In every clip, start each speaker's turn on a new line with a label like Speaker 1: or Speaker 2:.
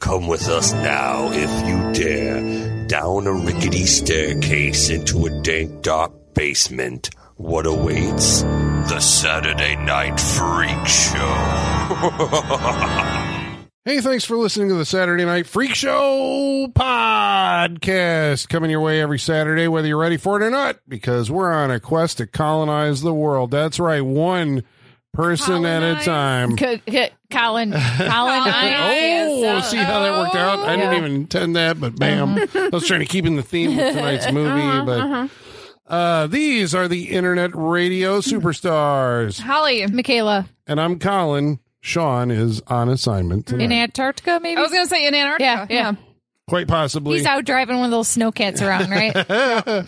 Speaker 1: Come with us now, if you dare, down a rickety staircase into a dank, dark basement. What awaits? The Saturday Night Freak Show.
Speaker 2: Hey, thanks for listening to the Saturday Night Freak Show podcast coming your way every Saturday, whether you're ready for it or not, because we're on a quest to colonize the world. That's right, one person at a
Speaker 3: Colonize.
Speaker 2: time.
Speaker 4: C- c- Colin, Colin, I,
Speaker 2: Oh, see how that worked out? I didn't
Speaker 4: Yeah.
Speaker 2: even intend that, but bam.
Speaker 4: Uh-huh.
Speaker 2: I was trying to keep in the theme of tonight's movie, but. uh
Speaker 4: uh-huh.
Speaker 2: these are the internet radio superstars,
Speaker 3: Holly,
Speaker 4: Michaela
Speaker 2: and I'm Colin. Sean is on assignment
Speaker 4: in
Speaker 2: tonight,
Speaker 4: Antarctica, maybe.
Speaker 3: I was gonna say in Antarctica.
Speaker 4: yeah, yeah,
Speaker 2: quite possibly.
Speaker 4: He's out driving one of those snow cats around, right? he
Speaker 2: Uh,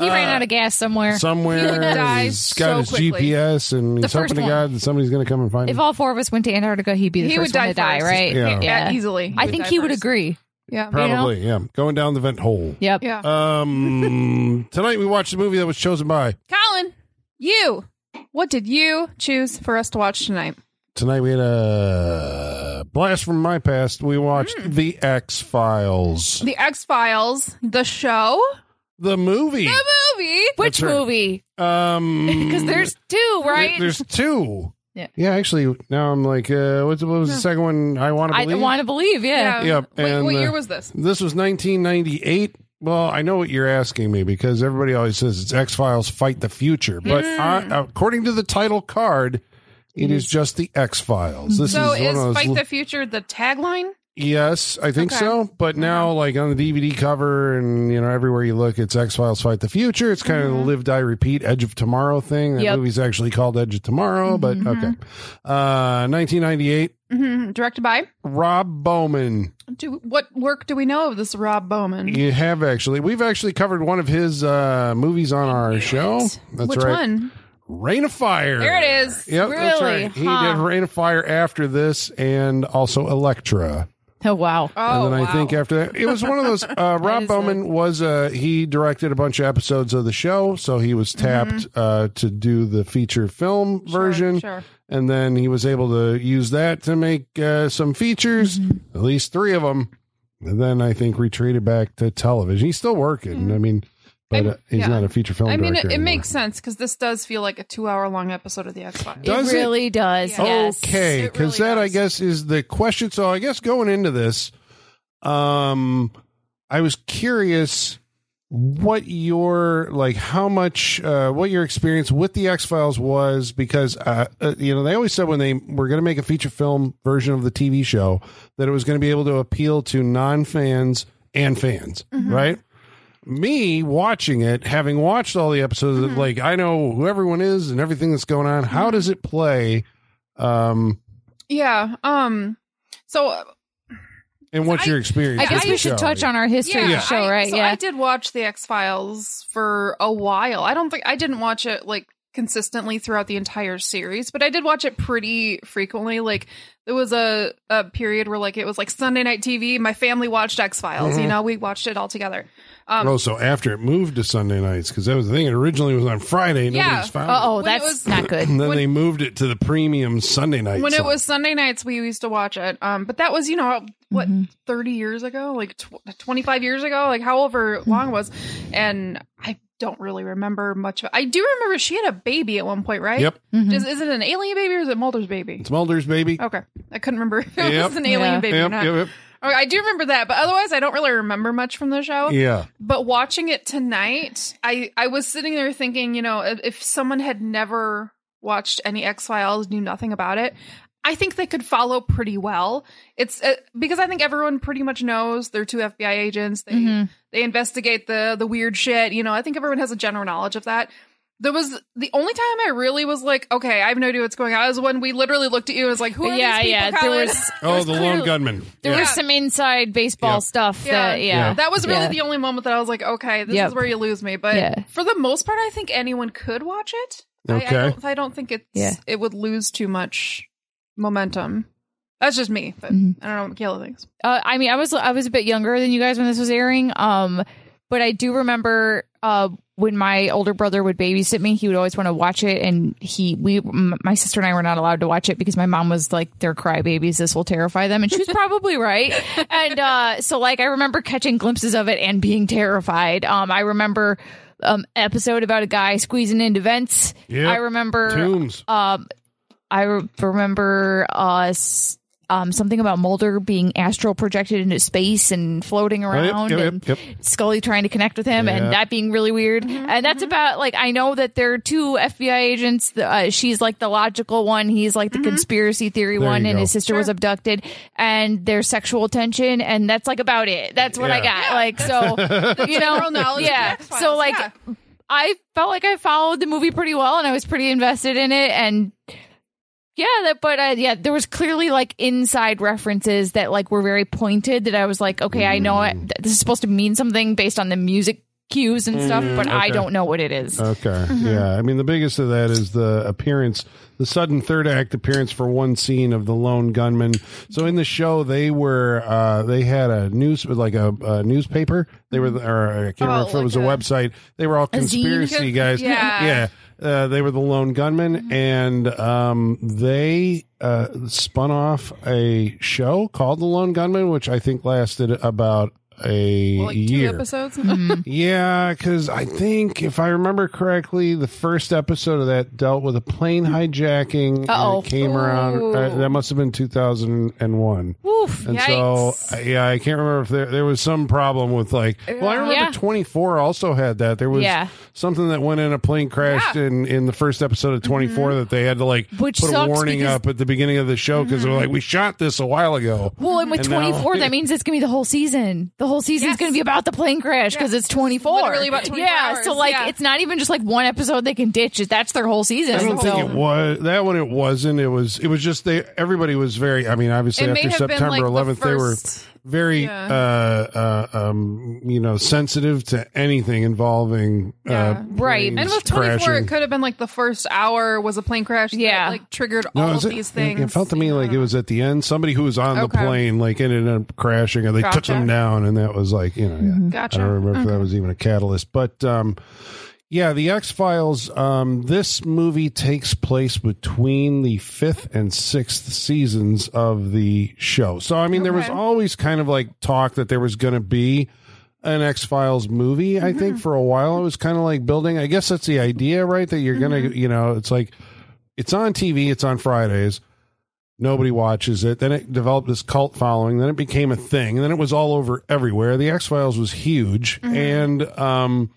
Speaker 4: ran out of gas somewhere.
Speaker 2: somewhere.
Speaker 3: die
Speaker 2: He's
Speaker 3: so
Speaker 2: got his
Speaker 3: quickly.
Speaker 2: GPS, and he's
Speaker 4: The
Speaker 2: hoping
Speaker 4: first
Speaker 2: to
Speaker 4: one.
Speaker 2: God that somebody's going to come and find
Speaker 4: if
Speaker 2: him.
Speaker 4: all four of us went to Antarctica, he'd be the
Speaker 3: He
Speaker 4: first
Speaker 3: would die
Speaker 4: one to die,
Speaker 3: first.
Speaker 4: right?
Speaker 2: Yeah.
Speaker 3: yeah,
Speaker 4: Yeah.
Speaker 3: easily.
Speaker 4: I think
Speaker 3: die
Speaker 4: he would
Speaker 3: first.
Speaker 4: agree.
Speaker 3: Yeah,
Speaker 2: Oh. Probably, yeah. Going down the vent hole.
Speaker 4: Yep.
Speaker 3: yeah.
Speaker 2: Um, tonight we watched a movie that was chosen by.
Speaker 3: Colin, you. What did you choose for us to watch tonight?
Speaker 2: Tonight we had a blast from my past. We watched
Speaker 4: Hmm.
Speaker 2: The X Files,
Speaker 3: The X Files, the show,
Speaker 2: the movie.
Speaker 3: the movie.
Speaker 4: Which
Speaker 2: That's right.
Speaker 4: movie?
Speaker 2: Um,
Speaker 4: Because there's two, right?
Speaker 2: there- there's two.
Speaker 4: Yeah.
Speaker 2: yeah. Actually, now I'm like, uh, what's, what was the second one? I want to
Speaker 4: I
Speaker 2: believe.
Speaker 4: want to believe. Yeah.
Speaker 2: Yep,
Speaker 3: Wait,
Speaker 2: and,
Speaker 3: what
Speaker 2: uh,
Speaker 3: year was this?
Speaker 2: This was 1998. Well, I know what you're asking me because everybody always says it's X Files fight the future, but
Speaker 3: Hmm.
Speaker 2: I, according to the title card, it is just the X Files. This
Speaker 3: So
Speaker 2: is, one
Speaker 3: is
Speaker 2: of those
Speaker 3: Fight
Speaker 2: l-
Speaker 3: the Future the tagline?
Speaker 2: yes, I think
Speaker 3: Okay. Uh-huh.
Speaker 2: so. But now, like on the DVD cover and you know everywhere you look, it's X Files fight the future. It's kind of
Speaker 3: Mm-hmm.
Speaker 2: the live die repeat Edge of Tomorrow thing. That
Speaker 4: Yep.
Speaker 2: movie's actually called Edge of Tomorrow, but
Speaker 3: Mm-hmm.
Speaker 2: okay. Uh, 1998,
Speaker 3: hmm Directed by.
Speaker 2: Rob Bowman.
Speaker 3: Do what work do we know of this Rob Bowman?
Speaker 2: You have actually. We've actually covered one of his uh, movies on our show. That's
Speaker 3: Which
Speaker 2: right.
Speaker 3: one?
Speaker 2: Rain of Fire.
Speaker 3: There it is.
Speaker 2: Yep, that's
Speaker 4: Really?
Speaker 2: right. He
Speaker 4: Huh.
Speaker 2: did Rain of Fire after this and also Elektra.
Speaker 4: Oh wow.
Speaker 3: Oh,
Speaker 2: and then
Speaker 3: wow.
Speaker 2: I think after that, it was one of those. Uh, Rob
Speaker 4: is
Speaker 2: Bowman was, uh, he directed a bunch of episodes of the show, so he was tapped uh, to do the feature film
Speaker 3: Mm-hmm. Sure,
Speaker 2: version.
Speaker 3: Sure.
Speaker 2: And then he was able to use that to make uh, some features,
Speaker 3: Mm-hmm.
Speaker 2: at least three of them. And then I think retreated back to television. He's still working. I mean, but uh, he's
Speaker 3: Mm-hmm. yeah.
Speaker 2: not a feature film
Speaker 3: I mean,
Speaker 2: director.
Speaker 3: it, it
Speaker 2: anymore.
Speaker 3: makes sense because this does feel like a two-hour-long episode of the X Files.
Speaker 2: Does-
Speaker 4: it
Speaker 2: it?
Speaker 4: really does.
Speaker 3: Yeah.
Speaker 4: Yes.
Speaker 2: Oh, Okay,
Speaker 3: It
Speaker 2: because
Speaker 3: really
Speaker 2: that I
Speaker 3: does.
Speaker 2: guess is the question. So I guess going into this, um, I was curious what your like how much uh what your experience with the x-files was because uh, uh you know they always said when they were going to make a feature film version of the tv show that it was going to be able to appeal to non-fans and fans
Speaker 3: Mm-hmm.
Speaker 2: right me watching it having watched all the episodes
Speaker 3: Mm-hmm.
Speaker 2: like i know who everyone is and everything that's going on how does it play um
Speaker 3: Yeah. Um. So uh,
Speaker 2: and what's
Speaker 3: I-
Speaker 2: your experience
Speaker 4: I
Speaker 2: with
Speaker 4: guess
Speaker 2: the
Speaker 4: we should
Speaker 2: show?
Speaker 4: touch on our history of the show,
Speaker 3: I,
Speaker 4: right?
Speaker 3: So
Speaker 4: yeah.
Speaker 3: I did watch the X Files for a while. I don't think I didn't watch it like consistently throughout the entire series, but I did watch it pretty frequently. Like there was a, a period where like it was like Sunday night TV. My family watched X Files.
Speaker 4: Mm-hmm.
Speaker 3: You know, we watched it all together. Um,
Speaker 2: Oh, so after it moved to Sunday nights, because that was the thing. It originally was on Friday.
Speaker 3: Yeah.
Speaker 2: Nobody's found
Speaker 4: Uh
Speaker 2: it.
Speaker 4: oh,
Speaker 3: When it
Speaker 4: that's
Speaker 3: was-
Speaker 4: not good.
Speaker 2: And then
Speaker 3: When-
Speaker 2: they moved it to the premium Sunday night.
Speaker 3: when it
Speaker 2: song.
Speaker 3: was Sunday nights, we used to watch it. Um, but that was you know what thirty years ago, like tw- twenty five years ago, like however long it was, and I don't really remember much. Of I do remember she had a baby at one point, right?
Speaker 2: Yep.
Speaker 3: Is, is it an alien baby or is it Mulder's baby?
Speaker 2: it's Mulder's
Speaker 4: Oh,
Speaker 2: baby.
Speaker 3: Okay, I couldn't remember if it
Speaker 2: Yep.
Speaker 3: was an alien
Speaker 4: Yeah.
Speaker 3: baby or
Speaker 2: yep,
Speaker 3: not.
Speaker 2: yep, yep.
Speaker 3: Okay, I do remember that, but otherwise, I don't really remember much from the show.
Speaker 2: Yeah.
Speaker 3: But watching it tonight, I I was sitting there thinking, you know, if, if someone had never watched any X Files, knew nothing about it, I think they could follow pretty well. It's uh, because I think everyone pretty much knows they're two FBI agents. They
Speaker 4: Mm-hmm.
Speaker 3: they investigate the the weird shit. You know, I think everyone has a general knowledge of that. There was the only time I really was like, okay, I have no idea what's going on. Is when we literally looked at you and was like, who are
Speaker 4: yeah,
Speaker 3: these people?
Speaker 4: yeah. There
Speaker 3: Colin?
Speaker 4: was
Speaker 2: Oh, the
Speaker 4: clearly-
Speaker 2: lone gunman.
Speaker 4: there
Speaker 2: yeah.
Speaker 4: was some inside baseball
Speaker 2: Yeah.
Speaker 4: stuff.
Speaker 3: Yeah.
Speaker 4: That, yeah.
Speaker 3: That was really
Speaker 4: Yeah.
Speaker 3: the only moment that I was like, okay, this
Speaker 4: Yep.
Speaker 3: is where you lose me. But
Speaker 4: Yeah.
Speaker 3: for the most part, I think anyone could watch it. I-
Speaker 2: Okay.
Speaker 3: I, don't, I don't think it's,
Speaker 4: Yeah.
Speaker 3: it would lose too much momentum. That's just me, but
Speaker 4: Mm-hmm.
Speaker 3: I don't know what Kayla thinks.
Speaker 4: uh, I mean, I was I was a bit younger than you guys when this was airing. Um, but I do remember uh, when my older brother would babysit me, he would always want to watch it, and he we m- my sister and I were not allowed to watch it because my mom was like, "They're crybabies. This will terrify them," and she was probably right. And uh, so, like, I remember catching glimpses of it and being terrified. Um, I remember um episode about a guy squeezing into vents.
Speaker 2: Yep.
Speaker 4: I remember
Speaker 2: Tombs.
Speaker 4: um, I re- remember uh, s- um, something about Mulder being astral projected into space and floating
Speaker 2: Oh, yep,
Speaker 4: around,
Speaker 2: yep,
Speaker 4: and
Speaker 2: yep,
Speaker 4: Scully trying to connect with him,
Speaker 2: Yeah.
Speaker 4: and that being really weird.
Speaker 3: Mm-hmm,
Speaker 4: And that's about like I know that there are two FBI agents. The, uh, she's like the logical one, he's like
Speaker 3: Mm-hmm.
Speaker 4: the conspiracy theory
Speaker 2: There
Speaker 4: one,
Speaker 2: you
Speaker 4: and
Speaker 2: go.
Speaker 4: his sister was abducted, and their sexual tension, and that's like about it. That's what I
Speaker 2: Yeah.
Speaker 4: got. like so, you know,
Speaker 3: general knowledge of
Speaker 4: yeah.
Speaker 3: the X-Files,
Speaker 4: So like
Speaker 3: yeah.
Speaker 4: I felt like I followed the movie pretty well and I was pretty invested in it and yeah, that but uh, yeah, there was clearly like inside references that like were very pointed that I was like, okay, I know it,
Speaker 2: Mm.
Speaker 4: th- this is supposed to mean something based on the music cues and stuff, but I
Speaker 2: Mm, okay. Uh,
Speaker 4: don't know what it is.
Speaker 2: Okay.
Speaker 3: Mm-hmm.
Speaker 2: Yeah. I mean, the biggest of that is the appearance, the sudden third act appearance for one scene of the lone gunman. So in the show, they were, uh, they had a news, like a, a newspaper. They were, or I can't
Speaker 3: Oh,
Speaker 2: remember if it
Speaker 3: like
Speaker 2: was a,
Speaker 3: a-
Speaker 2: website. They were all conspiracy guys.
Speaker 3: Yeah. Mm-hmm.
Speaker 2: Yeah. Uh, they were the lone gunman and, um, they, uh, spun off a show called the lone gunman, which I think lasted about a
Speaker 3: Well, like two
Speaker 2: year.
Speaker 3: episodes.
Speaker 4: Mm-hmm.
Speaker 2: Yeah, because I think if I remember correctly, the first episode of that dealt with a plane hijacking. and
Speaker 4: Uh-oh.
Speaker 2: it came around.
Speaker 4: Ooh.
Speaker 2: Uh, that must have been two thousand and one.
Speaker 4: Oof,
Speaker 2: And
Speaker 4: yikes.
Speaker 2: so, I- yeah, I can't remember if there there was some problem with like. Well, I remember
Speaker 4: Yeah.
Speaker 2: twenty four also had that. There was
Speaker 4: Yeah.
Speaker 2: something that went in a plane crash in in the first episode of twenty that they had to like
Speaker 4: Mm-hmm. Which
Speaker 2: put a
Speaker 4: sucks
Speaker 2: warning
Speaker 4: because- Mm-hmm.
Speaker 2: up at the beginning of the show because they're like, we shot this a while ago.
Speaker 4: well, and with
Speaker 2: And now-
Speaker 4: 24, that means it's going to be the whole season. The whole season's
Speaker 3: Yes.
Speaker 4: going to be about the plane crash because it's 24.
Speaker 3: Literally about 24
Speaker 4: Yeah, so
Speaker 3: hours,
Speaker 4: like
Speaker 3: yeah.
Speaker 4: it's not even just like one episode they can ditch. That's their whole season.
Speaker 2: I don't
Speaker 4: so.
Speaker 2: think it was that one. It wasn't. It was. It was just they. Everybody was very. I mean, obviously
Speaker 3: It may
Speaker 2: after
Speaker 3: have been,
Speaker 2: September
Speaker 3: like, the
Speaker 2: 11th, they were
Speaker 3: first-
Speaker 2: very, uh, uh, um, you know, sensitive to anything involving,
Speaker 3: Yeah.
Speaker 2: uh,
Speaker 4: Right.
Speaker 2: planes
Speaker 3: And with 24,
Speaker 2: crashing.
Speaker 3: it could have been like the first hour was a plane crash. that,
Speaker 4: Yeah.
Speaker 3: like triggered
Speaker 2: No,
Speaker 3: all
Speaker 2: is
Speaker 3: of
Speaker 2: it-
Speaker 3: these
Speaker 2: it-
Speaker 3: things.
Speaker 2: It felt to me like it was at the end. Somebody who was on the
Speaker 3: Okay.
Speaker 2: plane like ended up crashing, or they took
Speaker 3: Gotcha.
Speaker 2: them down, and that was like you know, yeah. I don't
Speaker 3: Gotcha.
Speaker 2: remember if that was even a catalyst, but um, yeah, the X Files. Um, this movie takes place between the fifth and sixth seasons of the show, so I mean, there was
Speaker 3: Okay.
Speaker 2: always kind of like talk that there was going to be an X Files movie. I think for a while it was kind of like building. I guess that's the idea, right? That you're gonna, you know, it's like it's on TV, it's on Fridays. Nobody watches it. Then it developed this cult following. Then it became a thing. And then it was all over everywhere. The X Files was huge, and um,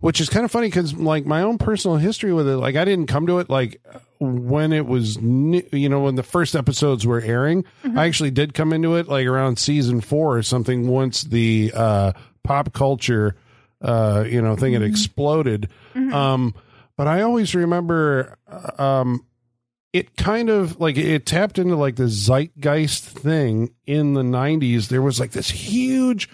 Speaker 2: which is kind of funny because like my own personal history with it, like I didn't come to it like when it was new, you know when the first episodes were airing. I actually did come into it like around season four or something. Once the uh, pop culture uh, you know thing had exploded, um, but I always remember uh, um, it kind of like it tapped into like the zeitgeist thing in the 90s there was like this huge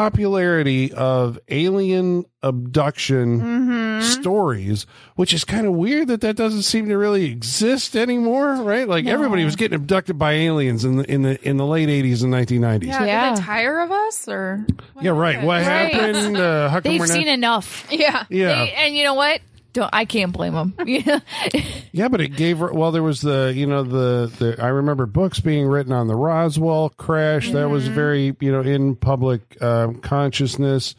Speaker 2: popularity of alien abduction stories which is kind of weird that that doesn't seem to really exist anymore right like everybody was getting abducted by aliens in the in the in the late 80s and 1990s yeah,
Speaker 3: Yeah,
Speaker 4: Yeah.
Speaker 3: Did they tire of us or?
Speaker 2: right what
Speaker 4: Right.
Speaker 2: happened uh, how come
Speaker 4: They've
Speaker 2: we're not-
Speaker 4: seen enough.
Speaker 3: Yeah.
Speaker 2: yeah
Speaker 4: They- and you know what? Don't, I can't blame them.
Speaker 2: Yeah, but it gave her. Well, there was the you know the the I remember books being written on the Roswell crash. That was
Speaker 4: Mm.
Speaker 2: very you know in public um, consciousness.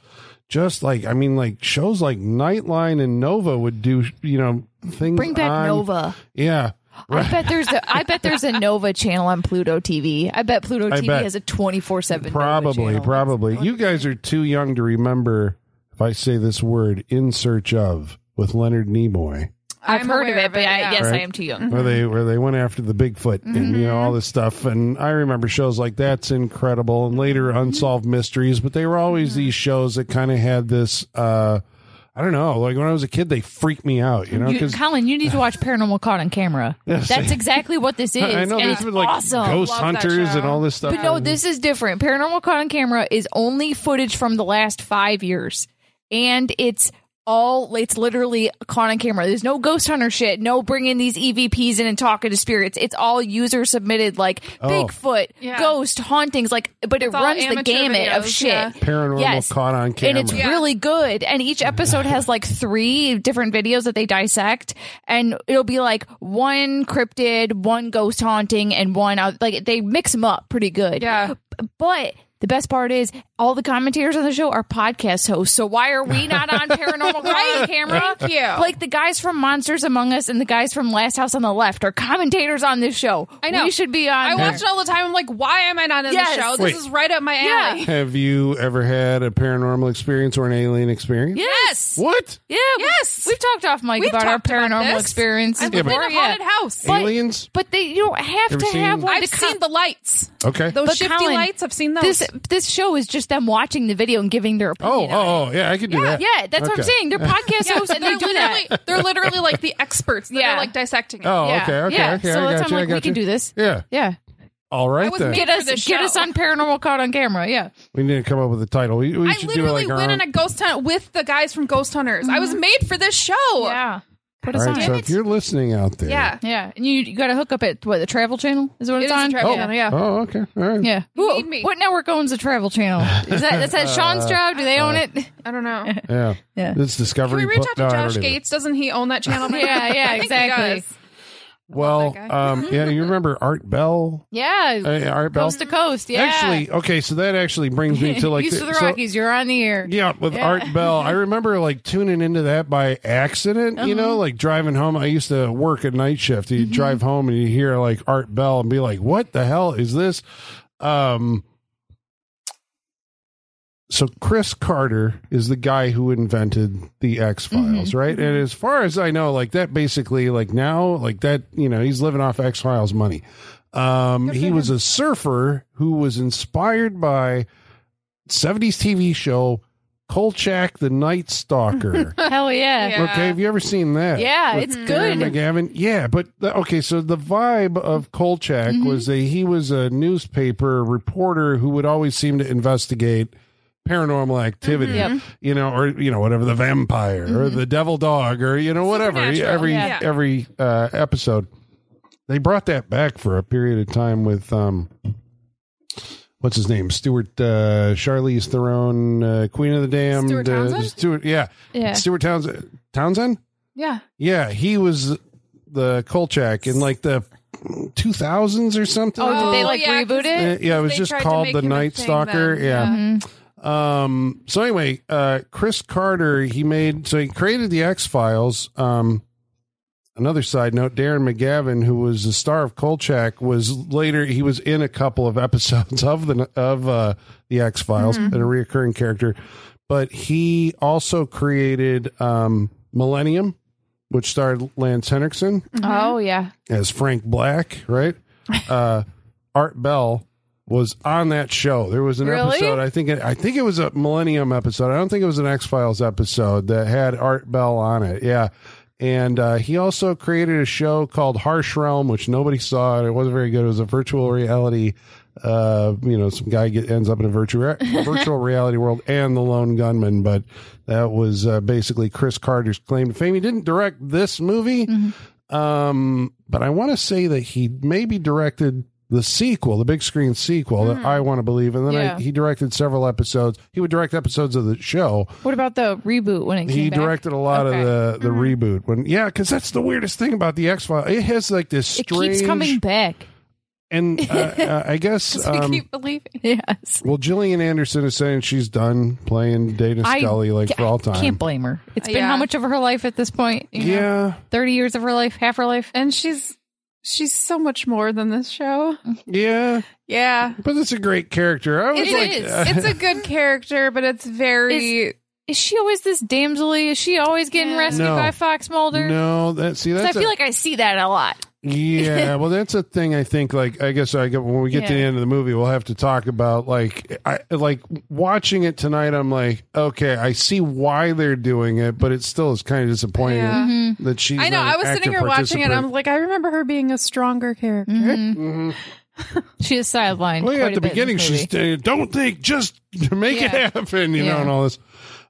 Speaker 2: Just like I mean, like shows like Nightline and Nova would do you know things.
Speaker 4: Bring back
Speaker 2: on-
Speaker 4: Nova.
Speaker 2: Yeah,
Speaker 4: I bet there's a I bet there's a Nova channel on Pluto TV. I bet Pluto
Speaker 2: I
Speaker 4: TV
Speaker 2: bet.
Speaker 4: has a 24 seven.
Speaker 2: probably, probably. You guys are too young to remember. If I say this word, in search of with Leonard Nimoy.
Speaker 4: I've
Speaker 3: I'm
Speaker 4: heard of
Speaker 3: aware
Speaker 4: it,
Speaker 3: of
Speaker 4: but
Speaker 3: it,
Speaker 4: I,
Speaker 3: yeah.
Speaker 4: yes,
Speaker 2: Right.
Speaker 4: I am too young.
Speaker 2: where they where they went after the Bigfoot and you know
Speaker 4: Mm-hmm.
Speaker 2: all this stuff. And I remember shows like that's incredible, and later
Speaker 4: Mm-hmm.
Speaker 2: Unsolved Mysteries. But they were always these shows that kind of had this. uh I don't know. Like when I was a kid, they freaked me out. You know,
Speaker 4: You,
Speaker 2: because
Speaker 4: Colin, you need to watch Paranormal Caught on Camera. That's exactly what this is.
Speaker 2: I know
Speaker 4: and
Speaker 2: these
Speaker 4: it's
Speaker 2: were like
Speaker 4: awesome.
Speaker 2: ghost
Speaker 3: Love that
Speaker 2: hunters and
Speaker 3: show.
Speaker 2: all this stuff.
Speaker 4: But no, this is different. Paranormal Caught on Camera is only footage from the last five years, and it's all it's literally caught on camera. There's no ghost hunter shit, no bringing these EVPs in and talking to spirits. It's all user submitted, like
Speaker 2: Oh.
Speaker 4: Bigfoot,
Speaker 3: Yeah.
Speaker 4: ghost hauntings, like. But it
Speaker 3: all
Speaker 4: runs the
Speaker 3: amateur
Speaker 4: gamut of
Speaker 3: videos,
Speaker 4: shit.
Speaker 3: yeah.
Speaker 2: Paranormal
Speaker 4: Yes.
Speaker 2: caught on camera.
Speaker 4: And it's
Speaker 3: Yeah.
Speaker 4: really good. And each episode has like three different videos that they dissect. And it'll be like one cryptid, one ghost haunting, and one out. Like they mix them up pretty good.
Speaker 3: Yeah.
Speaker 4: But the best part is all the commentators on the show are podcast hosts. So why are we not on Paranormal Crime Camera?
Speaker 3: Thank you.
Speaker 4: Like the guys from Monsters Among Us and the guys from Last House on the Left are commentators on this show.
Speaker 3: I know.
Speaker 4: We should be on.
Speaker 3: I
Speaker 4: there.
Speaker 3: watch it all the time. I'm like, why am I not in
Speaker 4: Yes.
Speaker 3: the show? This
Speaker 2: Wait.
Speaker 3: is right up my
Speaker 4: Yeah.
Speaker 3: alley.
Speaker 2: Have you ever had a paranormal experience or an alien experience?
Speaker 4: Yes.
Speaker 2: What?
Speaker 4: Yeah. we-
Speaker 3: Yes.
Speaker 4: We've talked off Mike
Speaker 3: We've
Speaker 4: about our
Speaker 3: talked about
Speaker 4: paranormal
Speaker 3: this.
Speaker 4: experience.
Speaker 3: I live
Speaker 2: but-
Speaker 3: in a haunted house.
Speaker 2: Aliens?
Speaker 4: But they you don't have
Speaker 2: Ever
Speaker 4: to
Speaker 2: seen-
Speaker 4: have one.
Speaker 3: I've
Speaker 4: to co-
Speaker 3: seen the lights.
Speaker 2: Okay.
Speaker 3: Those
Speaker 4: But
Speaker 3: shifty
Speaker 4: Colin,
Speaker 3: lights. I've seen those.
Speaker 4: this this show is just them watching the video and giving their
Speaker 2: oh,
Speaker 4: opinion. on
Speaker 2: oh, oh, yeah, I could do
Speaker 4: it.
Speaker 2: that.
Speaker 4: yeah, that's what I'm
Speaker 2: Okay.
Speaker 4: saying. They're podcast
Speaker 3: Yeah,
Speaker 4: hosts and they
Speaker 3: they're
Speaker 4: do that.
Speaker 3: literally- They're literally like the experts. that
Speaker 4: Yeah.
Speaker 3: are like dissecting. It.
Speaker 2: Oh,
Speaker 4: Yeah.
Speaker 2: okay, okay,
Speaker 4: Yeah.
Speaker 2: okay. I
Speaker 4: So that's
Speaker 2: got
Speaker 4: why
Speaker 2: you,
Speaker 4: I'm
Speaker 2: I
Speaker 4: like,
Speaker 2: got
Speaker 4: we can
Speaker 2: you.
Speaker 4: do this.
Speaker 2: Yeah.
Speaker 4: Yeah,
Speaker 2: All
Speaker 3: I
Speaker 2: right
Speaker 3: was
Speaker 2: then.
Speaker 3: made
Speaker 4: get
Speaker 3: for
Speaker 4: us
Speaker 3: this
Speaker 4: get
Speaker 3: show.
Speaker 4: us on paranormal caught on camera. Yeah,
Speaker 2: we need to come up with a title. We, we
Speaker 3: I
Speaker 2: should do it
Speaker 3: literally
Speaker 2: like our
Speaker 3: went
Speaker 2: own.
Speaker 3: on a ghost hunt with the guys from Ghost Hunters. I was made for this show.
Speaker 4: Mm-hmm. yeah. Put
Speaker 2: All
Speaker 4: us
Speaker 2: right,
Speaker 4: on.
Speaker 2: so
Speaker 4: it.
Speaker 2: if you're listening out there,
Speaker 3: Yeah.
Speaker 4: yeah, and you, you got to hook up at what the Travel Channel is what
Speaker 3: It
Speaker 4: it's
Speaker 3: is a
Speaker 4: on.
Speaker 3: Travel
Speaker 4: yeah.
Speaker 3: Channel,
Speaker 4: yeah.
Speaker 2: Oh, okay. All right.
Speaker 4: Yeah.
Speaker 3: You
Speaker 4: Who,
Speaker 3: need me.
Speaker 4: what network owns the Travel Channel? Is that is that
Speaker 2: Uh,
Speaker 4: Sean's job? Do they own it?
Speaker 3: I don't know. Can
Speaker 2: Yeah.
Speaker 4: Yeah.
Speaker 2: It's Discovery.
Speaker 3: we reach
Speaker 2: Plus-
Speaker 3: out
Speaker 2: no,
Speaker 3: to
Speaker 2: I don't
Speaker 3: Josh
Speaker 2: either.
Speaker 3: Gates? Doesn't he own that channel?
Speaker 4: Yeah, yeah,
Speaker 3: Thank you,
Speaker 4: exactly.
Speaker 3: guys.
Speaker 2: Well,
Speaker 3: that guy.
Speaker 2: um, yeah, you remember Art Bell?
Speaker 4: Yeah,
Speaker 2: Uh, Art Bell.
Speaker 4: coast to coast. Yeah,
Speaker 2: Actually, okay, so that actually brings me to like
Speaker 4: East
Speaker 2: the-
Speaker 4: of the
Speaker 2: so-
Speaker 4: Rockies. you're on the air.
Speaker 2: Yeah, with Art Bell. I remember like tuning into that by accident, you
Speaker 3: Uh-huh.
Speaker 2: know, like driving home. I used to work a night shift.
Speaker 3: Mm-hmm.
Speaker 2: You drive home and you hear like Art Bell and be like, what the hell is this? Um, so Chris Carter is the guy who invented the X Files, right? And as far as I know, like that basically, like now, like that, you know, he's living off X Files money. Um, he was a surfer who was inspired by 70s TV show Kolchak the Night Stalker.
Speaker 4: Hell yeah.
Speaker 3: Yeah.
Speaker 2: Okay, have you ever seen that?
Speaker 4: Yeah,
Speaker 2: With
Speaker 4: it's
Speaker 2: Sarah
Speaker 4: good.
Speaker 2: McGavin. Yeah, but the, okay, so the vibe of Kolchak
Speaker 3: Mm-hmm.
Speaker 2: was that he was a newspaper reporter who would always seem to investigate paranormal activity,
Speaker 3: Mm-hmm.
Speaker 4: Mhm.
Speaker 2: you know, or you know, whatever the vampire or the devil dog or you know whatever
Speaker 3: Supernatural,
Speaker 2: every
Speaker 3: yeah.
Speaker 2: every uh, episode. They brought that back for a period of time with um what's his name? Stuart uh Charlize Theron, uh, Queen of the Damned,
Speaker 3: Stuart Townsend?
Speaker 2: uh, Stuart yeah.
Speaker 4: Yeah.
Speaker 2: Stuart Townsend Townsend?
Speaker 3: Yeah.
Speaker 2: Yeah, he was the Kolchak in like the 2000s or something.
Speaker 4: Oh, did they like
Speaker 3: yeah, 'cause
Speaker 4: reboot it?
Speaker 2: Uh, yeah, it was
Speaker 3: They
Speaker 2: just
Speaker 3: tried to
Speaker 2: called
Speaker 3: make
Speaker 2: the
Speaker 3: him a
Speaker 2: Night
Speaker 3: thing
Speaker 2: Stalker.
Speaker 3: then.
Speaker 2: Yeah. Um. So anyway, uh, Chris Carter he made so he created the X Files. Um. Another side note: Darren McGavin, who was the star of Kolchak, was later he was in a couple of episodes of the of uh, the X Files and a reoccurring character, but he also created um, Millennium, which starred Lance Henriksen
Speaker 4: Oh yeah.
Speaker 2: as Frank Black, right? Uh, Art Bell was on that show. There was an
Speaker 4: Really?
Speaker 2: episode. I think it, I think it was a Millennium episode. I don't think it was an X Files episode that had Art Bell on it. Yeah, and uh, he also created a show called Harsh Realm, which nobody saw. and It wasn't very good. It was a virtual reality. Uh, you know, some guy get, ends up in a virtual virtual reality world, and the Lone Gunman. But that was uh, basically Chris Carter's claim to fame. He didn't direct this movie. Um, but I want to say that he maybe directed the sequel, the big screen sequel that I want to believe, and then
Speaker 4: Hmm. Yeah.
Speaker 2: I, he directed several episodes. He would direct episodes of the show.
Speaker 4: What about the reboot when it came
Speaker 2: He
Speaker 4: back?
Speaker 2: directed a lot
Speaker 4: Okay. Hmm.
Speaker 2: of the the reboot when yeah, because that's the weirdest thing about the X Files. It has like this
Speaker 4: it
Speaker 2: strange
Speaker 4: keeps coming back.
Speaker 2: and uh, uh, I guess
Speaker 3: We
Speaker 2: um,
Speaker 3: keep believing.
Speaker 4: Yes.
Speaker 2: well, Gillian Anderson is saying she's done playing Dana
Speaker 4: I
Speaker 2: Scully like for all
Speaker 4: I
Speaker 2: time.
Speaker 4: Can't blame her. It's been
Speaker 3: Yeah.
Speaker 4: how much of her life at this point? You know?
Speaker 2: yeah,
Speaker 4: Thirty years of her life, half her life.
Speaker 3: And she's she's so much more than this show.
Speaker 4: Mm.
Speaker 2: yeah,
Speaker 3: Yeah.
Speaker 2: but it's a great character. I was
Speaker 3: It
Speaker 2: like,
Speaker 3: is. It's a good character, but it's very
Speaker 4: Is she always this damselly? Is she always getting
Speaker 3: Yeah.
Speaker 4: rescued
Speaker 2: No.
Speaker 4: by Fox Mulder?
Speaker 2: no, that see
Speaker 4: 'Cause
Speaker 2: that's
Speaker 4: I feel
Speaker 2: a-
Speaker 4: like I see that a lot.
Speaker 2: Yeah, well, that's a thing. I think, like, I guess, I get, when we get to the
Speaker 4: Yeah.
Speaker 2: end of the movie, we'll have to talk about, like, I like watching it tonight. I'm like, okay, I see why they're doing it, but it still is kind of disappointing
Speaker 3: Yeah.
Speaker 2: that she's.
Speaker 3: Mm-hmm. I know.
Speaker 2: not an
Speaker 3: I was sitting
Speaker 2: active
Speaker 3: here watching it.
Speaker 2: participant.
Speaker 3: I'm like, I remember her being a stronger character.
Speaker 4: She is sidelined.
Speaker 2: Well, yeah, at
Speaker 4: quite a
Speaker 2: the
Speaker 4: bit in
Speaker 2: beginning,
Speaker 4: this
Speaker 2: she's
Speaker 4: movie.
Speaker 2: uh, don't think, just make it
Speaker 4: Yeah.
Speaker 2: happen, you know,
Speaker 4: Yeah.
Speaker 2: and all this.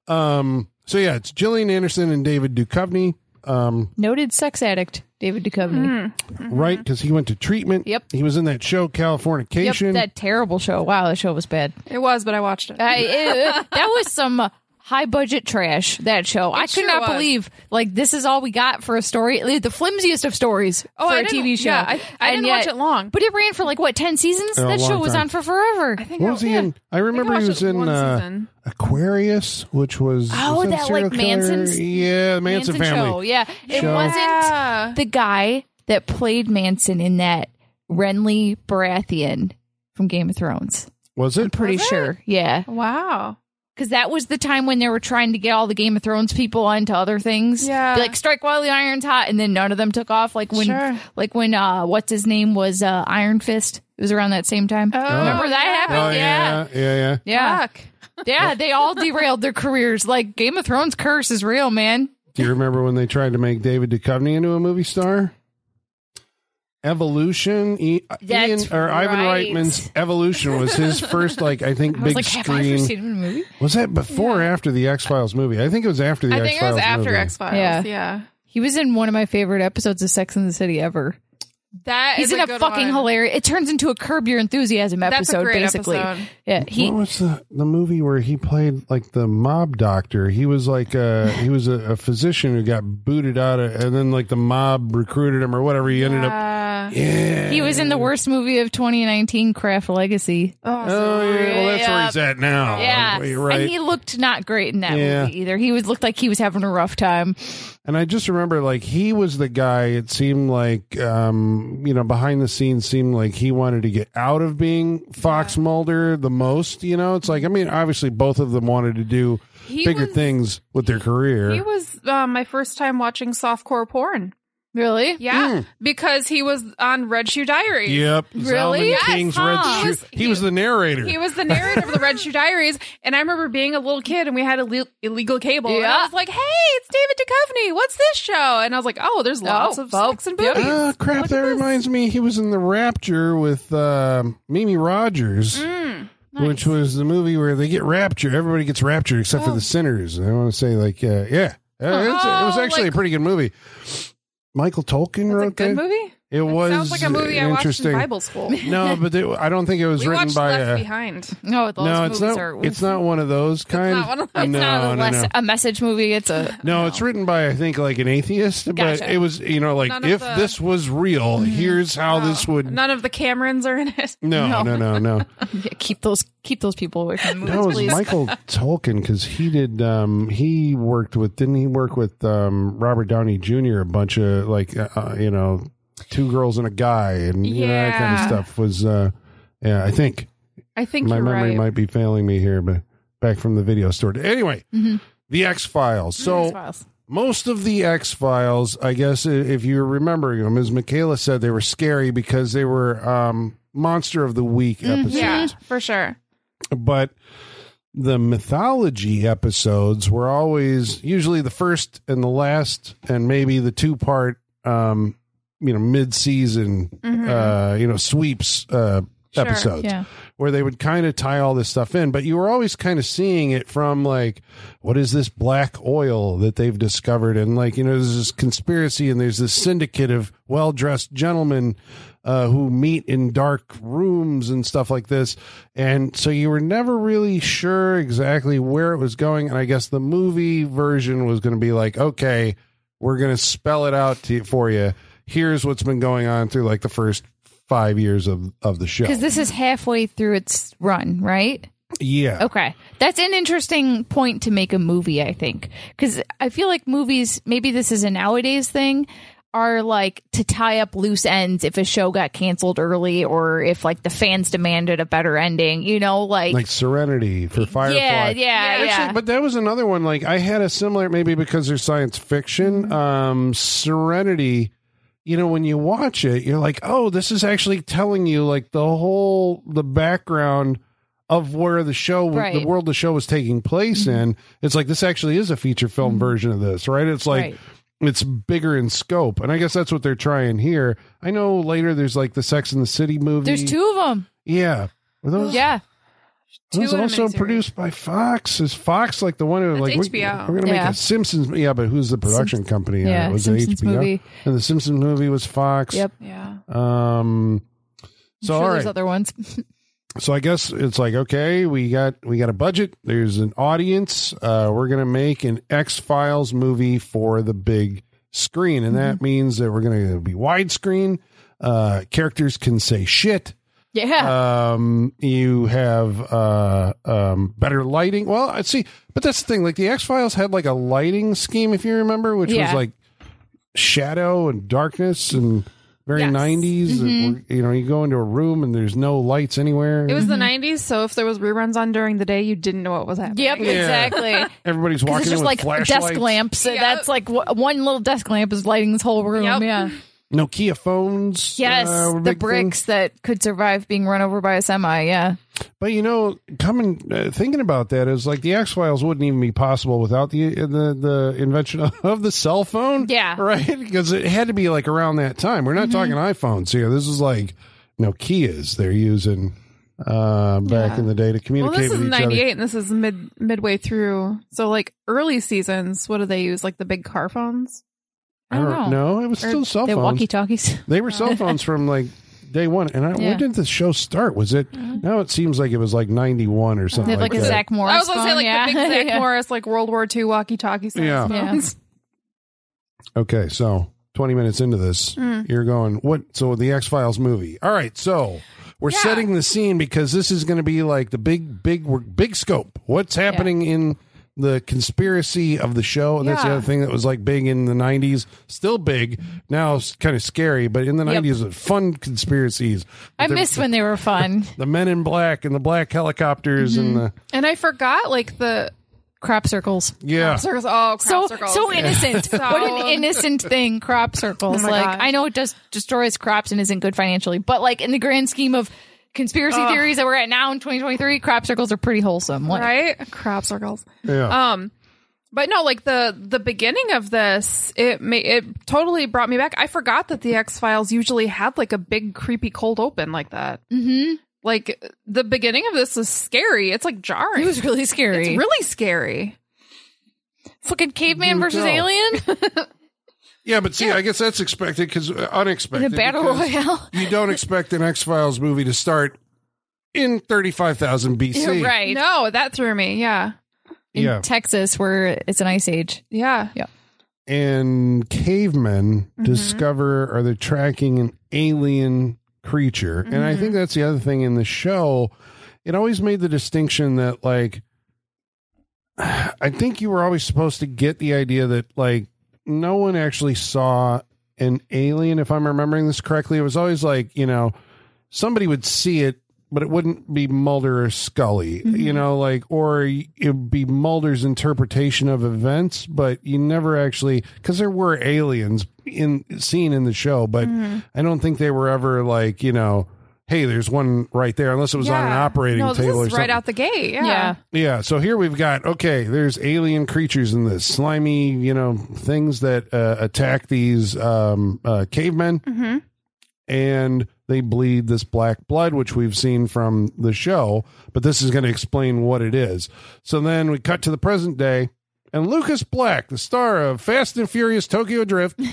Speaker 2: Um, So yeah, it's Gillian Anderson and David Duchovny, um,
Speaker 4: Noted sex addict David Duchovny.
Speaker 3: Mm-hmm.
Speaker 2: right? Because he went to treatment.
Speaker 4: Yep.
Speaker 2: He was in that show
Speaker 4: Yep,
Speaker 2: Californication.
Speaker 4: that terrible show. Wow, that show was bad.
Speaker 3: It was, but I watched it.
Speaker 4: I, Uh, it- that was some high budget trash. That show, I could
Speaker 3: sure
Speaker 4: not
Speaker 3: was.
Speaker 4: believe like this is all we got for a story. The flimsiest of stories
Speaker 3: Oh,
Speaker 4: for
Speaker 3: I
Speaker 4: a
Speaker 3: didn't-
Speaker 4: TV show.
Speaker 3: yeah, I- I
Speaker 4: And
Speaker 3: didn't watch it long.
Speaker 4: but it ran for like what ten seasons.
Speaker 2: a
Speaker 4: that show
Speaker 2: long
Speaker 4: was
Speaker 2: time.
Speaker 4: on for forever.
Speaker 3: I think
Speaker 2: what
Speaker 3: I-
Speaker 2: was he
Speaker 3: yeah.
Speaker 2: in? I remember
Speaker 3: watched
Speaker 2: he was
Speaker 3: it
Speaker 2: in
Speaker 3: one
Speaker 2: uh,
Speaker 3: season.
Speaker 2: Aquarius, which was
Speaker 4: Oh,
Speaker 2: was
Speaker 4: that,
Speaker 2: a serial
Speaker 4: like,
Speaker 2: killer?
Speaker 4: Manson's-
Speaker 2: yeah, the Manson, family.
Speaker 4: show. Yeah, it
Speaker 2: show.
Speaker 4: wasn't
Speaker 3: Yeah.
Speaker 4: the guy that played Manson in that Renly Baratheon from Game of Thrones.
Speaker 2: Was it?
Speaker 4: Pretty
Speaker 3: Was it?
Speaker 4: sure. Yeah.
Speaker 3: Wow.
Speaker 4: Because that was the time when they were trying to get all the Game of Thrones people onto other things.
Speaker 3: Yeah.
Speaker 4: Be like strike while the iron's hot, and then none of them took off. Like when,
Speaker 3: Sure.
Speaker 4: like when, uh, what's his name was uh, Iron Fist. It was around that same time.
Speaker 3: Oh,
Speaker 4: Remember that
Speaker 3: yeah.
Speaker 4: happened?
Speaker 2: Oh yeah, yeah, yeah.
Speaker 4: Yeah,
Speaker 3: Fuck.
Speaker 4: yeah. They all derailed their careers. Like Game of Thrones curse is real, man.
Speaker 2: Do you remember when they tried to make David Duchovny into a movie star? Evolution, e- Ian
Speaker 4: That's
Speaker 2: or Ivan
Speaker 4: right.
Speaker 2: Reitman's Evolution was his first, like I think,
Speaker 4: I was
Speaker 2: big
Speaker 4: like, have I
Speaker 2: screen.
Speaker 4: ever seen him in a movie?
Speaker 2: Was that before or after the X Files movie? I think it was after the
Speaker 3: I
Speaker 2: X Files.
Speaker 3: think it was after
Speaker 2: movie.
Speaker 3: X Files.
Speaker 4: Yeah.
Speaker 3: Yeah.
Speaker 4: He was in one of my favorite episodes of Sex in the City ever.
Speaker 3: That
Speaker 4: He's
Speaker 3: is
Speaker 4: in a,
Speaker 3: good
Speaker 4: fucking
Speaker 3: one.
Speaker 4: hilarious. It turns into a Curb Your Enthusiasm episode,
Speaker 3: That's a great
Speaker 4: basically.
Speaker 3: episode.
Speaker 4: Yeah, he
Speaker 2: what was the the movie where he played like the mob doctor? He was like uh he was a, a physician who got booted out of, and then like the mob recruited him or whatever. He ended up.
Speaker 3: Uh,
Speaker 2: Yeah.
Speaker 4: he was in the worst movie of 2019, Craft Legacy.
Speaker 3: oh,
Speaker 2: Oh
Speaker 3: so-
Speaker 2: yeah, well that's where he's at now.
Speaker 4: Yeah,
Speaker 2: you're right.
Speaker 4: and he looked not great in that
Speaker 2: Yeah.
Speaker 4: movie either. He was looked like he was having a rough time.
Speaker 2: And I just remember like he was the guy it seemed like um you know behind the scenes seemed like he wanted to get out of being Fox Mulder the most, you know? It's like I mean obviously both of them wanted to do
Speaker 3: He
Speaker 2: bigger
Speaker 3: was-
Speaker 2: things with their career.
Speaker 3: He was uh, my first time watching softcore porn.
Speaker 4: Really?
Speaker 2: Hmm.
Speaker 3: Yeah, because he was on Red Shoe Diaries.
Speaker 2: yep. Zalman
Speaker 4: Yes,
Speaker 2: King's
Speaker 4: huh?
Speaker 2: Red
Speaker 4: He
Speaker 2: Shoe-
Speaker 3: was-
Speaker 2: he, was the narrator.
Speaker 3: He was the narrator of the Red Shoe Diaries, and I remember being a little kid, and we had a illegal cable, and
Speaker 4: Yeah.
Speaker 3: I was like, "Hey, it's David Duchovny. What's this show?" And I was like, "Oh, there's lots
Speaker 4: Oh,
Speaker 3: of
Speaker 4: well,
Speaker 3: sex and
Speaker 4: yep.
Speaker 3: boobies."
Speaker 2: Ah, crap! That reminds me, he was in the Rapture with um, Mimi Rogers,
Speaker 3: Mm,
Speaker 2: which was the movie where they get raptured. Everybody gets raptured except
Speaker 3: Oh.
Speaker 2: for the sinners. I want to say, like, uh, yeah, Uh, it's- it was
Speaker 3: Oh,
Speaker 2: actually a
Speaker 3: like-
Speaker 2: pretty good movie. Michael Tolkien
Speaker 3: It's a
Speaker 2: wrote
Speaker 3: good
Speaker 2: that.
Speaker 3: movie.
Speaker 2: It was
Speaker 3: Sounds like a movie I watched
Speaker 2: interesting.
Speaker 3: in Bible school.
Speaker 2: No, but they, I don't think it was
Speaker 3: We
Speaker 2: written
Speaker 3: watched
Speaker 2: by. uh,
Speaker 3: Left
Speaker 2: A,
Speaker 3: Behind.
Speaker 4: No, those
Speaker 2: no, it's
Speaker 4: movies
Speaker 2: not.
Speaker 4: are.
Speaker 2: It's not one of those kind.
Speaker 3: not one of those.
Speaker 4: It's
Speaker 2: No,
Speaker 4: not a,
Speaker 2: no,
Speaker 4: less,
Speaker 2: no.
Speaker 4: a message movie. It's a.
Speaker 2: No, it's written by I think like an atheist, but
Speaker 4: Gotcha.
Speaker 2: it was you know like
Speaker 3: None of
Speaker 2: if
Speaker 3: the- Mm-hmm.
Speaker 2: this was real, here's how this would.
Speaker 3: None of the Camerons are in it.
Speaker 2: no, no, no, no.
Speaker 4: Yeah, keep those keep those people away from movies,
Speaker 2: That was
Speaker 4: please.
Speaker 2: Michael Tolkien because he did. Um, he worked with. Didn't he work with um, Robert Downey Jr. a bunch of like uh, uh, you know, two girls and a guy and you know, that kind of
Speaker 3: Yeah.
Speaker 2: stuff was. Uh, yeah, I think
Speaker 3: I think
Speaker 2: my
Speaker 3: you're
Speaker 2: memory
Speaker 3: right.
Speaker 2: might be failing me here, but back from the video store. Anyway,
Speaker 3: Mm-hmm.
Speaker 2: the X Files.
Speaker 3: Mm,
Speaker 2: So
Speaker 4: X-Files.
Speaker 2: most of the X Files, I guess, i- if you're remembering them, as Michaela said, they were scary because they were um, monster of the week episodes
Speaker 3: Mm-hmm. yeah, for sure.
Speaker 2: but the mythology episodes were always usually the first and the last and maybe the two part um you know mid-season uh you know sweeps uh
Speaker 3: Mm-hmm. Sure,
Speaker 2: episodes
Speaker 4: yeah.
Speaker 2: where they would kind of tie all this stuff in but you were always kind of seeing it from like what is this black oil that they've discovered and like you know there's this conspiracy and there's this syndicate of well-dressed gentlemen uh, who meet in dark rooms and stuff like this and so you were never really sure exactly where it was going and i guess the movie version was going to be like okay we're going to spell it out to, for you here's what's been going on through like the first five years of of the show
Speaker 4: Because this is halfway through its run, right?
Speaker 2: yeah
Speaker 4: Okay. That's an interesting point to make a movie, I think. Because I feel like movies, maybe this is a nowadays thing, are like to tie up loose ends if a show got canceled early or if like the fans demanded a better ending, you know, like.
Speaker 2: like Serenity for Firefly.
Speaker 4: yeah, yeah,
Speaker 3: Yeah,
Speaker 4: yeah.
Speaker 2: Actually, but that was another one. Like I had a similar, maybe because they're science
Speaker 4: Mm-hmm.
Speaker 2: fiction. Um, Serenity. You know, when you watch it, you're like, oh, this is actually telling you like the whole the background of where the show,
Speaker 4: Right. Mm-hmm.
Speaker 2: the world the show was taking place in. It's like this actually is a feature film version of this, right? It's like
Speaker 4: Right.
Speaker 2: it's bigger in scope, and I guess that's what they're trying here. I know later there's like the Sex and the City movie.
Speaker 4: There's two of them.
Speaker 2: Yeah. Were those-
Speaker 4: Yeah.
Speaker 2: It was
Speaker 3: Two in a
Speaker 2: also
Speaker 3: miniseries.
Speaker 2: produced by Fox. Is Fox like the one who
Speaker 3: That's
Speaker 2: like we-
Speaker 3: HBO.
Speaker 2: We're, gonna
Speaker 4: Yeah.
Speaker 2: make a Simpsons? Yeah, but who's the production company? on it?
Speaker 4: yeah,
Speaker 2: was
Speaker 4: Simpsons
Speaker 2: it HBO?
Speaker 4: movie.
Speaker 2: And the Simpsons movie was Fox.
Speaker 4: Yep.
Speaker 3: Yeah.
Speaker 2: Um. So
Speaker 4: I'm sure
Speaker 2: all
Speaker 4: there's
Speaker 2: right.
Speaker 4: other ones.
Speaker 2: so I guess it's like okay, we got we got a budget. There's an audience. Uh, we're gonna make an X Files movie for the big screen, and
Speaker 4: Mm-hmm.
Speaker 2: that means that we're gonna be widescreen. Uh, characters can say shit.
Speaker 4: yeah.
Speaker 2: Um, you have uh, um, better lighting. Well, I see, but that's the thing. Like the X Files had like a lighting scheme, if you remember, which was
Speaker 4: Yeah.
Speaker 2: like shadow and darkness and very
Speaker 3: Yes.
Speaker 2: 90s
Speaker 4: Mhm.
Speaker 2: It- you know, you go into a room and there's no lights anywhere.
Speaker 3: It was
Speaker 4: Mm-hmm.
Speaker 3: the 90s, so if there was reruns on during the day, you didn't know what was happening.
Speaker 4: yep. Exactly.
Speaker 2: Everybody's
Speaker 4: 'Cause
Speaker 2: walking
Speaker 4: it's just
Speaker 2: in
Speaker 4: like
Speaker 2: with
Speaker 4: desk
Speaker 2: flashlights.
Speaker 4: lamps.
Speaker 3: Yep.
Speaker 4: That's like w- one little desk lamp is lighting this whole room.
Speaker 3: Yep.
Speaker 4: Yeah.
Speaker 2: Nokia phones.
Speaker 4: Yes.
Speaker 2: uh, were a
Speaker 4: the
Speaker 2: big thing.
Speaker 4: bricks that could survive being run over by a semi. Yeah.
Speaker 2: But you know, coming uh, thinking about that is like the X Files wouldn't even be possible without the the the invention of the cell phone.
Speaker 4: Yeah. Mm-hmm.
Speaker 2: right. Because it had to be like around that time. We're not talking iPhones here. This is like Nokia's they're using uh, back
Speaker 3: Yeah.
Speaker 2: in the day to
Speaker 3: Well,
Speaker 2: communicate
Speaker 3: this is
Speaker 2: with each other.
Speaker 3: 98, and this is mid midway through. So, like early seasons, what do they use? Like the big car phones?
Speaker 4: I don't know.
Speaker 2: No, it was
Speaker 4: Or
Speaker 2: still cell
Speaker 4: They're
Speaker 2: phones.
Speaker 4: walkie talkies.
Speaker 2: They were cell phones from like day one. And I,
Speaker 4: Yeah.
Speaker 2: when did the show start? Was it? Now it seems like it was like ninety one or
Speaker 4: They
Speaker 2: something.
Speaker 4: have like, a
Speaker 2: that.
Speaker 4: Zach Morris.
Speaker 3: I was gonna say
Speaker 4: phone,
Speaker 3: like
Speaker 4: yeah.
Speaker 3: the big Zach
Speaker 4: Yeah.
Speaker 3: Morris, like World War II walkie-talkie size
Speaker 2: Yeah.
Speaker 4: Yeah.
Speaker 3: phones.
Speaker 2: Okay, so 20 minutes into this,
Speaker 3: Mm.
Speaker 2: you're going, what? So the X Files movie. All right, so we're
Speaker 3: Yeah.
Speaker 2: setting the scene because this is going to be like the big, big, we're- big scope. What's happening in the conspiracy of the show? And that's the
Speaker 3: Yeah.
Speaker 2: other thing that was like big in the 90s, still big. Now it's kind of scary, but in the
Speaker 4: Yep.
Speaker 2: 90s, it was fun conspiracies.
Speaker 4: I
Speaker 2: The-
Speaker 4: miss when they were fun.
Speaker 2: the men in black and the black helicopters and
Speaker 4: Mm-hmm.
Speaker 2: the,
Speaker 3: And I forgot like the
Speaker 4: Crop circles.
Speaker 2: yeah.
Speaker 3: circles. Oh, crop
Speaker 4: so
Speaker 3: circles.
Speaker 4: so innocent.
Speaker 3: So-
Speaker 4: what an innocent thing, crop circles.
Speaker 3: Oh my
Speaker 4: like
Speaker 3: God.
Speaker 4: I know it just destroys crops and isn't good financially, but like in the grand scheme of conspiracy theories that we're at now in 2023, crop circles are pretty wholesome. Like,
Speaker 3: right? Crop circles.
Speaker 4: uh,
Speaker 2: Yeah.
Speaker 3: Um, but no, like the the beginning of this, it ma- it totally brought me back. I forgot that the X Files usually had like a big creepy cold open like that. Mm-hmm. Like the beginning of this is scary. It's like jarring.
Speaker 4: It was really scary.
Speaker 3: It's really scary.
Speaker 4: fucking caveman
Speaker 2: You
Speaker 4: versus
Speaker 2: know.
Speaker 4: alien
Speaker 2: yeah, but see, I guess that's expected because
Speaker 4: in
Speaker 2: unexpected.
Speaker 4: a battle
Speaker 2: because-
Speaker 4: royale.
Speaker 2: you don't expect an X Files movie to start in 35,000 BC.
Speaker 4: Yeah, right.
Speaker 3: No, that threw me. Yeah,
Speaker 4: In
Speaker 2: Yeah.
Speaker 4: Texas, where it's an ice age.
Speaker 3: yeah.
Speaker 2: And cavemen discover or they're tracking an alien creature. And I think that's the other thing in the show. It always made the distinction that, like, I think you were always supposed to get the idea that, like, no one actually saw an alien, if I'm remembering this correctly. It was always like, you know, somebody would see it, but it wouldn't be Mulder or Scully,
Speaker 3: Mm-hmm.
Speaker 2: you know, like, or it would be Mulder's interpretation of events, but you never actually, because there were aliens in seen in the show, but
Speaker 3: Mm-hmm.
Speaker 2: I don't think they were ever like, you know, hey, there's one right there, unless it was on an
Speaker 3: Yeah.
Speaker 2: operating
Speaker 3: no,
Speaker 2: table
Speaker 3: this
Speaker 2: or
Speaker 3: is
Speaker 2: something.
Speaker 3: right out the gate. Yeah.
Speaker 4: Yeah.
Speaker 2: Yeah, so here we've got okay, there's alien creatures in this slimy, you know, things that uh, attack these um uh cavemen
Speaker 3: Mhm.
Speaker 2: and they bleed this black blood which we've seen from the show, but this is going to explain what it is. So then we cut to the present day and Lucas Black, the star of Fast and Furious Tokyo Drift,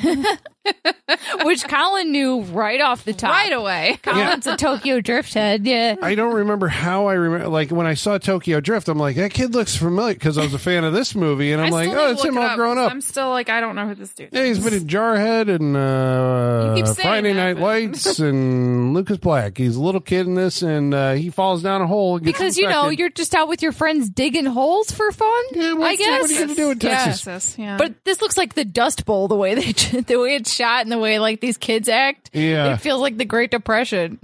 Speaker 4: Which Colin knew right off the top.
Speaker 3: Right away.
Speaker 4: Colin's a Tokyo drift head. Yeah.
Speaker 2: I don't remember how I remember. Like when I saw Tokyo Drift, I'm like, that kid looks familiar because I was a fan of this movie, and I'm
Speaker 3: I
Speaker 2: like,
Speaker 3: still need
Speaker 2: oh,
Speaker 3: to
Speaker 2: it's
Speaker 3: look
Speaker 2: him
Speaker 3: it
Speaker 2: all grown up.
Speaker 3: I'm still like, I don't know who this dude
Speaker 2: Yeah,
Speaker 3: is.
Speaker 2: he's been in Jarhead and uh,
Speaker 3: You keep saying
Speaker 2: Friday
Speaker 3: that,
Speaker 2: Night
Speaker 3: but-
Speaker 2: Lights and Lucas Black. He's a little kid in this, and uh, he falls down a hole and gets
Speaker 4: Because you know
Speaker 2: infected.
Speaker 4: you're just out with your friends digging holes for fun.
Speaker 2: Yeah, what's-
Speaker 4: I guess.
Speaker 2: what are you gonna do in
Speaker 4: Yeah.
Speaker 2: Texas?
Speaker 3: Texas, yeah.
Speaker 4: But this looks like the Dust Bowl, the way they the way it's shot and the way like these kids act.
Speaker 2: Yeah.
Speaker 4: it feels like the Great Depression.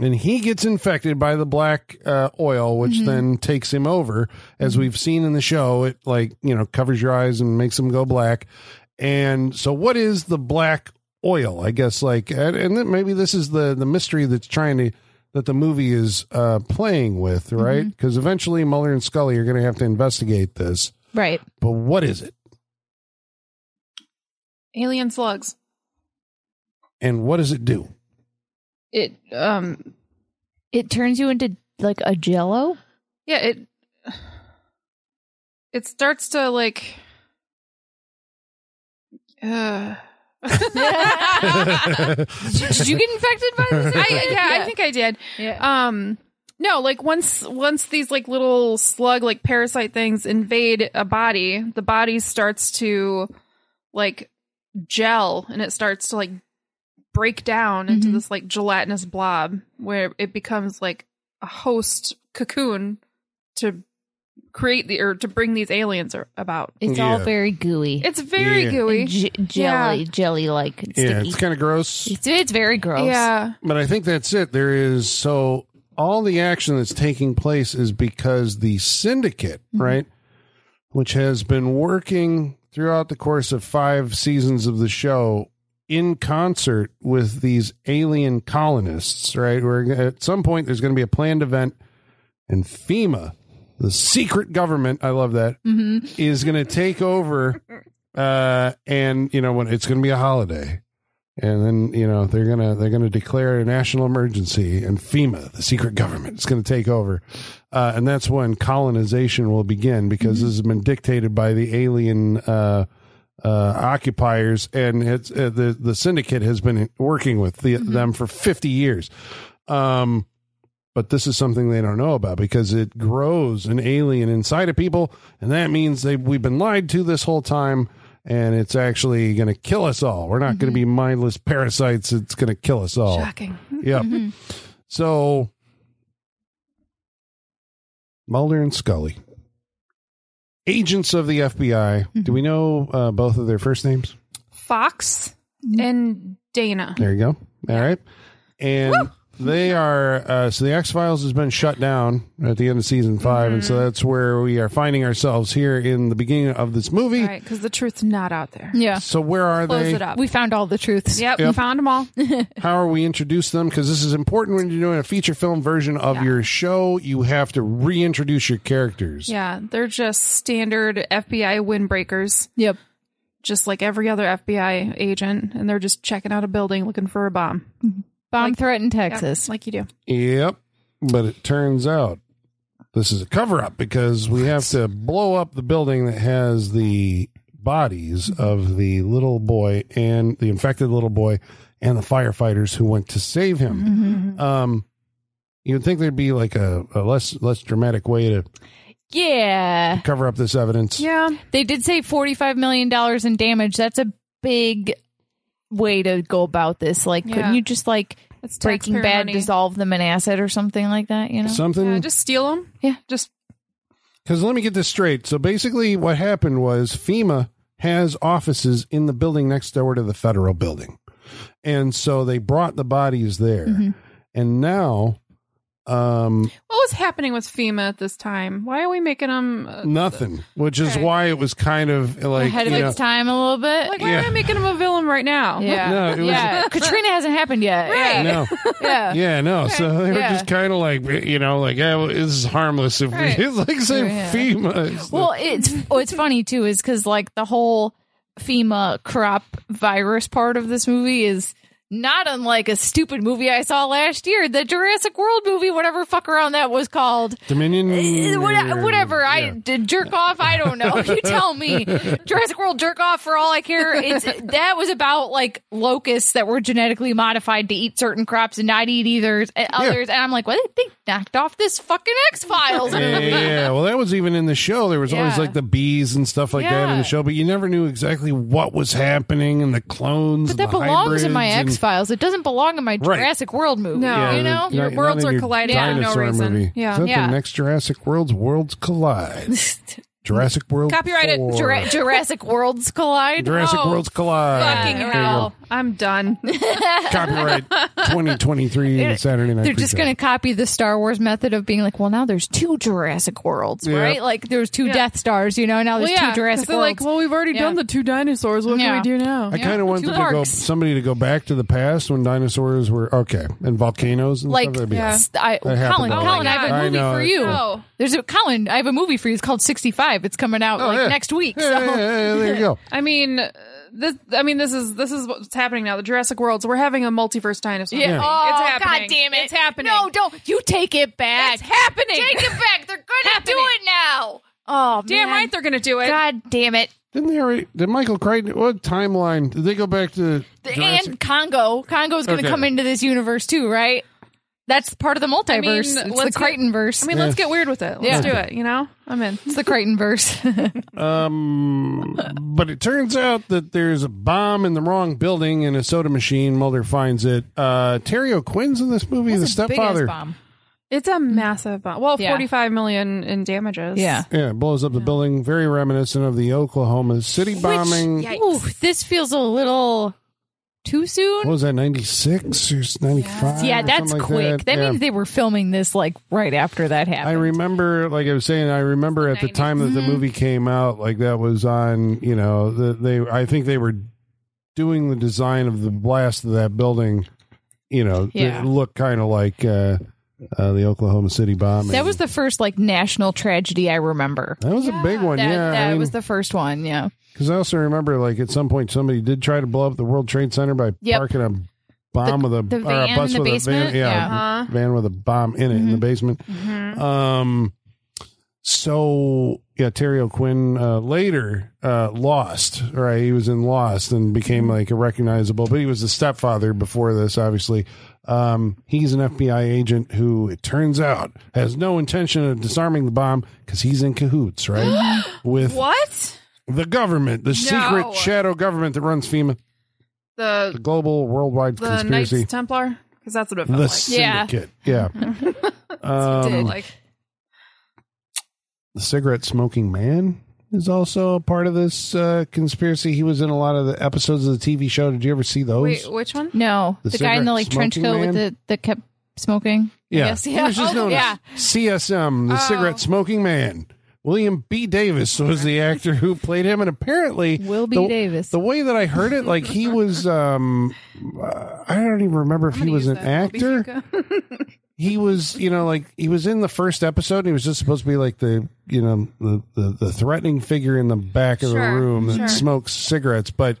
Speaker 2: and he gets infected by the black uh, oil,
Speaker 3: Mm-hmm.
Speaker 2: which then takes him over. As we've seen in the show, it like you know covers your eyes and makes them go black. And so, what is the black oil? I guess like, and, and then maybe this is the the mystery that's trying to that the movie is uh, playing with, right?
Speaker 3: Mm-hmm.
Speaker 2: Because eventually Mulder and Scully are going to have to investigate this.
Speaker 4: Right.
Speaker 2: But what is it?
Speaker 3: Alien slugs.
Speaker 2: And what does it do?
Speaker 3: It um
Speaker 4: It turns you into like a jello.
Speaker 3: yeah it it starts to like uh I,
Speaker 4: Did you, did you get infected by this?
Speaker 3: yeah,
Speaker 4: Yeah.
Speaker 3: I think I did.
Speaker 4: yeah.
Speaker 3: Um no, like once once these like little slug like parasite things invade a body, the body starts to like gel and it starts to like break down into
Speaker 4: Mhm.
Speaker 3: this like gelatinous blob where it becomes like a host cocoon to create the or to bring these aliens ar- about.
Speaker 4: It's all
Speaker 2: Yeah.
Speaker 4: very gooey.
Speaker 3: It's very
Speaker 2: Yeah.
Speaker 3: gooey.
Speaker 4: And j- jelly, jelly like
Speaker 2: yeah,
Speaker 4: sticky.
Speaker 2: it's kind of gross.
Speaker 4: It's, it's very gross.
Speaker 3: Yeah.
Speaker 2: But I think that's it. There is so all the action that's taking place is because the syndicate, right, which has been working throughout the course of five seasons of the show in concert with these alien colonists, right? Where at some point there's going to be a planned event, and FEMA, the secret government, I love that, is
Speaker 4: Mm-hmm.
Speaker 2: going to take over. Uh, and you know when it's going to be a holiday, and then you know they're gonna they're gonna declare a national emergency and fema the secret government is gonna take over uh, and that's when colonization will begin because this has been dictated by the alien uh, uh, occupiers and it's uh, the the syndicate has been working with the, them for 50 years um, but this is something they don't know about because it grows an alien inside of people and that means they we've been lied to this whole time and it's actually going to kill us all. We're not going to be mindless parasites. It's going to kill us all.
Speaker 3: Shocking.
Speaker 2: Yep.
Speaker 4: Mm-hmm.
Speaker 2: So Mulder and Scully, agents of the FBI. Do we know uh, both of their first names?
Speaker 3: Fox and Dana.
Speaker 2: There you go. All right. And they are uh, so the X Files has been shut down at the end of season 5 and
Speaker 3: Mm-hmm.
Speaker 2: so that's where we are finding ourselves here in the beginning of this movie.
Speaker 3: All right, because the truth's not out there.
Speaker 4: Yeah.
Speaker 2: So where are
Speaker 3: Close
Speaker 2: they?
Speaker 3: it up.
Speaker 4: We found all the truths.
Speaker 3: Yep,
Speaker 2: Yep.
Speaker 3: we found them all.
Speaker 2: how are we introduce them because this is important when you're doing a feature film version of your show you have to reintroduce your characters
Speaker 3: yeah, they're just standard FBI windbreakers,
Speaker 4: Yep.
Speaker 3: just like every other FBI agent, and they're just checking out a building looking for a bomb.
Speaker 4: Bomb
Speaker 3: Like-
Speaker 4: threat in
Speaker 3: Yep,
Speaker 4: Texas.
Speaker 3: like you do.
Speaker 2: yep but it turns out this is a cover-up because we have to blow up the building that has the bodies of the little boy and the infected little boy and the firefighters who went to save him
Speaker 4: Mm-hmm.
Speaker 2: um you'd think there'd be like a, a less less dramatic way to
Speaker 4: yeah.
Speaker 2: cover up this evidence
Speaker 3: Yeah,
Speaker 4: They did say $45 million in damage. That's a big way to go about this. Like,
Speaker 3: Yeah.
Speaker 4: couldn't you just, like,
Speaker 3: it's
Speaker 4: Breaking
Speaker 3: taxpayer
Speaker 4: Bad
Speaker 3: money.
Speaker 4: dissolve them in acid or something like that, you know?
Speaker 2: something
Speaker 3: Yeah, just steal them.
Speaker 4: Yeah.
Speaker 3: just
Speaker 2: Because let me get this straight. So basically, what happened was FEMA has offices in the building next door to the federal building. And so they brought the bodies there.
Speaker 4: Mm-hmm.
Speaker 2: And now, um,
Speaker 3: what was happening with FEMA at this time? Why are we making them uh,
Speaker 2: nothing, which is
Speaker 3: Okay.
Speaker 2: why it was kind of like,
Speaker 4: Ahead of
Speaker 2: you know,
Speaker 4: its time a little bit.
Speaker 3: like? Why
Speaker 2: Yeah.
Speaker 3: are we making them a villain right now?
Speaker 4: yeah.
Speaker 2: No, it was-
Speaker 4: yeah. Katrina hasn't happened yet.
Speaker 3: Right.
Speaker 2: no,
Speaker 4: Yeah. yeah.
Speaker 2: yeah, no. So they were
Speaker 4: yeah.
Speaker 2: just kind of like, you know, like, yeah, well, this is harmless. If
Speaker 3: Right.
Speaker 2: we, it's like saying
Speaker 4: Yeah.
Speaker 2: FEMA. It's
Speaker 4: Well, it's what's funny too is because like the whole FEMA crop virus part of this movie is not unlike a stupid movie I saw last year, the Jurassic World movie, whatever fuck around that was called.
Speaker 2: the Dominion.
Speaker 4: Eh, what- Whatever, I
Speaker 2: Mm, Yeah.
Speaker 4: did jerk off. I don't know. You tell me. Jurassic World jerk off for all I care. It's that was about like locusts that were genetically modified to eat certain crops and not eat either eh, others. And I'm like, what? They knocked off this fucking X Files.
Speaker 2: yeah, yeah, yeah. Well, that was even in the show. There was always
Speaker 4: Yeah.
Speaker 2: like the bees and stuff like that in
Speaker 4: Yeah.
Speaker 2: the show, but you never knew exactly what was happening and the clones.
Speaker 4: But
Speaker 2: and
Speaker 4: that
Speaker 2: the
Speaker 4: belongs in my
Speaker 2: hybrids
Speaker 4: X
Speaker 2: and-
Speaker 4: Files. It doesn't belong in my
Speaker 2: Right.
Speaker 4: Jurassic World movie.
Speaker 3: No. Yeah,
Speaker 4: you
Speaker 2: the-
Speaker 4: know,
Speaker 3: Your
Speaker 2: not-
Speaker 3: worlds
Speaker 2: not in
Speaker 3: are colliding for no
Speaker 2: dinosaur
Speaker 3: reason.
Speaker 2: Movie.
Speaker 3: Yeah.
Speaker 2: Is that
Speaker 4: Yeah.
Speaker 2: the next Jurassic World's Worlds Collide? Jurassic World.
Speaker 3: Copyrighted.
Speaker 2: 4.
Speaker 4: Jura- Jurassic Worlds collide.
Speaker 2: Jurassic
Speaker 4: Oh,
Speaker 2: Worlds Collide.
Speaker 3: Fucking
Speaker 2: There you
Speaker 3: hell! I'm done.
Speaker 2: go. Copyright 2023 Saturday night.
Speaker 4: They're just
Speaker 2: Pre-Show.
Speaker 4: going to copy the Star Wars method of being like, well, now there's two Jurassic Worlds,
Speaker 2: Yeah.
Speaker 4: right? Like there's two Death Stars, you know. Now there's
Speaker 3: Well, yeah,
Speaker 4: two Jurassic
Speaker 3: 'cause they're like,
Speaker 4: Worlds.
Speaker 3: well, we've already
Speaker 4: Yeah.
Speaker 3: done the two dinosaurs. What
Speaker 4: Yeah.
Speaker 3: can we do now?
Speaker 2: I kind of want
Speaker 4: two
Speaker 2: them to go,
Speaker 4: parks.
Speaker 2: somebody to go back to the past when dinosaurs were okay and volcanoes and
Speaker 4: Like,
Speaker 2: stuff. That'd be
Speaker 3: yeah.
Speaker 2: awesome.
Speaker 4: I,
Speaker 2: That happened
Speaker 4: Colin,
Speaker 2: a lot.
Speaker 4: Colin, I
Speaker 3: Oh
Speaker 4: have
Speaker 3: my
Speaker 4: a movie
Speaker 2: God. I know.
Speaker 4: for you.
Speaker 3: No.
Speaker 4: There's a Colin. I have a movie for you. It's called 65. It's coming out like
Speaker 2: Oh, yeah.
Speaker 4: next week.
Speaker 2: Yeah,
Speaker 4: so.
Speaker 2: yeah, yeah, there you go.
Speaker 3: I mean, uh, this. I mean, this is this is what's happening now. The Jurassic Worlds. We're having a multiverse dinosaur.
Speaker 4: Yeah.
Speaker 3: movie.
Speaker 4: Oh,
Speaker 3: it's happening.
Speaker 4: God damn it.
Speaker 3: It's happening.
Speaker 4: No, don't. You take it back.
Speaker 3: It's happening.
Speaker 4: Take it back. They're going Oh,
Speaker 5: Damn
Speaker 4: man.
Speaker 5: right they're gonna do it.
Speaker 4: God damn it.
Speaker 2: Didn't they already? Did Michael Crichton? What timeline? Did they go back to? Jurassic-
Speaker 4: And Congo. Congo's going to
Speaker 2: Okay.
Speaker 4: come into this universe too, right? That's part of the multiverse. it's the
Speaker 3: let's get-
Speaker 4: Crichton verse.
Speaker 3: I mean, let's get weird with it. Let's do it. You know, I'm in.
Speaker 4: it's the Crichton verse.
Speaker 2: Um, but it turns out that there's a bomb in the wrong building in a soda machine. Mulder finds it. Uh, Terry O'Quinn's in this movie, the stepfather.
Speaker 3: It's a massive bomb. Well,
Speaker 4: Yeah.
Speaker 3: 45 million in damages.
Speaker 4: Yeah.
Speaker 2: Yeah, it blows up the building. Very reminiscent of the Oklahoma City bombing.
Speaker 3: Yikes.
Speaker 4: Ooh, this feels a little too soon.
Speaker 2: what was that, 96 or 95?
Speaker 4: yeah,
Speaker 2: or
Speaker 4: that's
Speaker 2: something like
Speaker 4: quick. That,
Speaker 2: Yeah.
Speaker 4: means they were filming this like right after that happened.
Speaker 2: I remember, like I was saying, I remember at the
Speaker 3: 90s.
Speaker 2: time that the movie came out, like that was on, you know, the, they. I think they were doing the design of the blast of that building. You know,
Speaker 4: Yeah.
Speaker 2: it looked kind of like uh, uh, the Oklahoma City bombing.
Speaker 4: that was the first like national tragedy I remember.
Speaker 2: that was a big one,
Speaker 4: that
Speaker 2: yeah.
Speaker 4: that
Speaker 2: I
Speaker 4: was the first one. Yeah.
Speaker 2: because I also remember, like at some point, somebody did try to blow up the World Trade Center by
Speaker 4: Yep.
Speaker 2: parking a bomb with a
Speaker 4: the
Speaker 2: or a
Speaker 4: van
Speaker 2: bus
Speaker 4: in the
Speaker 2: with a
Speaker 4: basement?
Speaker 2: van, yeah,
Speaker 4: Yeah. Mm-hmm.
Speaker 3: Uh-huh. Mm-hmm.
Speaker 2: van with a bomb in it in the basement. Um, so yeah, Terry O'Quinn uh, later uh, lost. Right, he was in Lost and became like a recognizable, but he was the stepfather before this, obviously. Um, he's an FBI agent who, it turns out, has no intention of disarming the bomb because he's in cahoots, right? With
Speaker 3: What?
Speaker 2: the government, the
Speaker 3: No.
Speaker 2: secret shadow government that runs FEMA, the
Speaker 3: The
Speaker 2: global worldwide
Speaker 3: the
Speaker 2: conspiracy,
Speaker 3: Knights Templar? Because that's what it felt
Speaker 2: the
Speaker 3: like.
Speaker 4: Yeah.
Speaker 2: syndicate. Yeah.
Speaker 3: That's what it
Speaker 2: Um,
Speaker 3: like.
Speaker 2: the cigarette smoking man is also a part of this uh, conspiracy. He was in a lot of the episodes of the TV show. Did you ever see those?
Speaker 3: Wait, which one?
Speaker 4: No,
Speaker 2: The
Speaker 4: the, guy in
Speaker 2: cigarette
Speaker 4: the like trench coat
Speaker 2: smoking
Speaker 4: with
Speaker 2: man?
Speaker 4: the that kept smoking.
Speaker 2: yeah.
Speaker 4: yes,
Speaker 2: He
Speaker 4: yeah.
Speaker 2: was just
Speaker 4: Oh,
Speaker 2: known
Speaker 4: yeah. Oh.
Speaker 2: as CSM, the cigarette smoking man. William B. Davis was the actor who played him, and apparently
Speaker 4: Will B.
Speaker 2: the,
Speaker 4: Davis.
Speaker 2: The way that I heard it, like he was, um uh, I don't even remember if he was an actor. he was you know like he was in the first episode and he was just supposed to be like the you know the the, the threatening figure in the back of
Speaker 3: Sure,
Speaker 2: the room that
Speaker 3: sure.
Speaker 2: smokes cigarettes but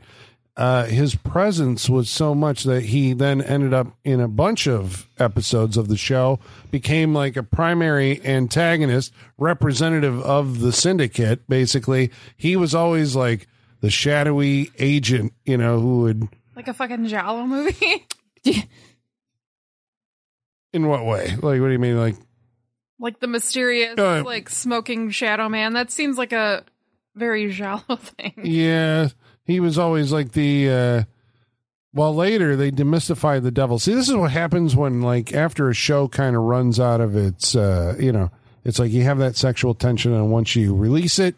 Speaker 2: uh, his presence was so much that he then ended up in a bunch of episodes of the show became like a primary antagonist representative of the syndicate basically he was always like the shadowy agent you know who would
Speaker 3: Like a fucking Jalo movie?
Speaker 2: in what way like what do you mean like
Speaker 3: like the mysterious,
Speaker 2: Uh,
Speaker 3: like smoking shadow man? That seems like a very Jalo thing.
Speaker 2: Yeah, he was always like the. uh Well, later they demystified the devil. See, this is what happens when, like, after a show kind of runs out of its, uh you know, it's like you have that sexual tension, and once you release it,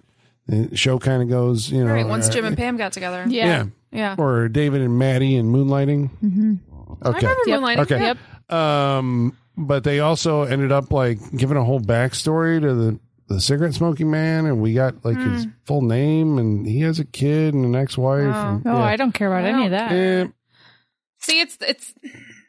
Speaker 2: the show kind of goes, you know,
Speaker 3: Right, once
Speaker 2: uh,
Speaker 3: Jim and Pam got together.
Speaker 4: Yeah.
Speaker 2: yeah.
Speaker 3: Yeah.
Speaker 2: or David and Maddie and Moonlighting. Mm-hmm. Okay,
Speaker 3: I remember
Speaker 4: Yep.
Speaker 3: Moonlighting.
Speaker 2: Okay.
Speaker 3: Yeah.
Speaker 2: Um, but they also ended up like giving a whole backstory to the the cigarette smoking man, and we got like his full name, and he has a kid and an ex wife.
Speaker 3: Oh.
Speaker 4: Oh, I don't care about
Speaker 3: I
Speaker 4: any of that.
Speaker 3: See, it's it's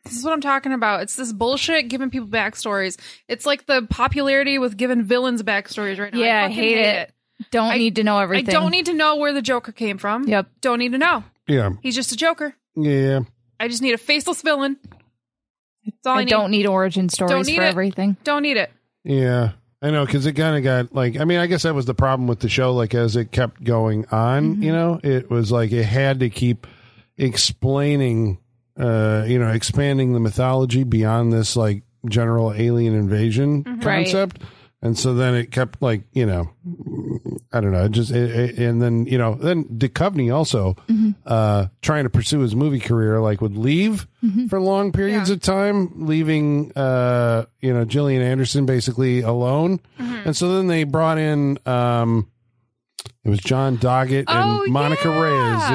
Speaker 3: this is what I'm talking about. It's this bullshit giving people backstories. It's like the popularity with giving villains backstories right now.
Speaker 4: Yeah, I
Speaker 3: fucking
Speaker 4: hate it. Don't
Speaker 3: I-
Speaker 4: need to know everything.
Speaker 3: I don't need to know where the Joker came from.
Speaker 4: Yep.
Speaker 3: Don't need to know.
Speaker 2: yeah,
Speaker 3: He's just a Joker.
Speaker 2: yeah,
Speaker 3: I just need a faceless villain. That's all I,
Speaker 4: I
Speaker 3: need.
Speaker 4: don't need origin stories
Speaker 3: need
Speaker 4: for
Speaker 3: it.
Speaker 4: everything.
Speaker 3: Don't need it.
Speaker 2: yeah. I know because it kind of got like I mean I guess that was the problem with the show like as it kept going on you know it was like it had to keep explaining uh you know expanding the mythology beyond this like general alien invasion
Speaker 3: Mm-hmm.
Speaker 4: Right.
Speaker 2: concept and so then it kept like you know i don't know it just it, it- and then you know then Duchovny also
Speaker 3: Mm-hmm.
Speaker 2: uh trying to pursue his movie career like would leave
Speaker 3: Mm-hmm.
Speaker 2: for long periods of time leaving uh you know Gillian Anderson basically alone
Speaker 3: Mm-hmm.
Speaker 2: and so then they brought in um it was John Doggett
Speaker 3: Oh,
Speaker 2: and Monica
Speaker 3: yeah.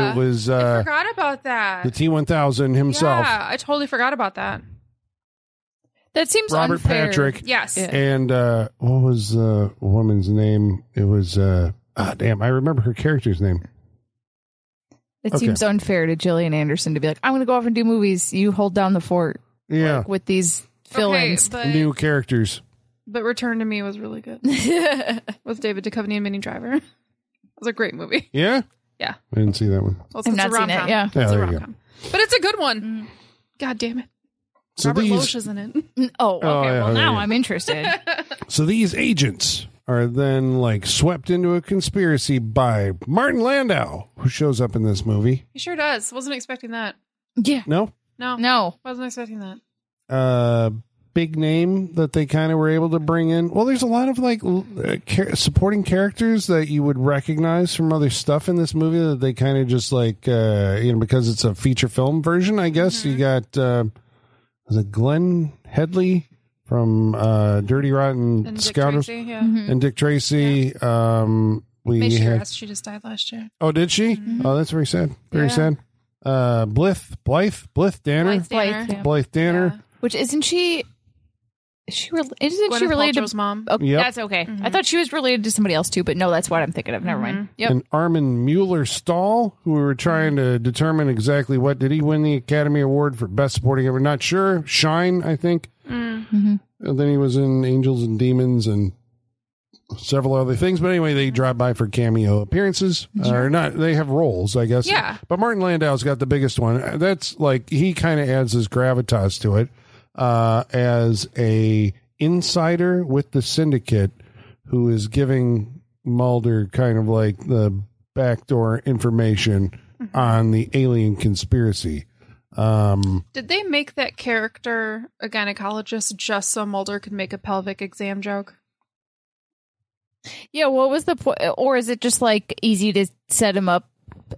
Speaker 2: Reyes it was uh
Speaker 3: I forgot about that.
Speaker 2: the T1000 himself,
Speaker 3: Yeah, I totally forgot about that.
Speaker 4: That seems
Speaker 2: Robert
Speaker 4: unfair.
Speaker 2: Patrick,
Speaker 3: Yes.
Speaker 4: Yeah.
Speaker 2: and uh, what was the woman's name? It was uh, ah, damn, I remember her character's name.
Speaker 4: It
Speaker 2: Okay.
Speaker 4: seems unfair to Gillian Anderson to be like, I'm going to go off and do movies. You hold down the fort
Speaker 2: Yeah,
Speaker 4: with these
Speaker 3: Okay,
Speaker 4: fill-ins.
Speaker 3: but,
Speaker 2: new characters.
Speaker 3: but Return to Me was really good
Speaker 4: Oh,
Speaker 3: with David Duchovny and Minnie Driver. It was a great movie.
Speaker 2: Yeah,
Speaker 3: Yeah.
Speaker 2: I didn't see that one.
Speaker 3: Well, it's
Speaker 4: I've
Speaker 3: it's
Speaker 4: not
Speaker 3: a
Speaker 4: seen
Speaker 3: rom-com.
Speaker 4: it. Yeah. Mm-hmm.
Speaker 2: Yeah,
Speaker 3: It's a
Speaker 2: there you go.
Speaker 3: rom-com. But it's a good one. God damn it.
Speaker 2: So
Speaker 3: Robert
Speaker 2: these,
Speaker 3: Loesch is in it.
Speaker 4: Oh, okay.
Speaker 2: Oh, yeah,
Speaker 4: well,
Speaker 2: there
Speaker 4: now
Speaker 2: you go.
Speaker 4: I'm interested.
Speaker 2: so these agents are then like swept into a conspiracy by Martin Landau, who shows up in this movie.
Speaker 3: He sure does. Wasn't expecting that.
Speaker 4: Yeah.
Speaker 2: No,
Speaker 3: No,
Speaker 4: No.
Speaker 3: wasn't expecting that.
Speaker 2: uh, big name that they kind of were able to bring in. Well, there's a lot of like l- uh, char- supporting characters that you would recognize from other stuff in this movie that they kind of just like uh, you know because it's a feature film version. I guess
Speaker 3: Mm-hmm.
Speaker 2: you got uh, is it Glenn Headley from uh, Dirty Rotten
Speaker 3: And Dick
Speaker 2: Scoundrels
Speaker 3: Tracy, yeah.
Speaker 4: Mhm.
Speaker 2: and Dick Tracy. Um, we
Speaker 3: Made sure
Speaker 2: had
Speaker 3: asked. She just died last year.
Speaker 2: oh did she? Oh, that's very sad. Very
Speaker 3: Mm-hmm. Yeah.
Speaker 2: sad. Uh, Blith, Blythe, Blith Danner,
Speaker 3: Blythe Danner.
Speaker 4: Blythe, yeah.
Speaker 2: Blythe Danner.
Speaker 4: Which isn't she? is She rel isn't
Speaker 3: Gwyneth
Speaker 4: she related
Speaker 3: Paltrow's
Speaker 4: to?
Speaker 3: mom.
Speaker 4: Oh,
Speaker 2: Yep.
Speaker 4: That's okay.
Speaker 3: Mm-hmm.
Speaker 4: I thought she was related to somebody else too, but no, that's what I'm thinking of. Never mind. Yep.
Speaker 2: and Armin Mueller Stahl, who we were trying to determine exactly what did he win the Academy Award for Best Supporting Actor? Not sure. Shine, I think. And then he was in Angels and Demons and several other things. But anyway, they drop by for cameo appearances, or not? They have roles, I guess.
Speaker 3: Yeah.
Speaker 2: But Martin Landau's got the biggest one. That's like he kind of adds his gravitas to it uh, as a insider with the syndicate who is giving Mulder kind of like the backdoor information on the alien conspiracy. Um,
Speaker 3: Did they make that character a gynecologist just so Mulder could make a pelvic exam joke?
Speaker 4: Yeah. What was the point? Or is it just like easy to set him up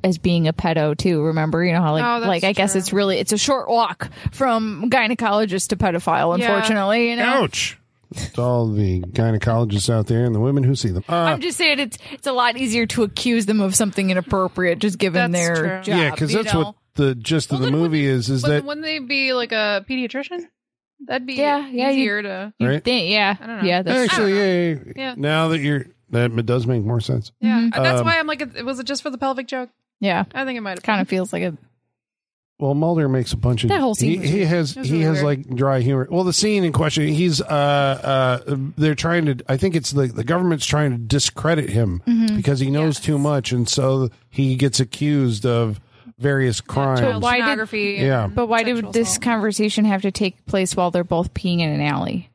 Speaker 4: as being a pedo too? Remember, you know how like
Speaker 3: Oh, that's
Speaker 4: like I guess
Speaker 3: true.
Speaker 4: it's really it's a short walk from gynecologist to pedophile.
Speaker 3: Yeah.
Speaker 4: Unfortunately, you know.
Speaker 2: ouch! It's all the gynecologists out there and the women who see them. Uh,
Speaker 4: I'm just saying it's it's a lot easier to accuse them of something inappropriate just given
Speaker 3: That's
Speaker 4: their
Speaker 3: true.
Speaker 4: job.
Speaker 2: yeah, because
Speaker 4: you
Speaker 2: that's
Speaker 4: know?
Speaker 2: what the gist
Speaker 3: Well,
Speaker 2: of the
Speaker 3: then
Speaker 2: movie is. Is
Speaker 3: But
Speaker 2: that
Speaker 3: wouldn't they be like a pediatrician? That'd be
Speaker 4: Yeah, yeah, you-
Speaker 3: easier to.
Speaker 4: You'd
Speaker 2: right?
Speaker 4: think- yeah,
Speaker 3: I don't know.
Speaker 4: yeah. That's
Speaker 2: actually,
Speaker 3: I
Speaker 2: yeah, yeah, yeah.
Speaker 3: Yeah.
Speaker 2: Now that you're, that it does make more sense.
Speaker 3: Yeah,
Speaker 4: Mm-hmm.
Speaker 3: that's
Speaker 2: Um,
Speaker 3: why I'm like, it- was it just for the pelvic joke?
Speaker 4: yeah.
Speaker 3: I think it might have.
Speaker 4: Kind of feels like a
Speaker 2: Well, Mulder makes a bunch of
Speaker 4: That whole scene
Speaker 2: He,
Speaker 4: was
Speaker 2: he
Speaker 4: weird.
Speaker 2: has
Speaker 3: It was
Speaker 2: he
Speaker 3: really
Speaker 2: has
Speaker 3: weird.
Speaker 2: like dry humor. Well, the scene in question, he's uh uh they're trying to. I think it's the the government's trying to discredit him
Speaker 4: Mm-hmm.
Speaker 2: because he knows too much, and so he gets accused of various crimes.
Speaker 3: Child
Speaker 4: why did-
Speaker 3: pornography.
Speaker 2: Yeah.
Speaker 3: and
Speaker 4: But why did
Speaker 3: Mm-hmm. sexual
Speaker 4: this
Speaker 3: assault.
Speaker 4: conversation have to take place while they're both peeing in an alley?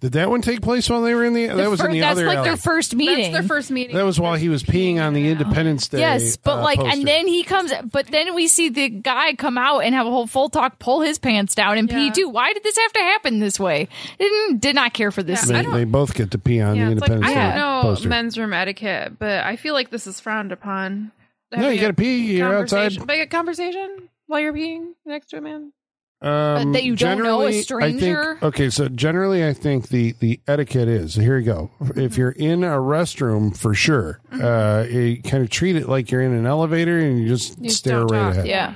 Speaker 2: Did that one take place while they were in the? that was
Speaker 4: The
Speaker 2: in the
Speaker 4: fir- that's
Speaker 2: other.
Speaker 4: like
Speaker 2: alley.
Speaker 4: their first meeting.
Speaker 3: That's their first meeting.
Speaker 2: that was while he was peeing on the Independence Day.
Speaker 4: yes, but
Speaker 2: uh,
Speaker 4: like,
Speaker 2: poster.
Speaker 4: and then he comes, but then we see the guy come out and have a whole full talk, pull his pants down, and pee
Speaker 3: Yeah.
Speaker 4: too. Why did this have to happen this way? Didn't did not care for this.
Speaker 3: Yeah.
Speaker 4: scene.
Speaker 2: they,
Speaker 3: I don't-
Speaker 2: they both get to pee on
Speaker 3: Yeah,
Speaker 2: the
Speaker 3: it's like
Speaker 2: Independence Day
Speaker 3: I don't know
Speaker 2: poster.
Speaker 3: men's room etiquette, but I feel like this is frowned upon.
Speaker 2: no, you got to pee. You're outside.
Speaker 3: Like a conversation while you're peeing next to a man. uh,
Speaker 2: um,
Speaker 4: that you don't know
Speaker 2: generally,
Speaker 4: a
Speaker 2: I think-
Speaker 4: stranger?
Speaker 2: okay, so generally, I think the the etiquette is here. You go. If you're in a restroom, for sure,
Speaker 3: Mm-hmm.
Speaker 2: uh, you kind of treat it like you're in an elevator and you just
Speaker 3: just
Speaker 2: stare
Speaker 3: don't
Speaker 2: right
Speaker 3: talk,
Speaker 2: ahead.
Speaker 4: yeah,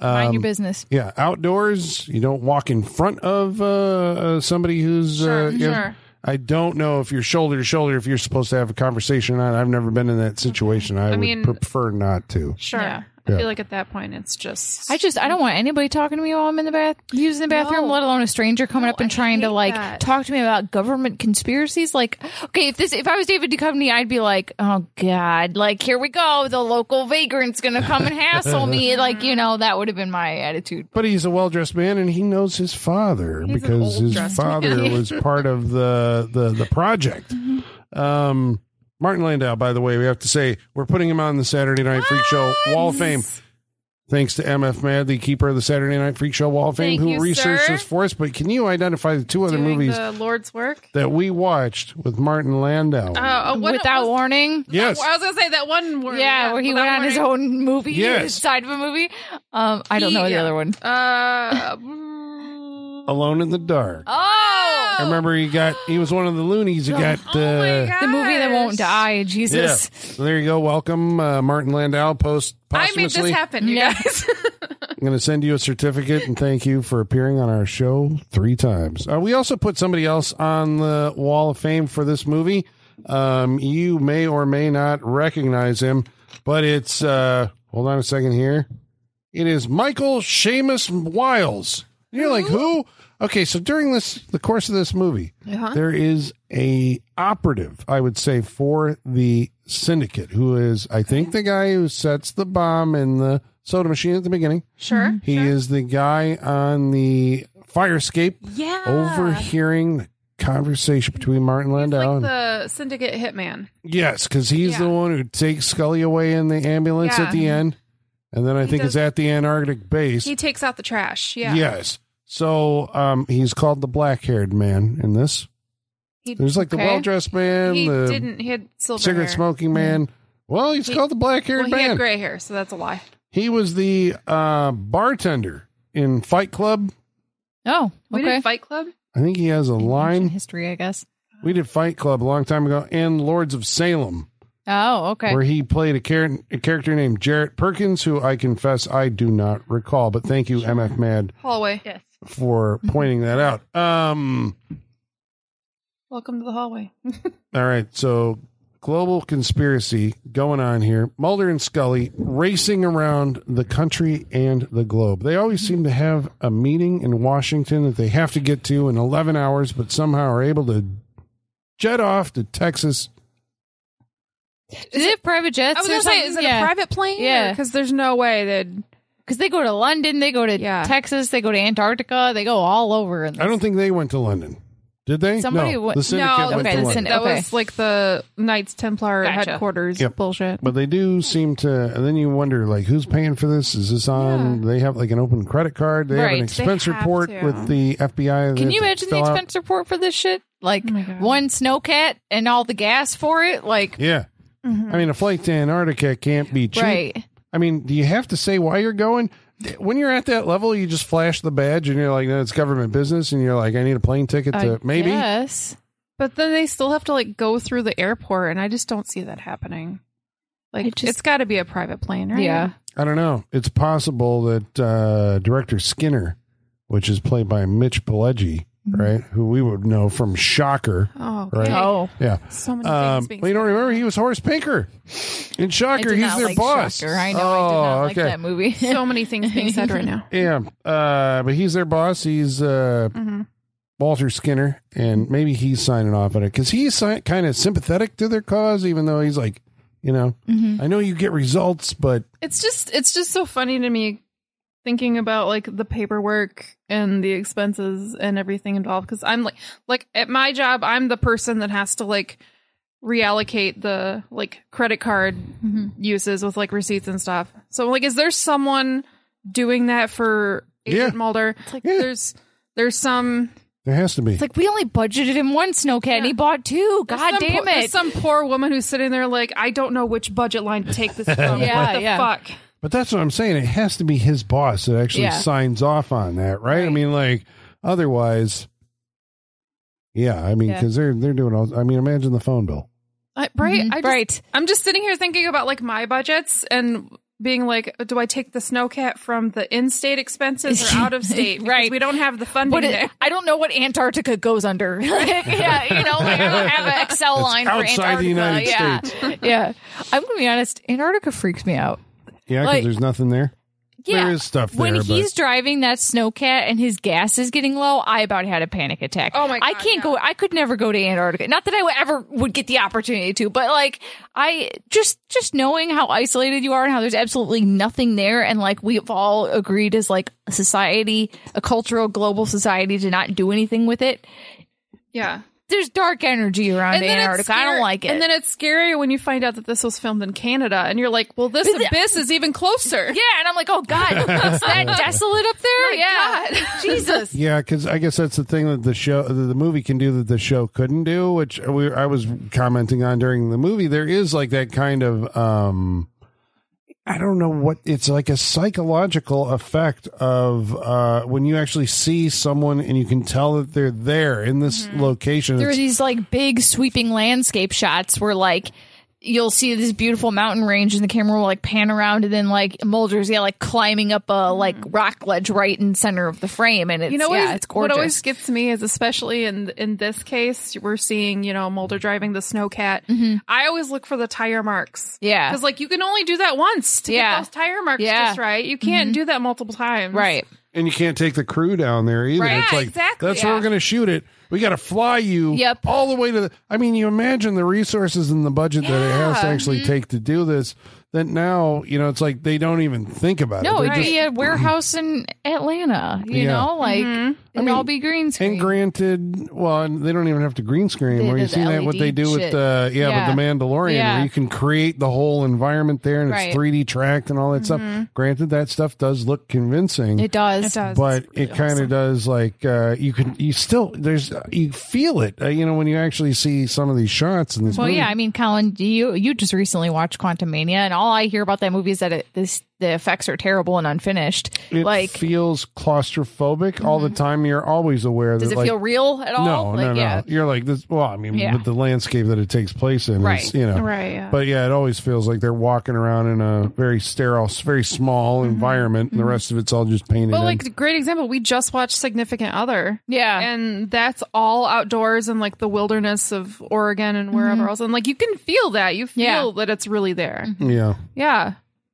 Speaker 2: Um,
Speaker 4: mind your business.
Speaker 2: Yeah, outdoors, you don't walk in front of uh, uh, somebody who's. uh,
Speaker 3: Sure,
Speaker 2: you know-
Speaker 3: sure.
Speaker 2: I don't know if you're shoulder to shoulder, if you're supposed to have a conversation or not. I've never been in that situation. I, would
Speaker 3: mean-
Speaker 2: prefer not to.
Speaker 3: Sure.
Speaker 4: Yeah.
Speaker 3: I
Speaker 2: Yeah.
Speaker 3: feel like at that point it's just
Speaker 4: I just I don't want anybody talking to me while I'm in the bath using the bathroom,
Speaker 3: No.
Speaker 4: let alone a stranger coming
Speaker 3: No,
Speaker 4: up and
Speaker 3: I
Speaker 4: trying to
Speaker 3: hate
Speaker 4: like
Speaker 3: that.
Speaker 4: talk to me about government conspiracies. Like, okay, if this if I was David Duchovny, I'd be like, oh god, like here we go, the local vagrant's gonna come and hassle me. Like, you know, that would have been my attitude.
Speaker 2: But he's a well-dressed man, and he knows his father
Speaker 3: He's an
Speaker 2: because his
Speaker 3: old-dressed
Speaker 2: father was part of the the the project. Um, Martin Landau, by the way, we have to say we're putting him on the Saturday Night Freak Show Wall of Fame. Thanks to MF Mad, the keeper of the Saturday Night Freak Show Wall of Fame,
Speaker 3: Thank
Speaker 2: who
Speaker 3: you,
Speaker 2: researched
Speaker 3: sir.
Speaker 2: this for us. But can you identify the two other
Speaker 3: doing
Speaker 2: movies
Speaker 3: the Lord's work.
Speaker 2: that we watched with Martin Landau?
Speaker 3: Uh, uh, what
Speaker 4: Without
Speaker 3: was-
Speaker 4: warning.
Speaker 2: yes,
Speaker 3: I was gonna say that one word.
Speaker 4: Yeah, where he went on his own movie,
Speaker 2: Yes.
Speaker 4: his side of a movie. Um, I don't know the other one.
Speaker 3: Uh,
Speaker 2: Alone in the Dark.
Speaker 4: Oh,
Speaker 2: I remember he got he was one of the loonies
Speaker 3: Oh,
Speaker 2: who got uh,
Speaker 4: the movie that won't die.
Speaker 2: Yeah.
Speaker 4: Jesus.
Speaker 2: So there you go. Welcome, uh, Martin Landau. Post
Speaker 3: I made
Speaker 2: posthumously,
Speaker 3: this happen, you
Speaker 4: Yeah.
Speaker 3: guys.
Speaker 2: I'm going to send you a certificate and thank you for appearing on our show three times. Uh, we also put somebody else on the Wall of Fame for this movie. Um, you may or may not recognize him, but it's uh, hold on a second here. It is Michael Seamus Wiles. And You're like who? Okay, so during this the course of this movie,
Speaker 3: Uh-huh.
Speaker 2: there is a operative, I would say, for the syndicate who is, I think, the guy who sets the bomb in the soda machine at the beginning.
Speaker 3: sure.
Speaker 2: He is the guy on the fire escape
Speaker 4: Mm-hmm.
Speaker 3: Yeah.
Speaker 2: overhearing the conversation between Martin
Speaker 3: Ah. He's
Speaker 2: Landau.
Speaker 3: like
Speaker 2: and-
Speaker 3: the syndicate hitman.
Speaker 2: yes, because he's
Speaker 3: Yeah.
Speaker 2: the one who takes Scully away in the ambulance
Speaker 3: Yeah.
Speaker 2: at the end, and then I
Speaker 3: He
Speaker 2: think
Speaker 3: does-
Speaker 2: it's at the Antarctic base.
Speaker 3: He takes out the trash. Yeah.
Speaker 2: Yes. So um, he's called the black-haired man in this.
Speaker 3: He,
Speaker 2: There's like
Speaker 4: Okay.
Speaker 2: the well-dressed man,
Speaker 3: he
Speaker 2: the
Speaker 3: didn't. He had silver
Speaker 2: cigarette
Speaker 3: hair.
Speaker 2: smoking man. Well, he's
Speaker 3: He-
Speaker 2: called the black-haired
Speaker 3: Well, he
Speaker 2: man.
Speaker 3: had gray hair, so that's a lie.
Speaker 2: He was the uh, bartender in Fight Club.
Speaker 4: Oh,
Speaker 3: We
Speaker 4: okay.
Speaker 3: did Fight Club.
Speaker 2: I think he has a
Speaker 4: Ancient
Speaker 2: line.
Speaker 4: history, I guess.
Speaker 2: We did Fight Club a long time ago, and Lords of Salem,
Speaker 4: Oh, okay.
Speaker 2: where he played a, char- a character named Jarrett Perkins, who I confess I do not recall. But thank you, MF Mad,
Speaker 3: Hallway.
Speaker 5: Yes.
Speaker 2: for pointing that out. Um,
Speaker 3: Welcome to the hallway.
Speaker 2: All right, so global conspiracy going on here. Mulder and Scully racing around the country and the globe. They always seem to have a meeting in Washington that they have to get to in 11 hours, but somehow are able to jet off to Texas.
Speaker 4: Is it private jets?
Speaker 3: I was
Speaker 4: or
Speaker 3: gonna say, is it
Speaker 4: something? yeah.
Speaker 3: a private plane?
Speaker 4: Yeah.
Speaker 3: Because there's no way that
Speaker 4: Because they go to London, they go to
Speaker 3: Yeah.
Speaker 4: Texas, they go to Antarctica, they go all over. And
Speaker 2: I don't think they went to London. Did they?
Speaker 4: Somebody
Speaker 2: no,
Speaker 4: went-
Speaker 2: the syndicate
Speaker 3: no,
Speaker 2: went
Speaker 4: okay,
Speaker 2: to
Speaker 4: the
Speaker 2: London.
Speaker 4: syndicate.
Speaker 3: that
Speaker 4: Okay.
Speaker 3: was like the Knights Templar
Speaker 4: Gotcha.
Speaker 3: headquarters
Speaker 2: Yep.
Speaker 3: bullshit.
Speaker 2: But they do seem to, and then you wonder, like, who's paying for this? Is this on? They have like an open credit card. They have
Speaker 4: Right,
Speaker 2: an
Speaker 4: they
Speaker 2: expense
Speaker 3: have
Speaker 2: report
Speaker 3: to.
Speaker 2: with the FBI.
Speaker 4: Can
Speaker 2: that
Speaker 4: you
Speaker 2: they
Speaker 4: imagine the
Speaker 2: fill out.
Speaker 4: expense report for this shit? Like
Speaker 3: my God.
Speaker 4: one snowcat and all the gas for it? Like,
Speaker 2: Yeah. I mean, a flight to Antarctica can't be cheap.
Speaker 4: Mm-hmm. right.
Speaker 2: I mean, do you have to say why you're going? When you're at that level, you just flash the badge and you're like, no, it's government business. And you're like, I need a plane ticket to maybe.
Speaker 4: Yes.
Speaker 3: But then they still have to like go through the airport, and I just don't see that happening.
Speaker 4: I
Speaker 3: Like,
Speaker 4: just-
Speaker 3: it's got to be a private plane, right?
Speaker 4: Yeah.
Speaker 2: I don't know. It's possible that uh, director Skinner, which is played by Mitch Pileggi,
Speaker 4: Mm-hmm.
Speaker 2: right, who we would know from Shocker.
Speaker 3: Oh,
Speaker 2: Right.
Speaker 3: right.
Speaker 4: Oh.
Speaker 2: Yeah.
Speaker 3: so many
Speaker 2: Um,
Speaker 3: things being.
Speaker 2: well, you don't remember he was Horace Pinker in Shocker.
Speaker 4: I did
Speaker 2: He's
Speaker 4: not
Speaker 2: their
Speaker 4: like
Speaker 2: boss. Oh,
Speaker 4: Shocker. I know. I did not like that movie.
Speaker 3: said. so many things being said right now.
Speaker 2: Yeah, uh, but he's their boss. He's uh,
Speaker 3: Mm-hmm.
Speaker 2: Walter Skinner, and maybe he's signing off on it because he's si- kind of sympathetic to their cause, even though he's like, you know, I know you get results, but
Speaker 3: It's just, it's just so funny to me thinking about like the paperwork and the expenses and everything involved. Because I'm like, like at my job, I'm the person that has to like reallocate the like credit card Mm-hmm. uses with like receipts and stuff. So like, is there someone doing that for Agent
Speaker 2: Yeah.
Speaker 3: Mulder? like
Speaker 2: Yeah.
Speaker 3: there's there's some
Speaker 2: there has to be.
Speaker 4: It's like we only budgeted him one snowcat and he bought two.
Speaker 3: there's
Speaker 4: God
Speaker 3: some
Speaker 4: damn
Speaker 3: po-
Speaker 4: it.
Speaker 3: there's some poor woman who's sitting there like I don't know which budget line to take this from.
Speaker 4: Yeah,
Speaker 3: what the
Speaker 4: yeah.
Speaker 3: fuck?
Speaker 2: but that's what I'm saying. It has to be his boss that actually
Speaker 4: Yeah.
Speaker 2: signs off on that, right? I
Speaker 3: Right.
Speaker 2: mean, like otherwise, yeah. I mean,
Speaker 4: Yeah.
Speaker 2: because they're they're doing all. I mean, imagine the phone bill.
Speaker 3: I, right, Uh, I just,
Speaker 4: right.
Speaker 3: I'm just sitting here thinking about like my budgets and being like, do I take the snowcat from the in-state expenses or out of state? Because
Speaker 4: Right.
Speaker 3: we don't have the funding
Speaker 4: But it,
Speaker 3: there.
Speaker 4: I don't know what Antarctica goes under. Like, yeah, you know, like I don't have an Excel
Speaker 2: It's
Speaker 4: line for
Speaker 2: outside
Speaker 4: Antarctica.
Speaker 2: the United
Speaker 4: yeah,
Speaker 2: States.
Speaker 4: yeah. I'm gonna be honest. Antarctica freaks me out.
Speaker 2: Yeah, because
Speaker 4: Like-
Speaker 2: there's nothing there.
Speaker 4: Yeah,
Speaker 2: There is stuff
Speaker 4: when
Speaker 2: there, but-
Speaker 4: he's driving that snowcat and his gas is getting low, I about had a panic attack.
Speaker 3: Oh my
Speaker 4: I
Speaker 3: God,
Speaker 4: can't
Speaker 3: yeah.
Speaker 4: go. I could never go to Antarctica. Not that I would ever would get the opportunity to, but like I just just knowing how isolated you are and how there's absolutely nothing there, and like we've all agreed as like a society, a cultural global society, to not do anything with it.
Speaker 3: Yeah.
Speaker 4: There's dark energy around
Speaker 3: it's
Speaker 4: Antarctica. I
Speaker 3: scary-
Speaker 4: don't like it.
Speaker 3: And then it's scary when you find out that this was filmed in Canada, and you're like, "Well, this
Speaker 4: But the-
Speaker 3: abyss is even closer."
Speaker 4: yeah, and I'm like, oh god, is that desolate up there?
Speaker 3: My
Speaker 4: yeah,
Speaker 3: God.
Speaker 4: Jesus.
Speaker 2: Yeah, because I guess that's the thing that the show, that the movie can do that the show couldn't do, which we, I was commenting on during the movie. There is like that kind of, um, I don't know what it's like a psychological effect of uh, when you actually see someone and you can tell that they're there in this location.
Speaker 4: there are
Speaker 2: It's-
Speaker 4: these like big sweeping landscape shots where like you'll see this beautiful mountain range and the camera will like pan around and then like Mulder's yeah like climbing up a like rock ledge right in center of the frame and it's
Speaker 3: You know what?
Speaker 4: yeah
Speaker 3: is-
Speaker 4: it's gorgeous.
Speaker 3: What always gets me is, especially in in this case, we're seeing you know Mulder driving the snowcat. I always look for the tire marks.
Speaker 4: Mm-hmm. Yeah.
Speaker 3: because like you can only do that once to
Speaker 4: Yeah.
Speaker 3: get those tire marks
Speaker 4: Yeah. Mm-hmm.
Speaker 3: just right. You can't do that multiple times.
Speaker 4: right.
Speaker 2: and you can't take the crew down there either.
Speaker 4: Right.
Speaker 2: It's
Speaker 3: Yeah,
Speaker 2: like
Speaker 3: exactly.
Speaker 2: that's where
Speaker 3: Yeah.
Speaker 2: we're going to shoot it. We got to fly you
Speaker 4: Yep.
Speaker 2: all the way to the. I mean, you imagine the resources and the budget that it has to
Speaker 3: Yeah.
Speaker 4: Mm-hmm.
Speaker 2: actually take to do this. that now you know it's like they don't even think about
Speaker 4: No,
Speaker 2: it.
Speaker 4: it'd
Speaker 2: They
Speaker 4: be a warehouse in Atlanta. You
Speaker 2: Yeah.
Speaker 4: know, like
Speaker 3: Mhm.
Speaker 4: it'd all be green
Speaker 2: just-
Speaker 4: screen.
Speaker 2: and granted, well, and they don't even have to green screen.
Speaker 4: They
Speaker 2: Where
Speaker 4: did
Speaker 2: you
Speaker 4: the
Speaker 2: see that what they
Speaker 4: LED
Speaker 2: do with
Speaker 4: shit.
Speaker 2: the yeah,
Speaker 4: Yeah.
Speaker 2: with the Mandalorian,
Speaker 4: Yeah.
Speaker 2: where you can create the whole environment there and
Speaker 4: Right. Mm-hmm.
Speaker 2: it's 3D tracked and all that stuff. Granted, that stuff does look convincing.
Speaker 4: it does.
Speaker 3: It does.
Speaker 2: but
Speaker 3: It's
Speaker 2: it
Speaker 3: really
Speaker 2: kind of
Speaker 3: awesome.
Speaker 2: does like uh you can you still there's you feel it uh, you know when you actually see some of these shots in this
Speaker 4: Well,
Speaker 2: movie
Speaker 4: yeah. I mean, Colin, you you just recently watched Quantum Mania, and all I hear about that movie is that it, this the effects are terrible and unfinished.
Speaker 2: it
Speaker 4: like, Mm-hmm.
Speaker 2: feels claustrophobic all the time you're always aware
Speaker 4: does
Speaker 2: that
Speaker 4: it
Speaker 2: like
Speaker 4: feel real at all?
Speaker 2: no
Speaker 4: like,
Speaker 2: no no
Speaker 4: Yeah.
Speaker 2: you're like this well i mean
Speaker 4: Yeah.
Speaker 2: with the landscape that it takes place in
Speaker 4: Right.
Speaker 2: is, you know
Speaker 3: Right. Yeah.
Speaker 2: but yeah it always feels like they're walking around in a very sterile very small
Speaker 4: Mm-hmm.
Speaker 2: environment and the rest of it's all just painted
Speaker 3: But
Speaker 2: in.
Speaker 3: like great example, we just watched Significant Other.
Speaker 4: Yeah.
Speaker 3: And that's all outdoors and like the wilderness of Oregon and wherever else. And like you can feel that. You feel
Speaker 4: Mm-hmm. Yeah. Mm-hmm.
Speaker 3: that it's really there.
Speaker 2: yeah
Speaker 3: Yeah.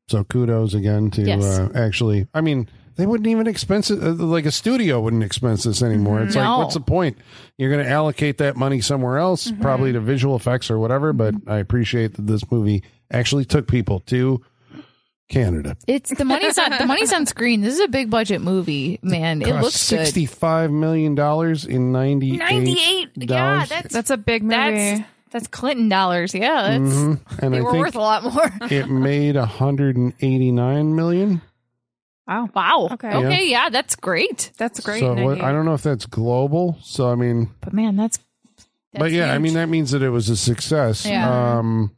Speaker 2: So kudos again to
Speaker 4: Yes.
Speaker 2: uh, actually. I mean, they wouldn't even expense it. Uh, like a studio wouldn't expense this anymore. It's
Speaker 4: No.
Speaker 2: like, what's the point? You're going to allocate that money somewhere else,
Speaker 4: Mm-hmm.
Speaker 2: probably to visual effects or whatever. But I appreciate that this movie actually took people to Canada.
Speaker 4: It's the money's on the money's on screen. This is a big budget movie, man. It
Speaker 2: Cost
Speaker 4: looks good.
Speaker 2: sixty-five million dollars in ninety
Speaker 4: Ninety-eight. Yeah,
Speaker 2: dollars.
Speaker 4: that's
Speaker 3: That's a big movie.
Speaker 4: that's that's Clinton dollars. Yeah, that's,
Speaker 2: Mhm. and
Speaker 4: they
Speaker 2: I
Speaker 4: were
Speaker 2: think
Speaker 4: worth a lot more.
Speaker 2: it made hundred and eighty-nine million.
Speaker 3: wow.
Speaker 4: wow.
Speaker 3: Okay.
Speaker 4: Okay. yeah, that's great.
Speaker 3: That's great.
Speaker 2: So what,
Speaker 3: Nikki.
Speaker 2: I don't know if that's global. So I mean,
Speaker 4: But man, that's. that's
Speaker 2: but yeah, I
Speaker 4: huge.
Speaker 2: mean that means that it was a success.
Speaker 4: Yeah.
Speaker 2: Um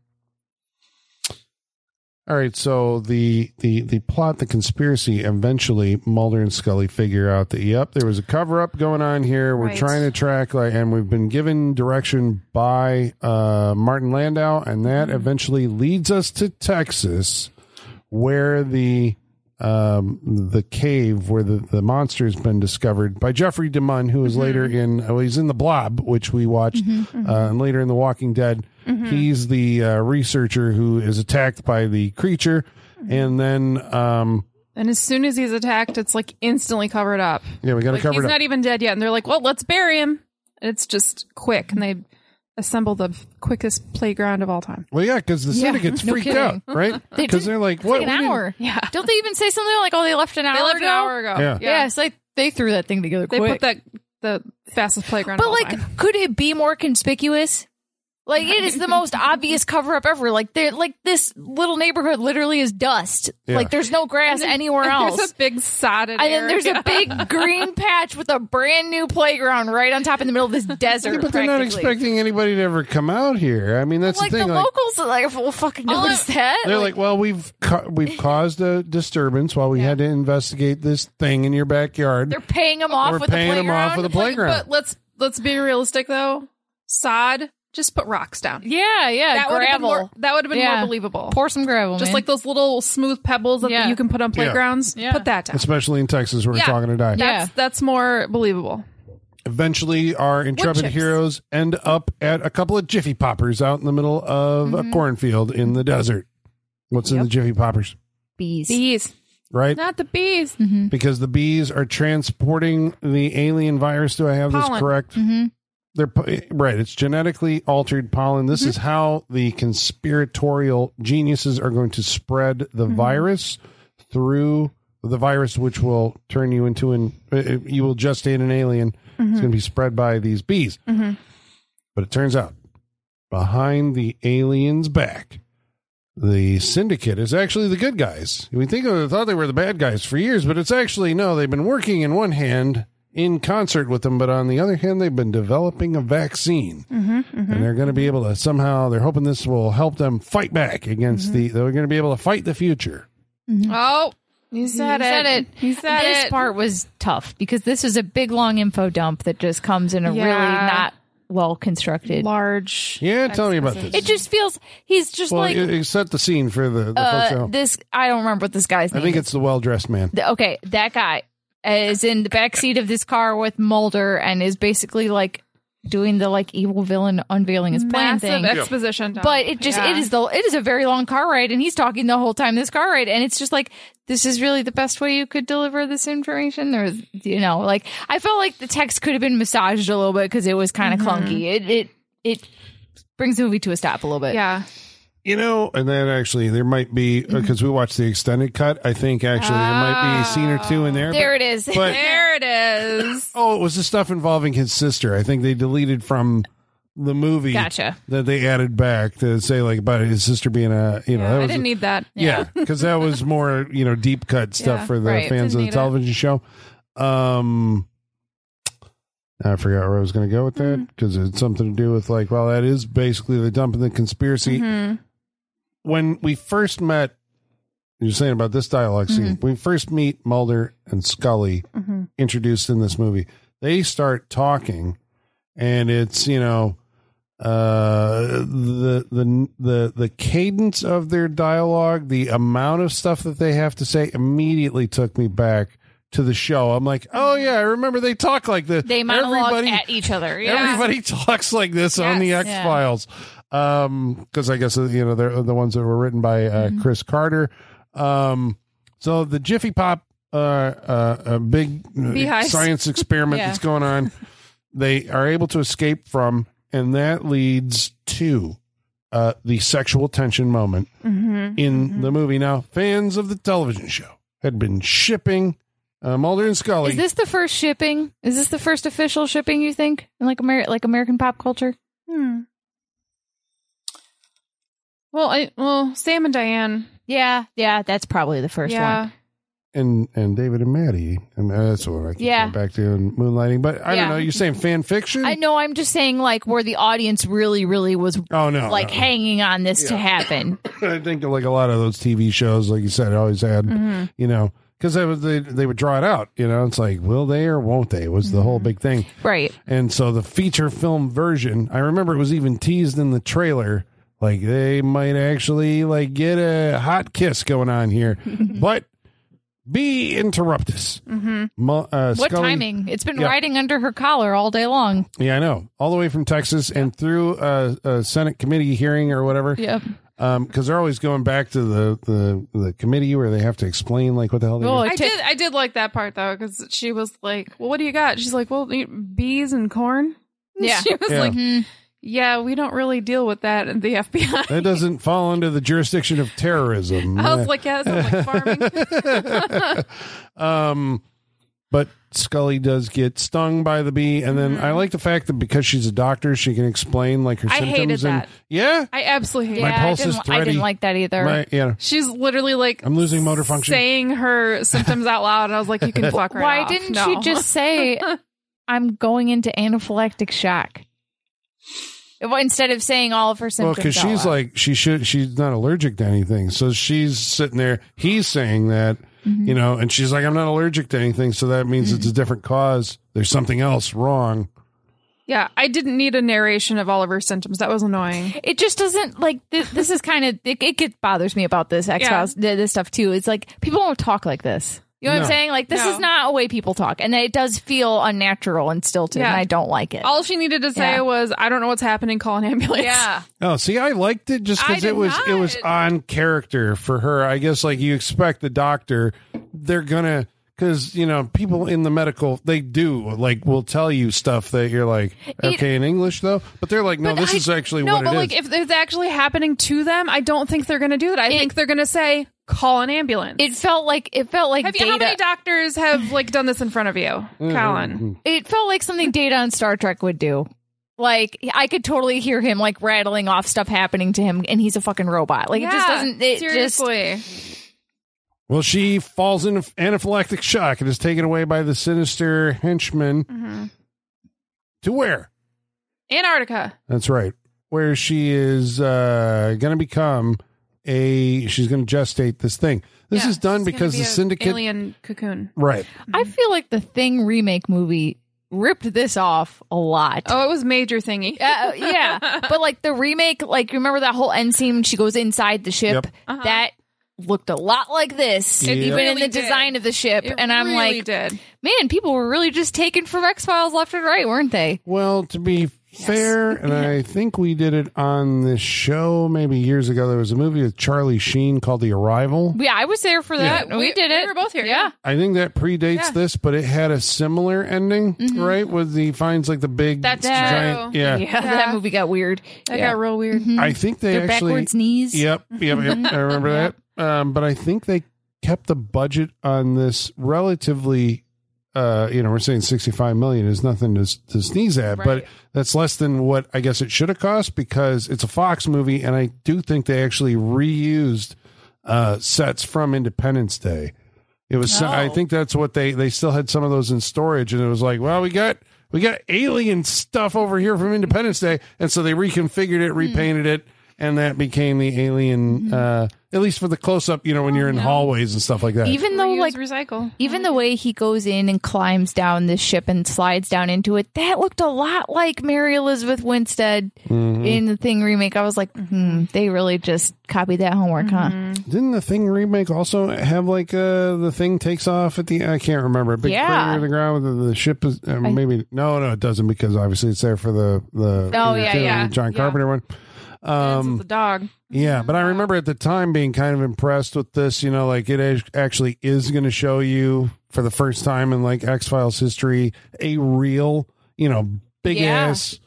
Speaker 2: All right, so the the the plot, the conspiracy, eventually Mulder and Scully figure out that yep, there was a cover up going on here. We're
Speaker 3: Right.
Speaker 2: trying to track like and we've been given direction by uh Martin Landau and that
Speaker 4: Mm-hmm.
Speaker 2: eventually leads us to Texas where the um the cave where the the monster has been discovered by Jeffrey DeMunn who is
Speaker 4: Mm-hmm.
Speaker 2: later in oh he's in the blob which we watched
Speaker 4: Mm-hmm.
Speaker 2: uh, and later in the walking dead he's the uh, researcher who is attacked by the creature
Speaker 4: Mm-hmm.
Speaker 2: and then um
Speaker 3: And as soon as he's attacked, it's like instantly covered up.
Speaker 2: yeah we got
Speaker 3: Like
Speaker 2: to cover
Speaker 3: he's
Speaker 2: it up.
Speaker 3: not even dead yet. And they're like, well, let's bury him. And it's just quick. And they assemble the quickest playground of all time.
Speaker 2: well yeah cuz the
Speaker 4: e- Yeah,
Speaker 2: syndicate's
Speaker 4: no
Speaker 2: freaked
Speaker 4: kidding.
Speaker 2: out right
Speaker 4: They
Speaker 2: cuz
Speaker 4: did-
Speaker 2: they're like what
Speaker 4: an
Speaker 2: we didn't-
Speaker 4: hour.
Speaker 3: Yeah.
Speaker 4: Don't they even say something like, "Oh, they left an hour
Speaker 3: They left
Speaker 4: ago"?
Speaker 3: an hour ago.
Speaker 2: Yeah.
Speaker 4: Yeah, it's like they threw that thing together
Speaker 3: They
Speaker 4: quick.
Speaker 3: put that the fastest playground.
Speaker 4: but
Speaker 3: of all
Speaker 4: like,
Speaker 3: time.
Speaker 4: could it be more conspicuous? Like it is the most obvious cover up ever. Like they like this little neighborhood literally is dust.
Speaker 2: Yeah.
Speaker 4: Like there's no grass anywhere else.
Speaker 3: There's a big sodded
Speaker 4: and then there's
Speaker 3: area.
Speaker 4: a big green patch with a brand new playground right on top in the middle of this desert.
Speaker 2: Yeah, but they're not
Speaker 4: practically.
Speaker 2: expecting anybody to ever come out here. I mean, that's
Speaker 4: Like
Speaker 2: the
Speaker 4: the,
Speaker 2: thing. like,
Speaker 4: locals are like, well, fucking notice that.
Speaker 2: They're like, well, we've ca- we've caused a disturbance while we had to investigate this thing in your backyard.
Speaker 4: they're paying them off.
Speaker 2: We're
Speaker 4: with
Speaker 2: paying
Speaker 4: the
Speaker 2: 'em off
Speaker 4: playground.
Speaker 2: with the playground.
Speaker 3: But let's let's be realistic though. Sod, just put rocks down.
Speaker 4: Yeah, yeah,
Speaker 3: that would have
Speaker 4: gravel.
Speaker 3: been more that would have been
Speaker 4: Yeah.
Speaker 3: more believable.
Speaker 4: Pour some gravel,
Speaker 3: just
Speaker 4: man.
Speaker 3: like those little smooth pebbles that
Speaker 4: Yeah.
Speaker 3: you can put on
Speaker 2: Yeah.
Speaker 3: playgrounds.
Speaker 4: Yeah.
Speaker 3: Put that down.
Speaker 2: Especially in Texas, where
Speaker 3: Yeah.
Speaker 2: we're talking to die.
Speaker 4: Yeah.
Speaker 3: That's that's more believable.
Speaker 2: Eventually, our intrepid
Speaker 3: chips.
Speaker 2: heroes end up at a couple of Jiffy Poppers out in the middle of
Speaker 4: Mm-hmm.
Speaker 2: a cornfield in the desert. What's in the Jiffy Poppers,
Speaker 4: bees. Mm-hmm.
Speaker 3: Bees.
Speaker 2: right?
Speaker 3: Not the bees.
Speaker 2: Because the bees are transporting the alien virus. Do I have this
Speaker 3: Pollen.
Speaker 2: correct? They're po- right. It's genetically altered pollen. This is how the conspiratorial geniuses are going to spread the virus through the virus, which will turn you into an uh, you will gestate an alien. It's going to be spread by these bees. But it turns out behind the aliens' back, the syndicate is actually the good guys. We think of, thought they were the bad guys for years, but it's actually no. They've been working in one hand in concert with them, but on the other hand, they've been developing a vaccine,
Speaker 4: Mm-hmm,
Speaker 2: and they're going to be able to somehow. They're hoping this will help them fight back against
Speaker 4: Mm-hmm.
Speaker 2: the. They're going to be able to fight the future.
Speaker 3: Oh. You said,
Speaker 4: You
Speaker 3: it.
Speaker 4: said it.
Speaker 3: You said
Speaker 4: this
Speaker 3: it.
Speaker 4: part was tough because this is a big long info dump that just comes in a
Speaker 3: Yeah.
Speaker 4: really not well constructed.
Speaker 3: large.
Speaker 2: Yeah, tell me about this.
Speaker 4: It just feels he's just
Speaker 2: well,
Speaker 4: like
Speaker 2: it, it set the scene for the, the folks. at
Speaker 4: uh,
Speaker 2: home.
Speaker 4: this. I don't remember what this guy's
Speaker 2: I
Speaker 4: name.
Speaker 2: think
Speaker 4: is.
Speaker 2: it's the well dressed man.
Speaker 4: Th- okay, that guy is in the back seat of this car with Mulder and is basically like doing the like evil villain unveiling his plan
Speaker 3: Massive
Speaker 4: thing.
Speaker 3: exposition. dump.
Speaker 4: but it just
Speaker 3: Yeah.
Speaker 4: it is the it is a very long car ride and he's talking the whole time this car ride and it's just like this is really the best way you could deliver this information or you know like I felt like the text could have been massaged a little Mm-hmm. bit because it was kind of clunky. It it it brings the movie to a stop a little bit.
Speaker 3: Yeah.
Speaker 2: you know, and then actually there might be
Speaker 4: Mm-hmm.
Speaker 2: because we watched the extended cut. I think actually there might be a scene or two in there.
Speaker 4: There it is.
Speaker 2: but-
Speaker 3: There it is.
Speaker 2: Oh, it was the stuff involving his sister. I think they deleted from the movie.
Speaker 4: Gotcha.
Speaker 2: That they added back to say like about his sister being a you know that
Speaker 3: I
Speaker 2: was
Speaker 3: didn't need that.
Speaker 2: yeah because that was more you know deep cut stuff
Speaker 3: Yeah,
Speaker 2: for the
Speaker 4: right.
Speaker 2: fans of
Speaker 3: Didn't
Speaker 2: the
Speaker 3: need it.
Speaker 2: television show. Um, I forgot where I was going to go with
Speaker 3: Mm-hmm.
Speaker 2: that because it's something to do with like well that is basically the dump and the conspiracy
Speaker 3: Mhm.
Speaker 2: when we first met, you're saying about this dialogue scene. When we first meet Mulder and Scully, introduced in this movie, they start talking, and it's you know, uh, the the the the cadence of their dialogue, the amount of stuff that they have to say, immediately took me back to the show. I'm like, oh yeah, I remember they talk like this.
Speaker 4: They monologue
Speaker 2: Everybody-
Speaker 4: at each other. Yeah.
Speaker 2: Everybody talks like this on the X
Speaker 4: Yeah.
Speaker 2: Files, because I guess uh, you know they're the ones that were written by uh,
Speaker 4: Mm-hmm.
Speaker 2: Chris Carter. Um, so the Jiffy Pop, uh, uh, a big uh,
Speaker 3: Beehives.
Speaker 2: science experiment
Speaker 4: Yeah.
Speaker 2: that's going on, they are able to escape from, and that leads to uh, the sexual tension moment
Speaker 3: Mm-hmm.
Speaker 2: in
Speaker 4: Mm-hmm.
Speaker 2: the movie. Now, fans of the television show had been shipping uh, Mulder and Scully.
Speaker 4: Is this the first shipping? Is this the first official shipping? You think in like Amer- like American pop culture?
Speaker 3: Hmm. Well, I well Sam and Diane.
Speaker 4: Yeah, yeah, that's probably the first
Speaker 3: yeah.
Speaker 4: one.
Speaker 2: and and David and Maddie. And uh, that's what I keep
Speaker 4: Yeah.
Speaker 2: going back to in moonlighting. But I
Speaker 4: Yeah.
Speaker 2: don't know. You're saying fan fiction?
Speaker 4: I know. I'm just saying, like, where the audience really, really was
Speaker 2: oh no,
Speaker 4: like
Speaker 2: no.
Speaker 4: hanging on this to
Speaker 2: Yeah.
Speaker 4: happen.
Speaker 2: I think like a lot of those TV shows, like you said, always had
Speaker 4: Mm-hmm.
Speaker 2: you know because they would they, they would draw it out. You know, it's like will they or won't they was the
Speaker 4: Mm-hmm.
Speaker 2: whole big thing.
Speaker 4: right.
Speaker 2: And so the feature film version, I remember it was even teased in the trailer. Like they might actually like get a hot kiss going on here, but be interruptus. Mm-hmm. Uh,
Speaker 4: What
Speaker 2: Scully-
Speaker 4: timing? It's been
Speaker 2: Yeah.
Speaker 4: riding under her collar all day long.
Speaker 2: Yeah, I know. All the way from Texas and through a, a Senate committee hearing or whatever.
Speaker 4: Yep.
Speaker 2: Um, because they're always going back to the, the the committee where they have to explain like what the hell they
Speaker 4: Well,
Speaker 2: do.
Speaker 3: I
Speaker 4: Tick-
Speaker 3: did. I did like that part though, because she was like, "Well, what do you got?" She's like, "Well, you- bees and corn."
Speaker 4: Yeah.
Speaker 3: She was
Speaker 2: Yeah.
Speaker 3: like, "Yeah, we don't really deal with that in the FBI."
Speaker 2: That doesn't fall under the jurisdiction of terrorism.
Speaker 3: I was like, "Yeah, that sounds like farming."
Speaker 2: um, but Scully does get stung by the bee, and then I like the fact that because she's a doctor, she can explain like her
Speaker 3: Mm-hmm. I
Speaker 2: symptoms.
Speaker 3: hated
Speaker 2: and
Speaker 3: that.
Speaker 2: yeah,
Speaker 3: I absolutely hate
Speaker 4: Yeah,
Speaker 3: it.
Speaker 4: I
Speaker 2: pulse
Speaker 4: didn't,
Speaker 2: is
Speaker 4: I
Speaker 2: thready.
Speaker 4: didn't like that either.
Speaker 2: my, yeah.
Speaker 3: She's literally like,
Speaker 2: I'm losing motor function.
Speaker 3: saying her symptoms out loud. And I was like, "You can block right
Speaker 4: Why
Speaker 3: off."
Speaker 4: didn't
Speaker 3: No.
Speaker 4: she just say, "I'm going into anaphylactic shock"? Instead of saying all of her
Speaker 2: Well,
Speaker 4: symptoms.
Speaker 2: because
Speaker 4: out
Speaker 2: she's
Speaker 4: loud.
Speaker 2: like she should she's not allergic to anything, so she's sitting there. He's saying that
Speaker 3: Mm-hmm.
Speaker 2: you know, and she's like, "I'm not allergic to anything," so that means it's a different cause. There's something else wrong.
Speaker 3: Yeah, I didn't need a narration of all of her symptoms. That was annoying.
Speaker 4: it just doesn't like this, this is kind of it, it gets- bothers me about this X Files this stuff too. It's like people don't talk like this. You know what
Speaker 2: No.
Speaker 4: I'm saying? Like this
Speaker 3: No.
Speaker 4: is not a way people talk, and it does feel unnatural and stilted,
Speaker 3: Yeah.
Speaker 4: and I don't like it.
Speaker 3: All she needed to say
Speaker 4: Yeah.
Speaker 3: was, "I don't know what's happening. Call an ambulance."
Speaker 2: Oh, see, I liked it just
Speaker 3: I
Speaker 2: because
Speaker 3: did
Speaker 2: it was it was
Speaker 3: not.
Speaker 2: on character for her. I guess like you expect the doctor, they're gonna because you know people in the medical they do like will tell you stuff that you're like okay in English though, but they're like, no,
Speaker 3: But
Speaker 2: this
Speaker 3: I-
Speaker 2: is actually
Speaker 3: no,
Speaker 2: what
Speaker 3: but
Speaker 2: it
Speaker 3: like
Speaker 2: is.
Speaker 3: if it's actually happening to them, I don't think they're going to do that. I think they're going to say call an ambulance.
Speaker 4: It felt like it felt like
Speaker 3: have you,
Speaker 4: data.
Speaker 3: how many doctors have like done this in front of you,
Speaker 2: Mm-hmm.
Speaker 3: Colin?
Speaker 4: it felt like something data on Star Trek would do. Like I could totally hear him like rattling off stuff happening to him, and he's a fucking robot. Like it just doesn't. It just
Speaker 3: seriously.
Speaker 2: Well, she falls into anaphylactic shock and is taken away by the sinister henchman.
Speaker 3: Mm-hmm.
Speaker 2: To where?
Speaker 3: Antarctica.
Speaker 2: That's right. Where she is uh, going to become a. She's going to gestate this thing. This
Speaker 3: Yeah,
Speaker 2: is done
Speaker 3: it's gonna
Speaker 2: because
Speaker 3: be
Speaker 2: the
Speaker 3: a
Speaker 2: syndicate.
Speaker 3: alien cocoon.
Speaker 2: Right.
Speaker 4: I feel like the Thing remake movie ripped this off a lot.
Speaker 3: Oh, it was major thingy.
Speaker 4: Uh, yeah, but like the remake, like you remember that whole end scene when she goes inside the ship?
Speaker 2: Yep.
Speaker 4: That looked a lot like this,
Speaker 2: It
Speaker 4: even in
Speaker 3: really
Speaker 4: the
Speaker 3: did.
Speaker 4: design of the ship.
Speaker 3: It
Speaker 4: and I'm
Speaker 3: really
Speaker 4: like,
Speaker 3: did
Speaker 4: man, people were really just taken from X Files left and right, weren't they?
Speaker 2: Well, to be fair, and I think we did it on this show maybe years ago. There was a movie with Charlie Sheen called The Arrival.
Speaker 4: Yeah, I was there for that.
Speaker 3: Yeah.
Speaker 4: We,
Speaker 3: We-
Speaker 4: did
Speaker 3: we
Speaker 4: it.
Speaker 3: were both here,
Speaker 4: Yeah.
Speaker 3: yeah.
Speaker 2: I think that predates
Speaker 3: Yeah. Mm-hmm.
Speaker 2: this, but it had a similar ending, right? With the finds like the big
Speaker 3: That's
Speaker 2: giant.
Speaker 3: true.
Speaker 2: Yeah.
Speaker 4: Yeah, that movie got weird.
Speaker 3: That
Speaker 4: yeah.
Speaker 3: got real weird.
Speaker 2: I think they
Speaker 4: Their
Speaker 2: actually.
Speaker 4: backwards knees.
Speaker 2: Yep, yep, yep. I remember that. Um, but I think they kept the budget on this relatively. Uh, you know, we're saying sixty-five million is nothing to, s- to sneeze at, but
Speaker 3: Right.
Speaker 2: that's less than what I guess it should have cost because it's a Fox movie, and I do think they actually reused uh, sets from Independence Day. It was, so- I
Speaker 5: Oh.
Speaker 2: think that's what they they still had some of those in storage, and it was like, well, we got we got alien stuff over here from Independence Day, and so they reconfigured
Speaker 4: Hmm.
Speaker 2: it, repainted it, and that became the alien. Uh, at least for the close up, you know, when you're in hallways and stuff like that.
Speaker 4: Oh, Even though
Speaker 3: Reuse,
Speaker 4: like
Speaker 3: recycle.
Speaker 4: even the way he goes in and climbs down this ship and slides down into it, that looked a lot like Mary Elizabeth Winstead in the Thing remake. I was like, hmm, they really just copied that homework,
Speaker 3: Mm-hmm.
Speaker 4: huh?
Speaker 2: Didn't the Thing remake also have like uh, the Thing takes off at the? I can't remember. A big
Speaker 4: Yeah.
Speaker 2: crater in the ground with the, the ship is uh, maybe no, no, it doesn't because obviously it's there for the the
Speaker 4: Oh, yeah,
Speaker 2: the
Speaker 3: yeah.
Speaker 2: John
Speaker 3: Yeah.
Speaker 2: Carpenter one. Um,
Speaker 3: the dog.
Speaker 2: Yeah, but I remember at the time being kind of impressed with this. You know, like it ac- actually is going to show you for the first time in like X Files history a real, you know, big
Speaker 4: Yeah.
Speaker 2: ass,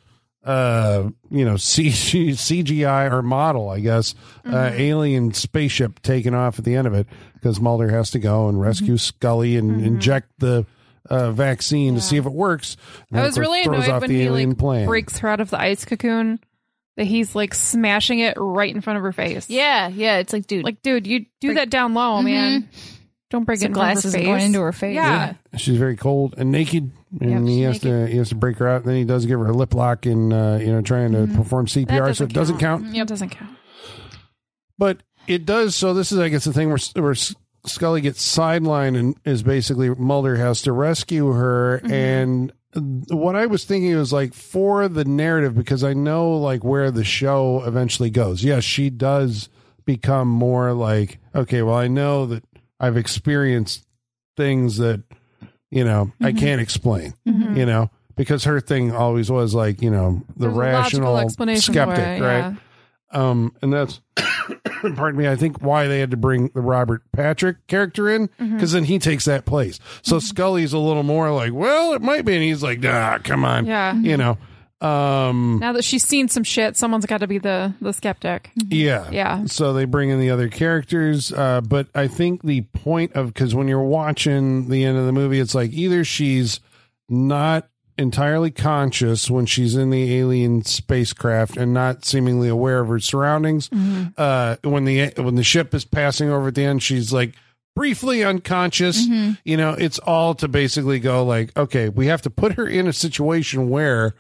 Speaker 2: uh, you know, CG, CGI or model, I guess, uh,
Speaker 3: Mm-hmm.
Speaker 2: alien spaceship taking off at the end of it because Mulder has to go and
Speaker 3: Mm-hmm.
Speaker 2: rescue Scully and inject the uh, vaccine to see if it works. And
Speaker 3: I
Speaker 2: of
Speaker 3: was
Speaker 2: course,
Speaker 3: really
Speaker 2: throws
Speaker 3: annoyed
Speaker 2: off
Speaker 3: when
Speaker 2: the
Speaker 3: he
Speaker 2: alien
Speaker 3: like
Speaker 2: plan.
Speaker 3: breaks her out of the ice cocoon. That he's like smashing it right in front of her face.
Speaker 4: Yeah, yeah. It's like, dude,
Speaker 3: like dude, you do that down low, man. Don't break
Speaker 4: the
Speaker 3: it in front of
Speaker 4: glass
Speaker 3: her
Speaker 4: isn't
Speaker 3: face.
Speaker 4: going into her face.
Speaker 3: Yeah.
Speaker 2: she's very cold and naked, and
Speaker 3: Yeah,
Speaker 2: he has
Speaker 3: she's
Speaker 2: to he has to break her out. And then he does give her a lip lock and uh, you know trying to perform CPR, so it doesn't count.
Speaker 3: Yeah, it Mm-hmm. doesn't count.
Speaker 2: But it does. So this is I guess the thing where where Scully gets sidelined and is basically Mulder has to rescue her.
Speaker 3: Mm-hmm.
Speaker 2: And what I was thinking was like for the narrative because I know like where the show eventually goes. Yes, she does become more like okay. Well, I know that I've experienced things that you know
Speaker 3: Mm-hmm.
Speaker 2: I can't explain
Speaker 4: Mm-hmm.
Speaker 2: you know because her thing always was like you know the
Speaker 3: Mm. There's a logical
Speaker 2: rational
Speaker 3: explanation for
Speaker 2: skeptic
Speaker 3: it,
Speaker 2: right um and that's pardon me i think why they had to bring the robert patrick character in
Speaker 3: Mm-hmm.
Speaker 2: because then he takes that place so scully's a little more like well it might be and he's like nah come on
Speaker 3: Yeah.
Speaker 2: you know um
Speaker 3: Now that she's seen some shit, someone's got to be the the skeptic.
Speaker 2: yeah
Speaker 3: Yeah.
Speaker 2: so they bring in the other characters uh but i think the point of because when you're watching the end of the movie it's like either she's not entirely conscious when she's in the alien spacecraft and not seemingly aware of her surroundings. Uh, when the when the ship is passing over at the end, she's like briefly unconscious. You know, it's all to basically go like, okay, we have to put her in a situation where,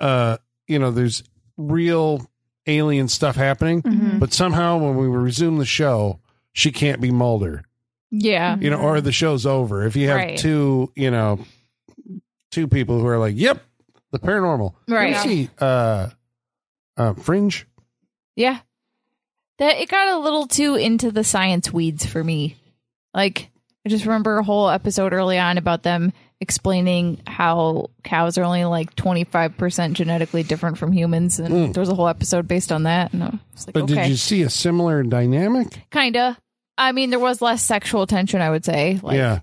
Speaker 2: uh, you know, there's real alien stuff happening,
Speaker 3: Mm-hmm.
Speaker 2: but somehow when we resume the show, she can't be Mulder
Speaker 4: yeah.
Speaker 2: you know, or the show's over. If you have
Speaker 4: Right.
Speaker 2: two, you know, two people who are like, "Yep, the paranormal."
Speaker 3: Mm-hmm.
Speaker 4: Right.
Speaker 2: You see, uh, uh, Fringe.
Speaker 4: Yeah. That it got a little too into the science weeds for me. Like I just remember a whole episode early on about them explaining how cows are only like 25% genetically different from humans and there was a whole episode based on that and I was like
Speaker 2: Mm. But
Speaker 4: okay.
Speaker 2: did you see a similar dynamic?
Speaker 4: Kinda. I mean there was less sexual tension I would say. Like
Speaker 2: yeah.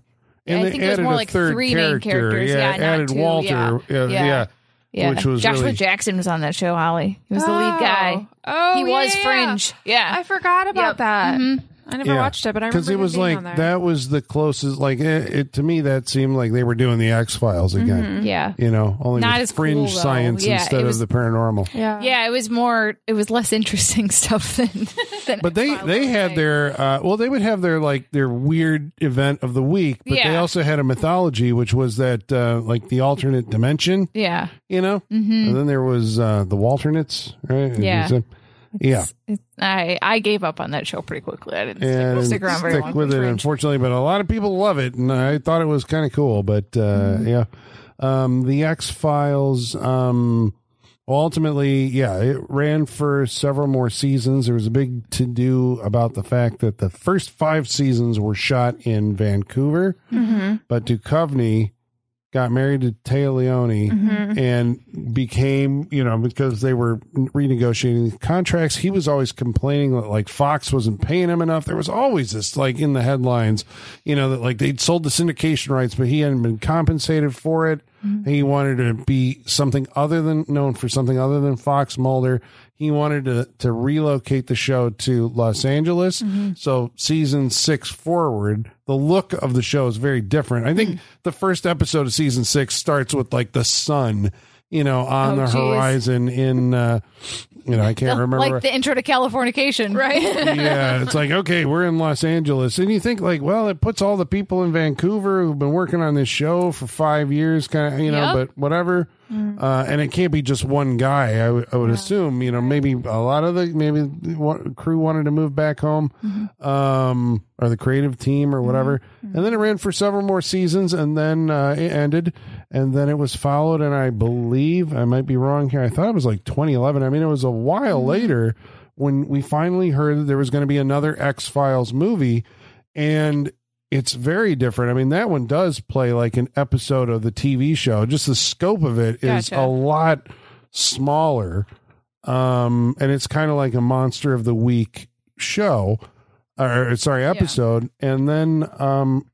Speaker 4: I think it was more like three main characters.
Speaker 2: Yeah,
Speaker 4: Yeah, not
Speaker 2: added
Speaker 4: two.
Speaker 2: Walter.
Speaker 4: Yeah.
Speaker 2: Yeah,
Speaker 4: Yeah.
Speaker 2: yeah.
Speaker 4: yeah.
Speaker 2: which was
Speaker 4: Joshua
Speaker 2: really-
Speaker 4: Jackson was on that show, Holly. He was the lead guy.
Speaker 3: Oh,
Speaker 4: he
Speaker 3: yeah,
Speaker 4: was
Speaker 3: yeah,
Speaker 4: fringe. Yeah. Mm-hmm.
Speaker 3: I forgot about that. I never
Speaker 2: Yeah.
Speaker 3: watched it, but I remember
Speaker 2: because it
Speaker 3: him
Speaker 2: was
Speaker 3: being
Speaker 2: like
Speaker 3: on there.
Speaker 2: that was the closest. Like it, it to me, that seemed like they were doing the X Files again.
Speaker 4: yeah.
Speaker 2: You know, only
Speaker 4: Mm-hmm. Not
Speaker 2: with
Speaker 4: as cool,
Speaker 2: fringe
Speaker 4: though.
Speaker 2: science
Speaker 4: Yeah, it
Speaker 2: instead
Speaker 4: was-
Speaker 2: of the paranormal.
Speaker 3: Yeah,
Speaker 4: Yeah, it was more. It was less interesting stuff than. than
Speaker 2: But they they had their uh, well, they would have their like their weird event of the week, but they
Speaker 4: Yeah.
Speaker 2: also had a mythology, which was that uh, like the alternate dimension,
Speaker 4: yeah,
Speaker 2: you know.
Speaker 4: Mhm.
Speaker 2: And then there was uh, the Walternates, right?
Speaker 4: Yeah.
Speaker 2: yeah.
Speaker 4: It's- I I gave up on that show pretty quickly. I didn't stick-
Speaker 2: And
Speaker 4: stick, around very long.
Speaker 2: stick with it,
Speaker 4: Fringe.
Speaker 2: unfortunately. But a lot of people love it, and I thought it was kind of cool. But uh,
Speaker 4: Mm-hmm.
Speaker 2: yeah, um, the X Files. Um, well, ultimately, yeah, it ran for several more seasons. There was a big to do about the fact that the
Speaker 4: Mm-hmm.
Speaker 2: first five seasons were shot in Vancouver, but Duchovny got married to Taya Leone and became, you know, because they were renegotiating contracts, he was always complaining that like Fox wasn't paying him enough. There was always this like in the headlines, you know, that like they'd sold the syndication rights, but he hadn't been compensated for it. He wanted to be something other than known for something other than Fox Mulder. He wanted to to relocate the show to Los Angeles.
Speaker 4: Mm-hmm.
Speaker 2: So season six forward, the look of the show is very different. I think
Speaker 4: Mm-hmm.
Speaker 2: the first episode of season six starts with like the sun, you know, on
Speaker 4: Oh,
Speaker 2: the
Speaker 4: geez.
Speaker 2: horizon in uh you know, I can't remember
Speaker 4: like the intro to Californication,
Speaker 3: right?
Speaker 2: yeah, it's like okay, we're in Los Angeles, and you think like, well, it puts all the people in Vancouver who've been working on this show for five years, kind of, you know,
Speaker 4: Yep.
Speaker 2: but whatever. Uh, and it can't be just one guy. I would- I would assume, you know, maybe a lot of the maybe the wa- crew wanted to move back home, um, or the creative team or whatever. And then it ran for several more seasons, and then uh, it ended, and then it was followed, and I believe I might be wrong here. I thought it was like 2011. I mean, it was a while later when we finally heard that there was going to be another X Files movie, and it's very different. I mean, that one does play like an episode of the TV show. Just the scope of it is
Speaker 4: Gotcha.
Speaker 2: a lot smaller, um, and it's kind of like a Monster of the Week show, or sorry, episode. And then um,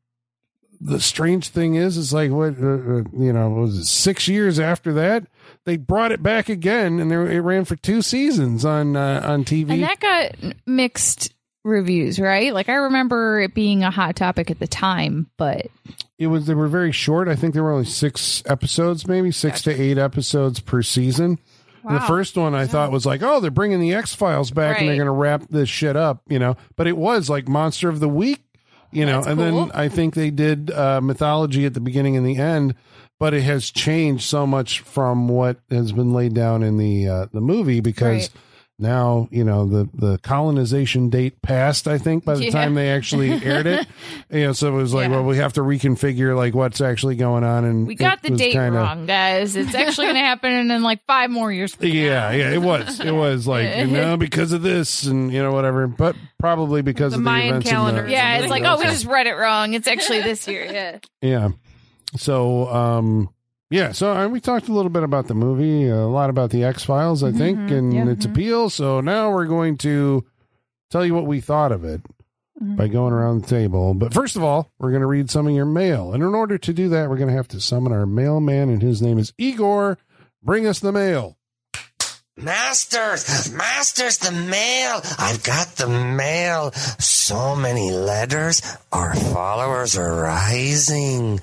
Speaker 2: the strange thing is, it's like what uh, uh, you know what was it six years after that they brought it back again, and there, it ran for two seasons on uh, on TV.
Speaker 4: And that got mixed reviews, right? Like I remember it being a hot topic at the time, but
Speaker 2: it was they were very short. I think there were only six episodes, maybe six to eight episodes per season. And the
Speaker 4: Wow.
Speaker 2: first one I thought was like, oh, they're bringing the X Files back and they're
Speaker 4: Right.
Speaker 2: going to wrap this shit up, you know. But it was like Monster of the Week, you know. and then I think they did uh, mythology at the beginning and the end, but it has changed so much from what has been laid down in the uh, the movie because.
Speaker 4: Right.
Speaker 2: Now you know the the colonization date passed. I think by the
Speaker 4: Yeah.
Speaker 2: time they actually aired it, you know, so it was like,
Speaker 4: Yeah.
Speaker 2: well, we have to reconfigure like what's actually going on, and
Speaker 4: we got
Speaker 2: it
Speaker 4: the
Speaker 2: was
Speaker 4: date
Speaker 2: kinda-
Speaker 4: wrong, guys. It's actually going to happen in like five more years.
Speaker 2: Yeah, yeah, it was, it was like you know because of this and you know whatever, but probably because
Speaker 3: The
Speaker 2: of the
Speaker 3: Mayan
Speaker 2: events in
Speaker 3: calendar.
Speaker 2: the-
Speaker 4: Yeah, it's like, oh, we
Speaker 2: Yeah.
Speaker 4: just read it wrong. It's actually this year. Yeah.
Speaker 2: Yeah. So, um, yeah. So uh, we talked a little bit about the movie, a lot about the X Files, I think, and
Speaker 4: Mm-hmm. yeah.
Speaker 2: its appeal. So now we're going to tell you what we thought of it by
Speaker 4: Mm-hmm.
Speaker 2: going around the table. But first of all, we're going to read some of your mail, and in order to do that, we're going to have to summon our mailman, and his name is Igor. Bring us the mail.
Speaker 5: Masters, masters, the mail. I've got the mail. So many letters. Our followers are rising,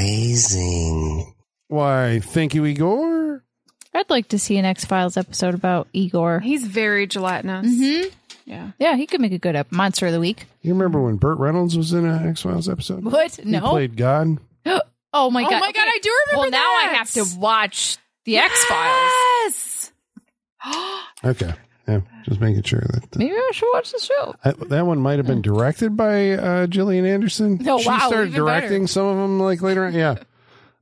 Speaker 5: rising.
Speaker 2: Why? Thank you, Igor.
Speaker 4: I'd like to see an X Files episode about Igor.
Speaker 3: He's very gelatinous.
Speaker 4: Mm-hmm.
Speaker 3: Yeah.
Speaker 4: Yeah, he could make a good up monster of the week.
Speaker 2: You remember when Burt Reynolds was in an X Files episode?
Speaker 4: What?
Speaker 2: He
Speaker 4: No.
Speaker 2: played God.
Speaker 4: Oh my god.
Speaker 3: Oh my god, I do remember.
Speaker 4: Well, now I
Speaker 3: that.
Speaker 4: have to watch the X Files.
Speaker 3: Yes.
Speaker 2: Okay. Yeah, just making sure that uh,
Speaker 4: Maybe I should watch the show.
Speaker 2: I, that one might have been directed by uh, Gillian Anderson.
Speaker 4: Oh,
Speaker 2: she
Speaker 4: wow,
Speaker 2: started
Speaker 4: even better.
Speaker 2: directing some of them like later on. Yeah.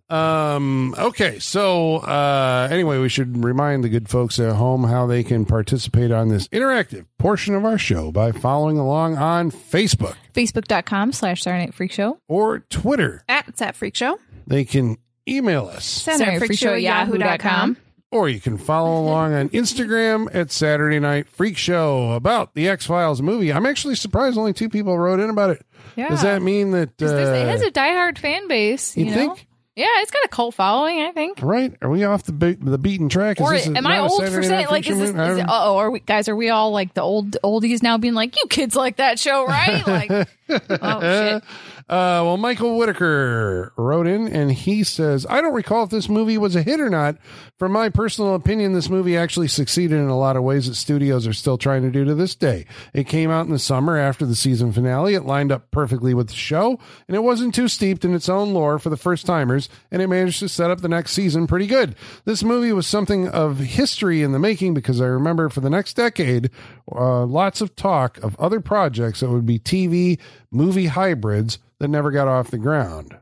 Speaker 2: Um. Okay. So uh, anyway, we should remind the good folks at home how they can participate on this interactive portion of our show by following along on Facebook
Speaker 4: Facebook.com slash Saturday Night Freak Show.
Speaker 2: or Twitter.
Speaker 3: At Sat Freak Show.
Speaker 2: They can email us,
Speaker 3: Saturday Night Freak Show, yahoo dot com.
Speaker 2: or you can follow along on Instagram at Saturday Night Freak Show about the X Files movie. I'm actually surprised only two people wrote in about it.
Speaker 4: Yeah.
Speaker 2: Does that mean that
Speaker 4: It's- there's- it
Speaker 2: uh,
Speaker 4: has a diehard fan base. You,
Speaker 2: You
Speaker 4: know?
Speaker 2: think?
Speaker 4: Yeah, it's got a cult following, I think.
Speaker 2: Right? Are we off the be- the beaten track? Is
Speaker 4: Or
Speaker 2: this a-
Speaker 4: am I
Speaker 2: not a
Speaker 4: old for
Speaker 2: Saturday
Speaker 4: saying
Speaker 2: Night
Speaker 4: like is
Speaker 2: Fiction
Speaker 4: this?
Speaker 2: movie? I
Speaker 4: Is,
Speaker 2: don't-
Speaker 4: oh, are we guys? Are we all like the old oldies now, being like, you kids like that show, right? Like, oh shit,
Speaker 2: Uh, well, Michael Whitaker wrote in and he says, I don't recall if this movie was a hit or not. From my personal opinion, this movie actually succeeded in a lot of ways that studios are still trying to do to this day. It came out in the summer after the season finale. It lined up perfectly with the show and it wasn't too steeped in its own lore for the first timers and it managed to set up the next season pretty good. This movie was something of history in the making because I remember for the next decade, uh, lots of talk of other projects that would be TV movie hybrids that never got off the ground.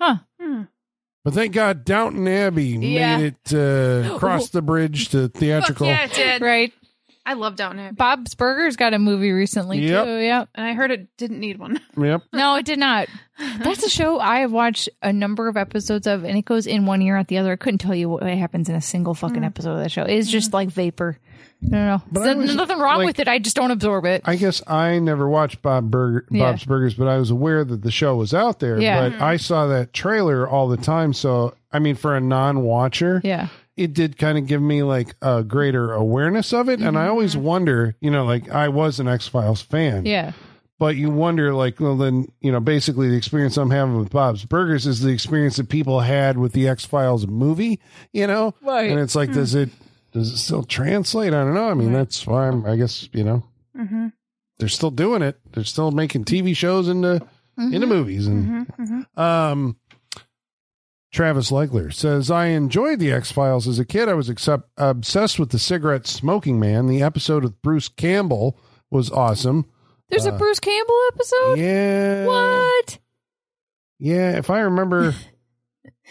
Speaker 4: huh?
Speaker 2: But thank God Downton Abbey
Speaker 4: Yeah.
Speaker 2: made it uh, across the bridge to theatrical.
Speaker 3: Fuck yeah, it did.
Speaker 4: Right?
Speaker 3: I love Downton Abbey.
Speaker 4: Bob's Burgers got a movie recently
Speaker 2: Yep.
Speaker 4: too. Yep.
Speaker 3: and I heard it didn't need one.
Speaker 2: Yep.
Speaker 4: No, it did not. That's a show I have watched a number of episodes of, and it goes in one ear out the other. I couldn't tell you what happens in a single fucking episode of that show. It's just like vapor. I don't know.
Speaker 2: But
Speaker 4: There's
Speaker 2: I was-
Speaker 4: nothing wrong
Speaker 2: like-
Speaker 4: with it. I just don't absorb it.
Speaker 2: I guess I never watched Bob Burger,
Speaker 4: Yeah.
Speaker 2: Bob's Burgers, but I was aware that the show was out there.
Speaker 4: Yeah. Mm-hmm.
Speaker 2: But I saw that trailer all the time. So, I mean, for a non watcher,
Speaker 4: yeah.
Speaker 2: it did kind of give me like a greater awareness of it. And
Speaker 4: Mm-hmm.
Speaker 2: I always wonder, you know, like I was an X Files fan.
Speaker 4: Yeah.
Speaker 2: But you wonder, like, well, then, you know, basically the experience I'm having with Bob's Burgers is the experience that people had with the X Files movie, you know?
Speaker 4: Right.
Speaker 2: And it's like, does it. Does it still translate? I don't know. I mean, that's why I'm, I guess, you know,
Speaker 3: Mm-hmm.
Speaker 2: Mm. they're still doing it. They're still making TV shows into
Speaker 4: Mm-hmm.
Speaker 2: into movies. And
Speaker 3: mm-hmm,
Speaker 2: um, Travis Legler says, "I enjoyed the X Files as a kid. I was except obsessed with the cigarette smoking man. The episode with Bruce Campbell was awesome.
Speaker 4: There's a Bruce Campbell episode?
Speaker 2: uh, Yeah,
Speaker 4: What?
Speaker 2: yeah. If I remember,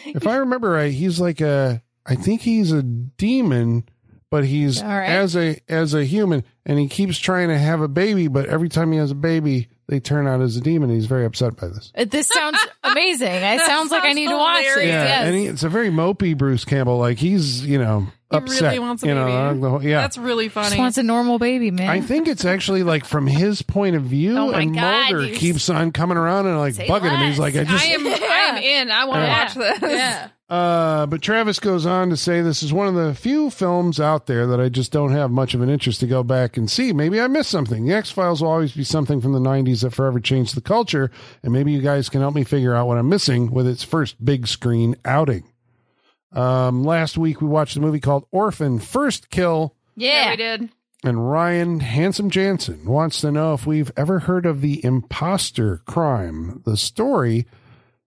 Speaker 2: if I remember right, he's like a. I think he's a demon." But he's
Speaker 4: All right.
Speaker 2: as a as a human, and he keeps trying to have a baby. But every time he has a baby, they turn out as a demon. He's very upset by this.
Speaker 4: Uh, This sounds amazing. It sounds like I
Speaker 3: sounds
Speaker 4: need to watch it.
Speaker 3: hilarious.
Speaker 2: Yeah,
Speaker 4: Yes.
Speaker 2: and he, it's a very mopey Bruce Campbell. Like he's you know
Speaker 3: He
Speaker 2: upset.
Speaker 3: really wants a
Speaker 2: you know,
Speaker 3: baby.
Speaker 2: on the whole- yeah.
Speaker 3: That's really
Speaker 4: just
Speaker 3: funny.
Speaker 4: wants a normal baby, man.
Speaker 2: I think it's actually like from his point of view,
Speaker 4: Oh my
Speaker 2: and
Speaker 4: God,
Speaker 2: Mulder
Speaker 4: you
Speaker 2: keeps on coming around and like bugging him. He's like, I
Speaker 3: I
Speaker 2: just.
Speaker 3: am. I am in. I want to watch this. Yeah.
Speaker 2: uh, but Travis goes on to say this is one of the few films out there that I just don't have much of an interest to go back and see. Maybe I missed something. The X Files will always be something from the '90s that forever changed the culture, and maybe you guys can help me figure out what I'm missing with its first big screen outing. Um, last week we watched a movie called Orphan First Kill,
Speaker 3: yeah,
Speaker 4: yeah.
Speaker 3: we did.
Speaker 2: and Ryan Handsome Jansen wants to know if we've ever heard of the imposter crime, the story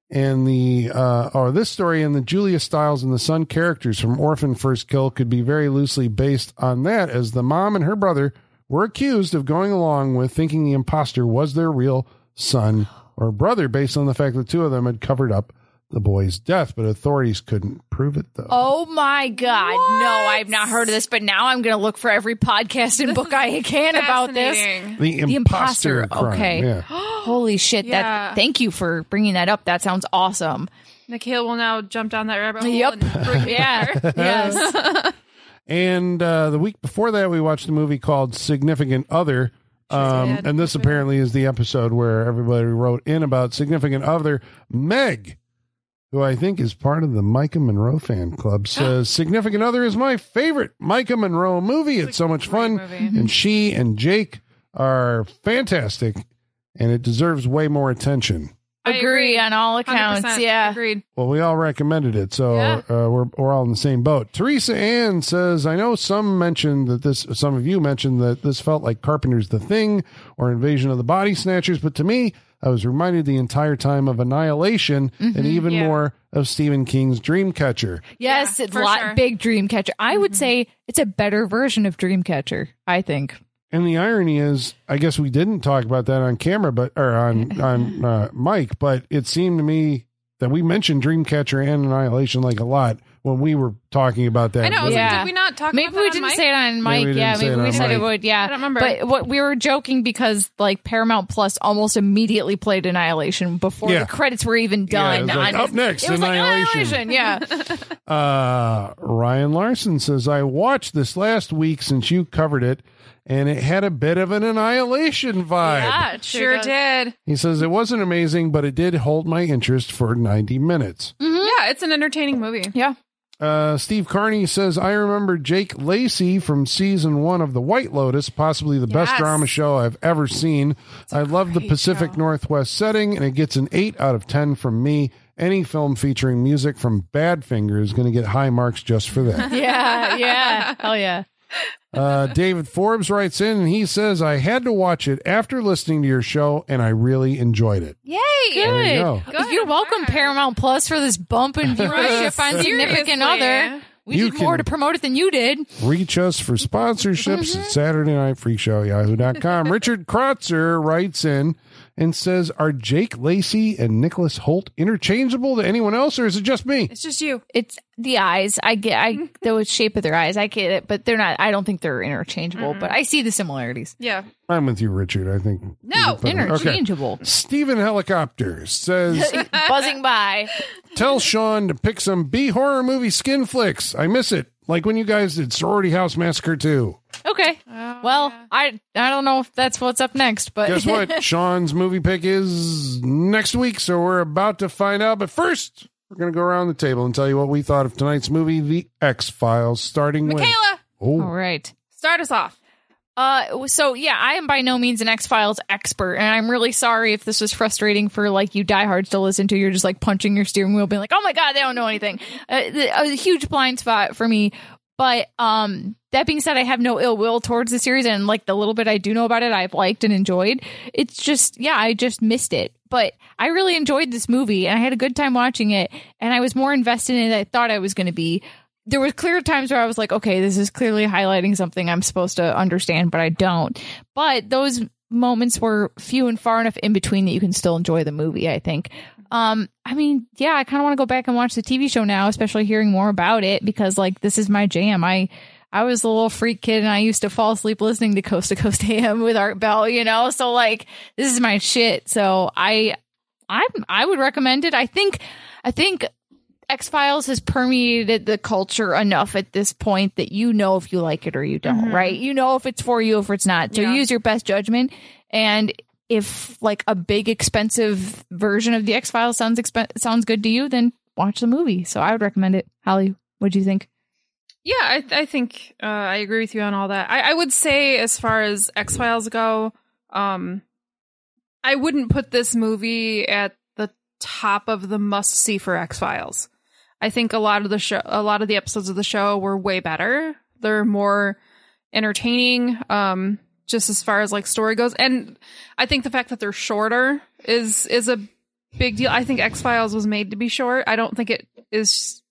Speaker 2: and the uh, or this story and the Julia Stiles and the son characters from Orphan First Kill could be very loosely based on that, as the mom and her brother were accused of going along with thinking the imposter was their real son or brother, based on the fact that two of them had covered up the boy's death, but authorities couldn't prove it though.
Speaker 4: Oh my God. No, I've not heard of this, but now I'm going to look for every podcast and book I can about this.
Speaker 3: Fascinating.
Speaker 2: the,
Speaker 4: imposter,
Speaker 2: imposter, crime.
Speaker 4: okay.
Speaker 2: Yeah.
Speaker 4: Holy shit.
Speaker 3: Yeah.
Speaker 4: That, thank you for bringing that up. That sounds awesome.
Speaker 3: Nikhil will now jump down that rabbit hole.
Speaker 4: Yep.
Speaker 3: and bring it
Speaker 4: Yeah.
Speaker 3: there.
Speaker 4: yes.
Speaker 2: And uh, the week before that, we watched a movie called Significant Other. Um,
Speaker 3: bad.
Speaker 2: and this apparently is the episode where everybody wrote in about Significant Other. Meg, who I think is part of the Micah Monroe fan club, says Significant Other is my favorite Micah Monroe movie. It's, so much fun.
Speaker 3: movie.
Speaker 2: And she and Jake are fantastic, and it deserves way more attention.
Speaker 3: I
Speaker 4: agree, on all accounts.
Speaker 3: 100%
Speaker 4: Yeah.
Speaker 3: Agreed.
Speaker 2: Well, we all recommended it, so
Speaker 3: Yeah.
Speaker 2: uh, we're we're all in the same boat. Teresa Ann says, "I know some mentioned that this, some of you mentioned that this felt like Carpenter's The Thing or Invasion of the Body Snatchers, but to me, I was reminded the entire time of Annihilation and even
Speaker 3: Mm-hmm, yeah.
Speaker 2: more of Stephen King's Dreamcatcher."
Speaker 4: Yes,
Speaker 3: Yeah,
Speaker 4: it's a
Speaker 3: for
Speaker 4: lot
Speaker 3: sure. Mm-hmm.
Speaker 4: big Dreamcatcher. I would say it's a better version of Dreamcatcher, I think.
Speaker 2: And the irony is, I guess we didn't talk about that on camera, but or on on uh, Mike, but it seemed to me that we mentioned Dreamcatcher and Annihilation like a lot when we were talking about that.
Speaker 3: I know. I was
Speaker 4: Yeah.
Speaker 3: Like, did we not talk?
Speaker 4: Maybe
Speaker 3: about
Speaker 4: we
Speaker 3: that
Speaker 4: didn't
Speaker 3: on mic?
Speaker 4: say it on Mike.
Speaker 2: we
Speaker 4: yeah,
Speaker 2: didn't say
Speaker 4: maybe
Speaker 2: it
Speaker 4: we
Speaker 2: on
Speaker 4: said it
Speaker 2: mic.
Speaker 4: would. Yeah,
Speaker 3: I don't remember.
Speaker 4: But what we were joking because like Paramount Plus almost immediately played Annihilation before
Speaker 2: Yeah.
Speaker 4: the credits were even
Speaker 2: Yeah, it
Speaker 4: done.
Speaker 2: was like,
Speaker 4: on-
Speaker 2: up next,
Speaker 4: it was like,
Speaker 2: Annihilation.
Speaker 4: Annihilation. Yeah,
Speaker 2: Uh, Ryan Larson says, I watched this last week since you covered it, and it had a bit of an annihilation vibe.
Speaker 4: yeah, it
Speaker 3: Sure
Speaker 4: does.
Speaker 3: did.
Speaker 2: He says, It wasn't amazing, but it did hold my interest for 90 minutes.
Speaker 4: "Hmm?"
Speaker 3: Yeah, it's an entertaining movie.
Speaker 4: Yeah,
Speaker 2: Uh, Steve Carney says, I remember Jake Lacey from season one of The White Lotus, possibly the best
Speaker 3: Yes.
Speaker 2: drama show I've ever seen. I love the Pacific Northwest setting, and it gets an 8 out of 10 from me. Any film featuring music from Badfinger is going to get high marks just for that.
Speaker 4: yeah, yeah. Hell yeah.
Speaker 2: Uh, David Forbes writes in and he says, I had to watch it after listening to your show and I really enjoyed it.
Speaker 4: Yay!
Speaker 2: There you go.
Speaker 4: Good. You're welcome, Paramount Plus, for this bump in viewership on Significant
Speaker 3: Seriously.
Speaker 4: Other. We
Speaker 2: You
Speaker 4: did more
Speaker 2: can-
Speaker 4: to promote it than you did.
Speaker 2: Reach us for sponsorships at Saturday Night Freak Show, yahoo.com. Richard Krotzer writes in and says, Are Jake Lacey and Nicholas Holt interchangeable to anyone else, or is it just me?
Speaker 3: It's just you.
Speaker 4: It's the eyes. I get I the shape of their eyes. I get it, but they're not. I don't think they're interchangeable. But I see the similarities.
Speaker 3: Yeah.
Speaker 2: I'm with you, Richard. I think.
Speaker 3: No,
Speaker 2: Okay.
Speaker 4: Interchangeable,
Speaker 2: Steven Helicopter says,
Speaker 4: buzzing by.
Speaker 2: Tell Sean to pick some B horror movie skin flicks. I miss it. Like when you guys did Sorority House Massacre 2.
Speaker 4: Okay. well, I I don't know if that's what's up next, but
Speaker 2: Guess what? Sean's movie pick is next week, so we're about to find out. But first, we're going to go around the table and tell you what we thought of tonight's movie, The X Files, starting
Speaker 3: Michaela,
Speaker 2: with.
Speaker 4: All right.
Speaker 3: start us off.
Speaker 4: Uh, so yeah, I am by no means an X Files expert, and I'm really sorry if this was frustrating for like you diehards to listen to. You're just like punching your steering wheel, being like, "Oh my god, they don't know anything." Uh, th- a huge blind spot for me. But um, that being said, I have no ill will towards the series, and like the little bit I do know about it, I've liked and enjoyed. It's just yeah, I just missed it. But I really enjoyed this movie, and I had a good time watching it, and I was more invested in it than I thought I was going to be there were clear times where I was like, okay, this is clearly highlighting something I'm supposed to understand, but I don't. But those moments were few and far enough in between that you can still enjoy the movie, I think. Um, I mean, yeah, I kind of want to go back and watch the TV show now, especially hearing more about it because like this is my jam. I I was a little freak kid and I used to fall asleep listening to Coast to Coast AM with Art Bell, you know? So like this is my shit. So I I I would recommend it. I think I think X Files has permeated the culture enough at this point that you know if you like it or you don't, right? You know if it's for you, if it's not. So
Speaker 3: Mm-hmm. Yeah.
Speaker 4: use your best judgment. And if like a big expensive version of the X Files sounds expen- sounds good to you, then watch the movie. So I would recommend it. Holly, what do you think?
Speaker 3: Yeah, I, I think uh, I agree with you on all that. I, I would say, as far as X Files go, um, I wouldn't put this movie at the top of the must see for X Files. I think a lot of the show, a lot of the episodes of the show were way better. They're more entertaining, um, just as far as like story goes, and I think the fact that they're shorter is is a big deal. I think X Files was made to be short. I don't think it is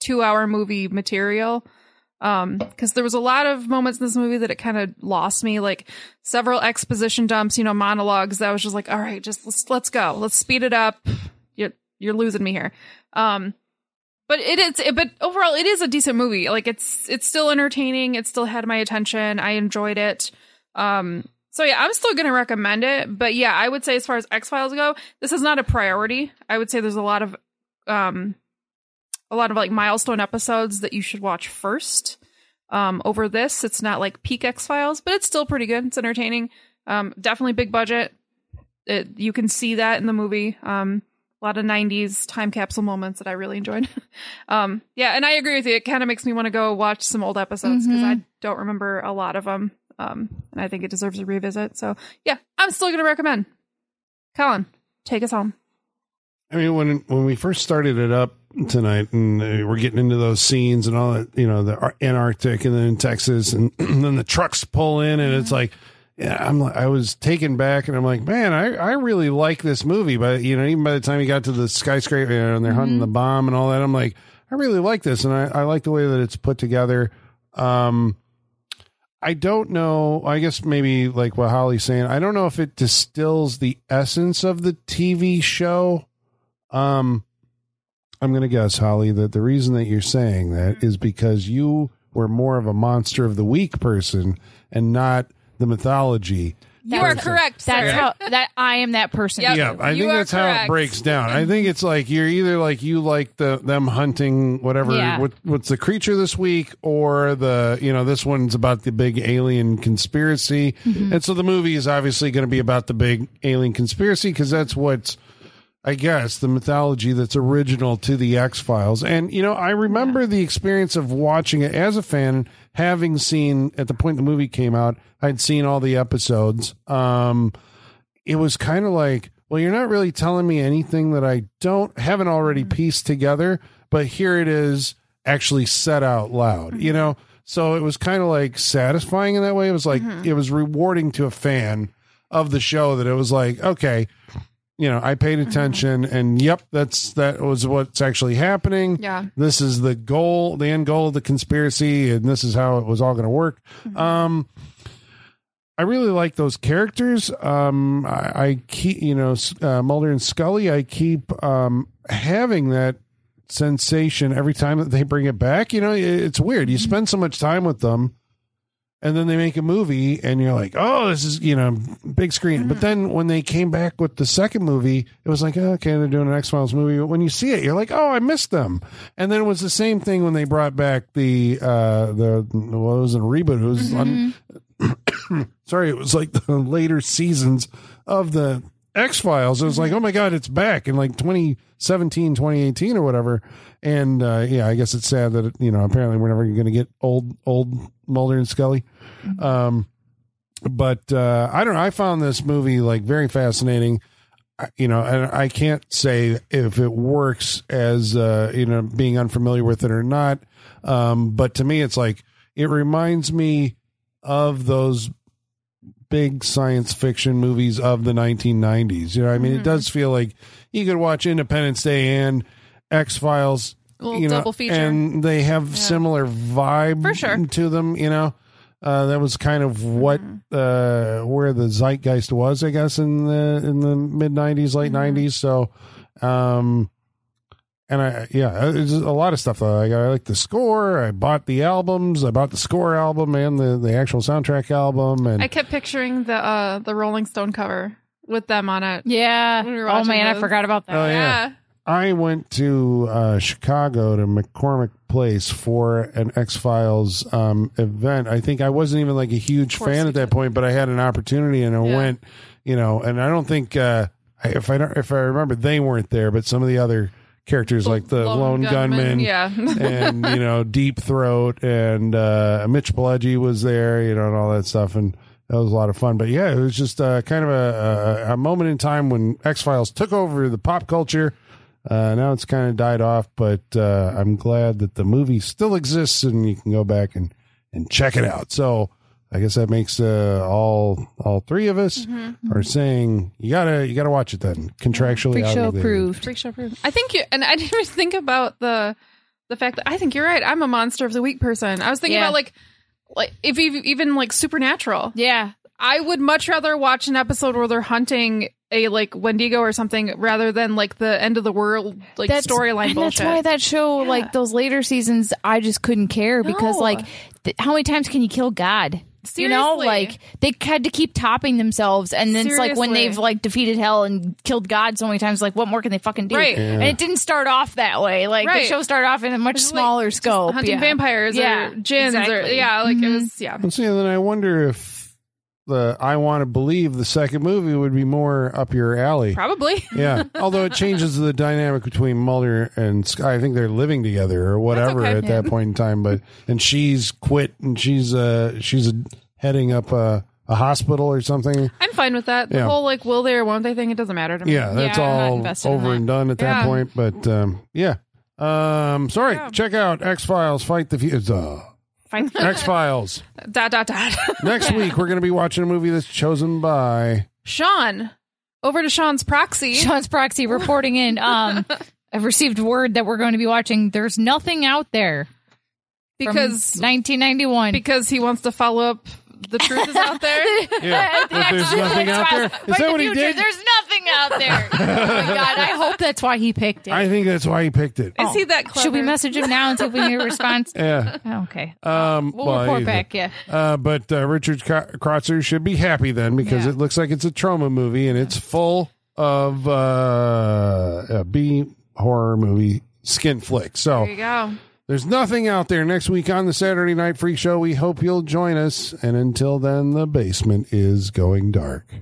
Speaker 3: two hour movie material um because there was a lot of moments in this movie that it kind of lost me like several exposition dumps you know monologues that I was just like all right just let's let's go let's speed it up you're you're losing me here um but it is it, but overall it is a decent movie like it's it's still entertaining it still had my attention i enjoyed it um so yeah i'm still gonna recommend it but yeah i would say as far as x-files go this is not a priority i would say there's a lot of um a lot of like milestone episodes that you should watch first um, over this. It's not like peak X Files, but it's still pretty good. It's entertaining. Um, definitely big budget. It, you can see that in the movie. Um, a lot of 90s time capsule moments that I really enjoyed. um, yeah, and I agree with you. It kind of makes me want to go watch some old episodes because I don't remember a lot of them. Um, and I think it deserves a revisit. So yeah, I'm still going to recommend. Colin, take us home.
Speaker 2: I mean, when when we first started it up tonight, and uh, we're getting into those scenes and all that, you know, the Ar- Antarctic and then in Texas, and then the trucks pull in, and it's like, yeah, I'm like, I was taken back, and I'm like, man, I I really like this movie, but you know, even by the time you got to the skyscraper you know, and they're hunting the bomb and all that, I'm like, I really like this, and I I like the way that it's put together. Um, I don't know. I guess maybe like what Holly's saying, I don't know if it distills the essence of the TV show. Um, I'm going to guess, Holly, that the reason that you're saying that is because you were more of a monster of the week person and not the mythology.
Speaker 3: You are correct.
Speaker 4: That's
Speaker 3: sir.
Speaker 4: how that I am that person.
Speaker 3: Yep.
Speaker 2: Yeah, I
Speaker 3: You
Speaker 2: think
Speaker 3: are
Speaker 2: that's how it
Speaker 3: correct.
Speaker 2: breaks down. I think it's like you're either like you like the them hunting whatever
Speaker 4: Yeah.
Speaker 2: what, what's the creature this week or the you know this one's about the big alien conspiracy.
Speaker 3: Mm-hmm.
Speaker 2: And so the movie is obviously going to be about the big alien conspiracy because that's what's I guess the mythology that's original to the X Files. And you know, I remember the experience of watching it as a fan, having seen at the point the movie came out, I'd seen all the episodes. Um it was kind of like, well, you're not really telling me anything that I don't haven't already pieced together, but here it is actually said out loud, you know? So it was kind of like satisfying in that way. It was like it was rewarding to a fan of the show that it was like, okay, you know, I paid attention and yep, that's that was what's actually happening.
Speaker 3: Yeah.
Speaker 2: This is the goal, the end goal of the conspiracy, and this is how it was all gonna work. Um I really like those characters. Um, I, I keep, you know, S- uh, Mulder and Scully. I keep um, having that sensation every time that they bring it back. You know, it- it's weird. You spend so much time with them, and then they make a movie, and you're like, oh, this is you know, big screen. But then when they came back with the second movie, it was like, oh, okay, they're doing an X Files movie. But when you see it, you're like, oh, I missed them. And then it was the same thing when they brought back the uh, the well, it was a reboot. It was un- sorry, it was like the later seasons of the X Files. It was like, oh my God, it's back in like 2017, 2018 or whatever. And uh, yeah, I guess it's sad that, it, you know, apparently we're never going to get old, old Mulder and Scully. Um, but uh, I don't know. I found this movie like very fascinating. I- You know, and I can't say if it works as uh, you know being unfamiliar with it or not. Um, but to me, it's like it reminds me of those big science fiction movies of the 1990s. You know, I mean, it does feel like you could watch Independence Day and X Files,
Speaker 3: Little
Speaker 2: you know,
Speaker 3: double feature.
Speaker 2: and they have similar vibe
Speaker 3: For sure.
Speaker 2: to them. You know, uh, that was kind of what
Speaker 3: Mm-hmm.
Speaker 2: uh, where the zeitgeist was, I guess, in the in the mid 90s,
Speaker 3: Mm-hmm.
Speaker 2: late 90s. So. Um, and I yeah, it's just a lot of stuff. I, I like the score. I bought the albums. I bought the score album and the, the actual soundtrack album. And
Speaker 3: I kept picturing the uh the Rolling Stone cover with them on it.
Speaker 4: Yeah.
Speaker 3: We were
Speaker 4: oh
Speaker 3: watching
Speaker 4: man, I
Speaker 3: those.
Speaker 4: forgot about
Speaker 2: Oh,
Speaker 4: that.
Speaker 2: yeah. I went to uh, Chicago to McCormick Place for an X Files um, event. I think I wasn't even like a huge
Speaker 3: course
Speaker 2: fan
Speaker 3: you
Speaker 2: at that point, but I had an opportunity and I
Speaker 3: Yeah.
Speaker 2: went. You know, and I don't think uh, I- if I don't if I remember they weren't there, but some of the other characters like the lone, gunman,
Speaker 3: Yeah.
Speaker 2: and you know deep throat and uh mitch Pileggi was there you know and all that stuff and that was a lot of fun but yeah it was just uh, kind of a, a, a moment in time when x-files took over the pop culture uh, now it's kind of died off but uh, i'm glad that the movie still exists and you can go back and and check it out so i guess that makes uh, all all three of us are saying you gotta you gotta watch it then contractually
Speaker 4: Freak show
Speaker 2: obligated.
Speaker 4: approved.
Speaker 3: Freak show proof. I think you and I didn't even think about the the fact that I think you're right. I'm a monster of the week person. I was thinking
Speaker 4: Yeah.
Speaker 3: about like like if ev- even like supernatural.
Speaker 4: Yeah.
Speaker 3: I would much rather watch an episode where they're hunting a like Wendigo or something rather than like the end of the world like
Speaker 4: That's-
Speaker 3: storyline
Speaker 4: and
Speaker 3: bullshit.
Speaker 4: That's why that show, like those later seasons, I just couldn't care because,
Speaker 3: No.
Speaker 4: like, th- how many times can you kill God? You know,
Speaker 3: Seriously.
Speaker 4: like they had to keep topping themselves, and then it's like when
Speaker 3: Seriously.
Speaker 4: they've like defeated hell and killed God so many times, like what more can they fucking do?
Speaker 3: Right. Yeah.
Speaker 4: And it didn't start off that way. Like
Speaker 3: Right.
Speaker 4: the show started off in a much
Speaker 3: Just, like,
Speaker 4: smaller scope,
Speaker 3: hunting
Speaker 4: yeah.
Speaker 3: vampires
Speaker 4: Yeah,
Speaker 3: or gins or
Speaker 4: exactly.
Speaker 3: yeah, like
Speaker 4: Mhm.
Speaker 3: it was yeah.
Speaker 2: Well, see, and then I wonder if the I Want to Believe the second movie would be more up your alley.
Speaker 3: Probably.
Speaker 2: Yeah, although it changes the dynamic between Mulder and Sky. I think they're living together or whatever
Speaker 3: okay.
Speaker 2: at that point in time. But and she's quit and she's uh she's heading up a, a hospital or something.
Speaker 3: I'm fine with that. The
Speaker 2: Yeah.
Speaker 3: whole like will they or won't they thing, it doesn't matter to me.
Speaker 2: Yeah, that's
Speaker 4: Yeah, I'm not
Speaker 2: all
Speaker 4: invested in
Speaker 2: over
Speaker 4: that.
Speaker 2: and done at that
Speaker 3: Yeah.
Speaker 2: point. But um, yeah, um, sorry.
Speaker 3: Yeah.
Speaker 2: Check out X Files. Fight the Fu- uh,
Speaker 4: Find-
Speaker 2: X Files.
Speaker 3: Dot dot dot.
Speaker 2: Next week we're going to be watching a movie that's chosen by.
Speaker 3: Sean. Over to Sean's proxy.
Speaker 4: Sean's proxy reporting in. Um, I've received word that we're going to be watching. There's nothing out there from
Speaker 3: because
Speaker 4: 1991.
Speaker 3: because he wants to follow up the truth is out there.
Speaker 2: Yeah, but there's nothing out there. Is that what he did?
Speaker 4: There's nothing out there. oh my god! I hope that's why he picked it.
Speaker 2: I think that's why he picked it.
Speaker 3: Is he that clever?
Speaker 4: Should we message him now and see if we get a response?
Speaker 2: Yeah.
Speaker 4: Oh, okay,
Speaker 2: Um,
Speaker 4: we'll
Speaker 2: well,
Speaker 4: report
Speaker 2: either.
Speaker 4: back. Yeah,
Speaker 2: Uh, but uh, Richard Co- Krotzer should be happy then because
Speaker 4: Yeah.
Speaker 2: it looks like it's a trauma movie and it's full of uh, uh, B horror movie skin flicks. So
Speaker 3: There you go.
Speaker 2: there's nothing out there next week on the Saturday Night Freak Show. We hope you'll join us. And until then, the basement is going dark.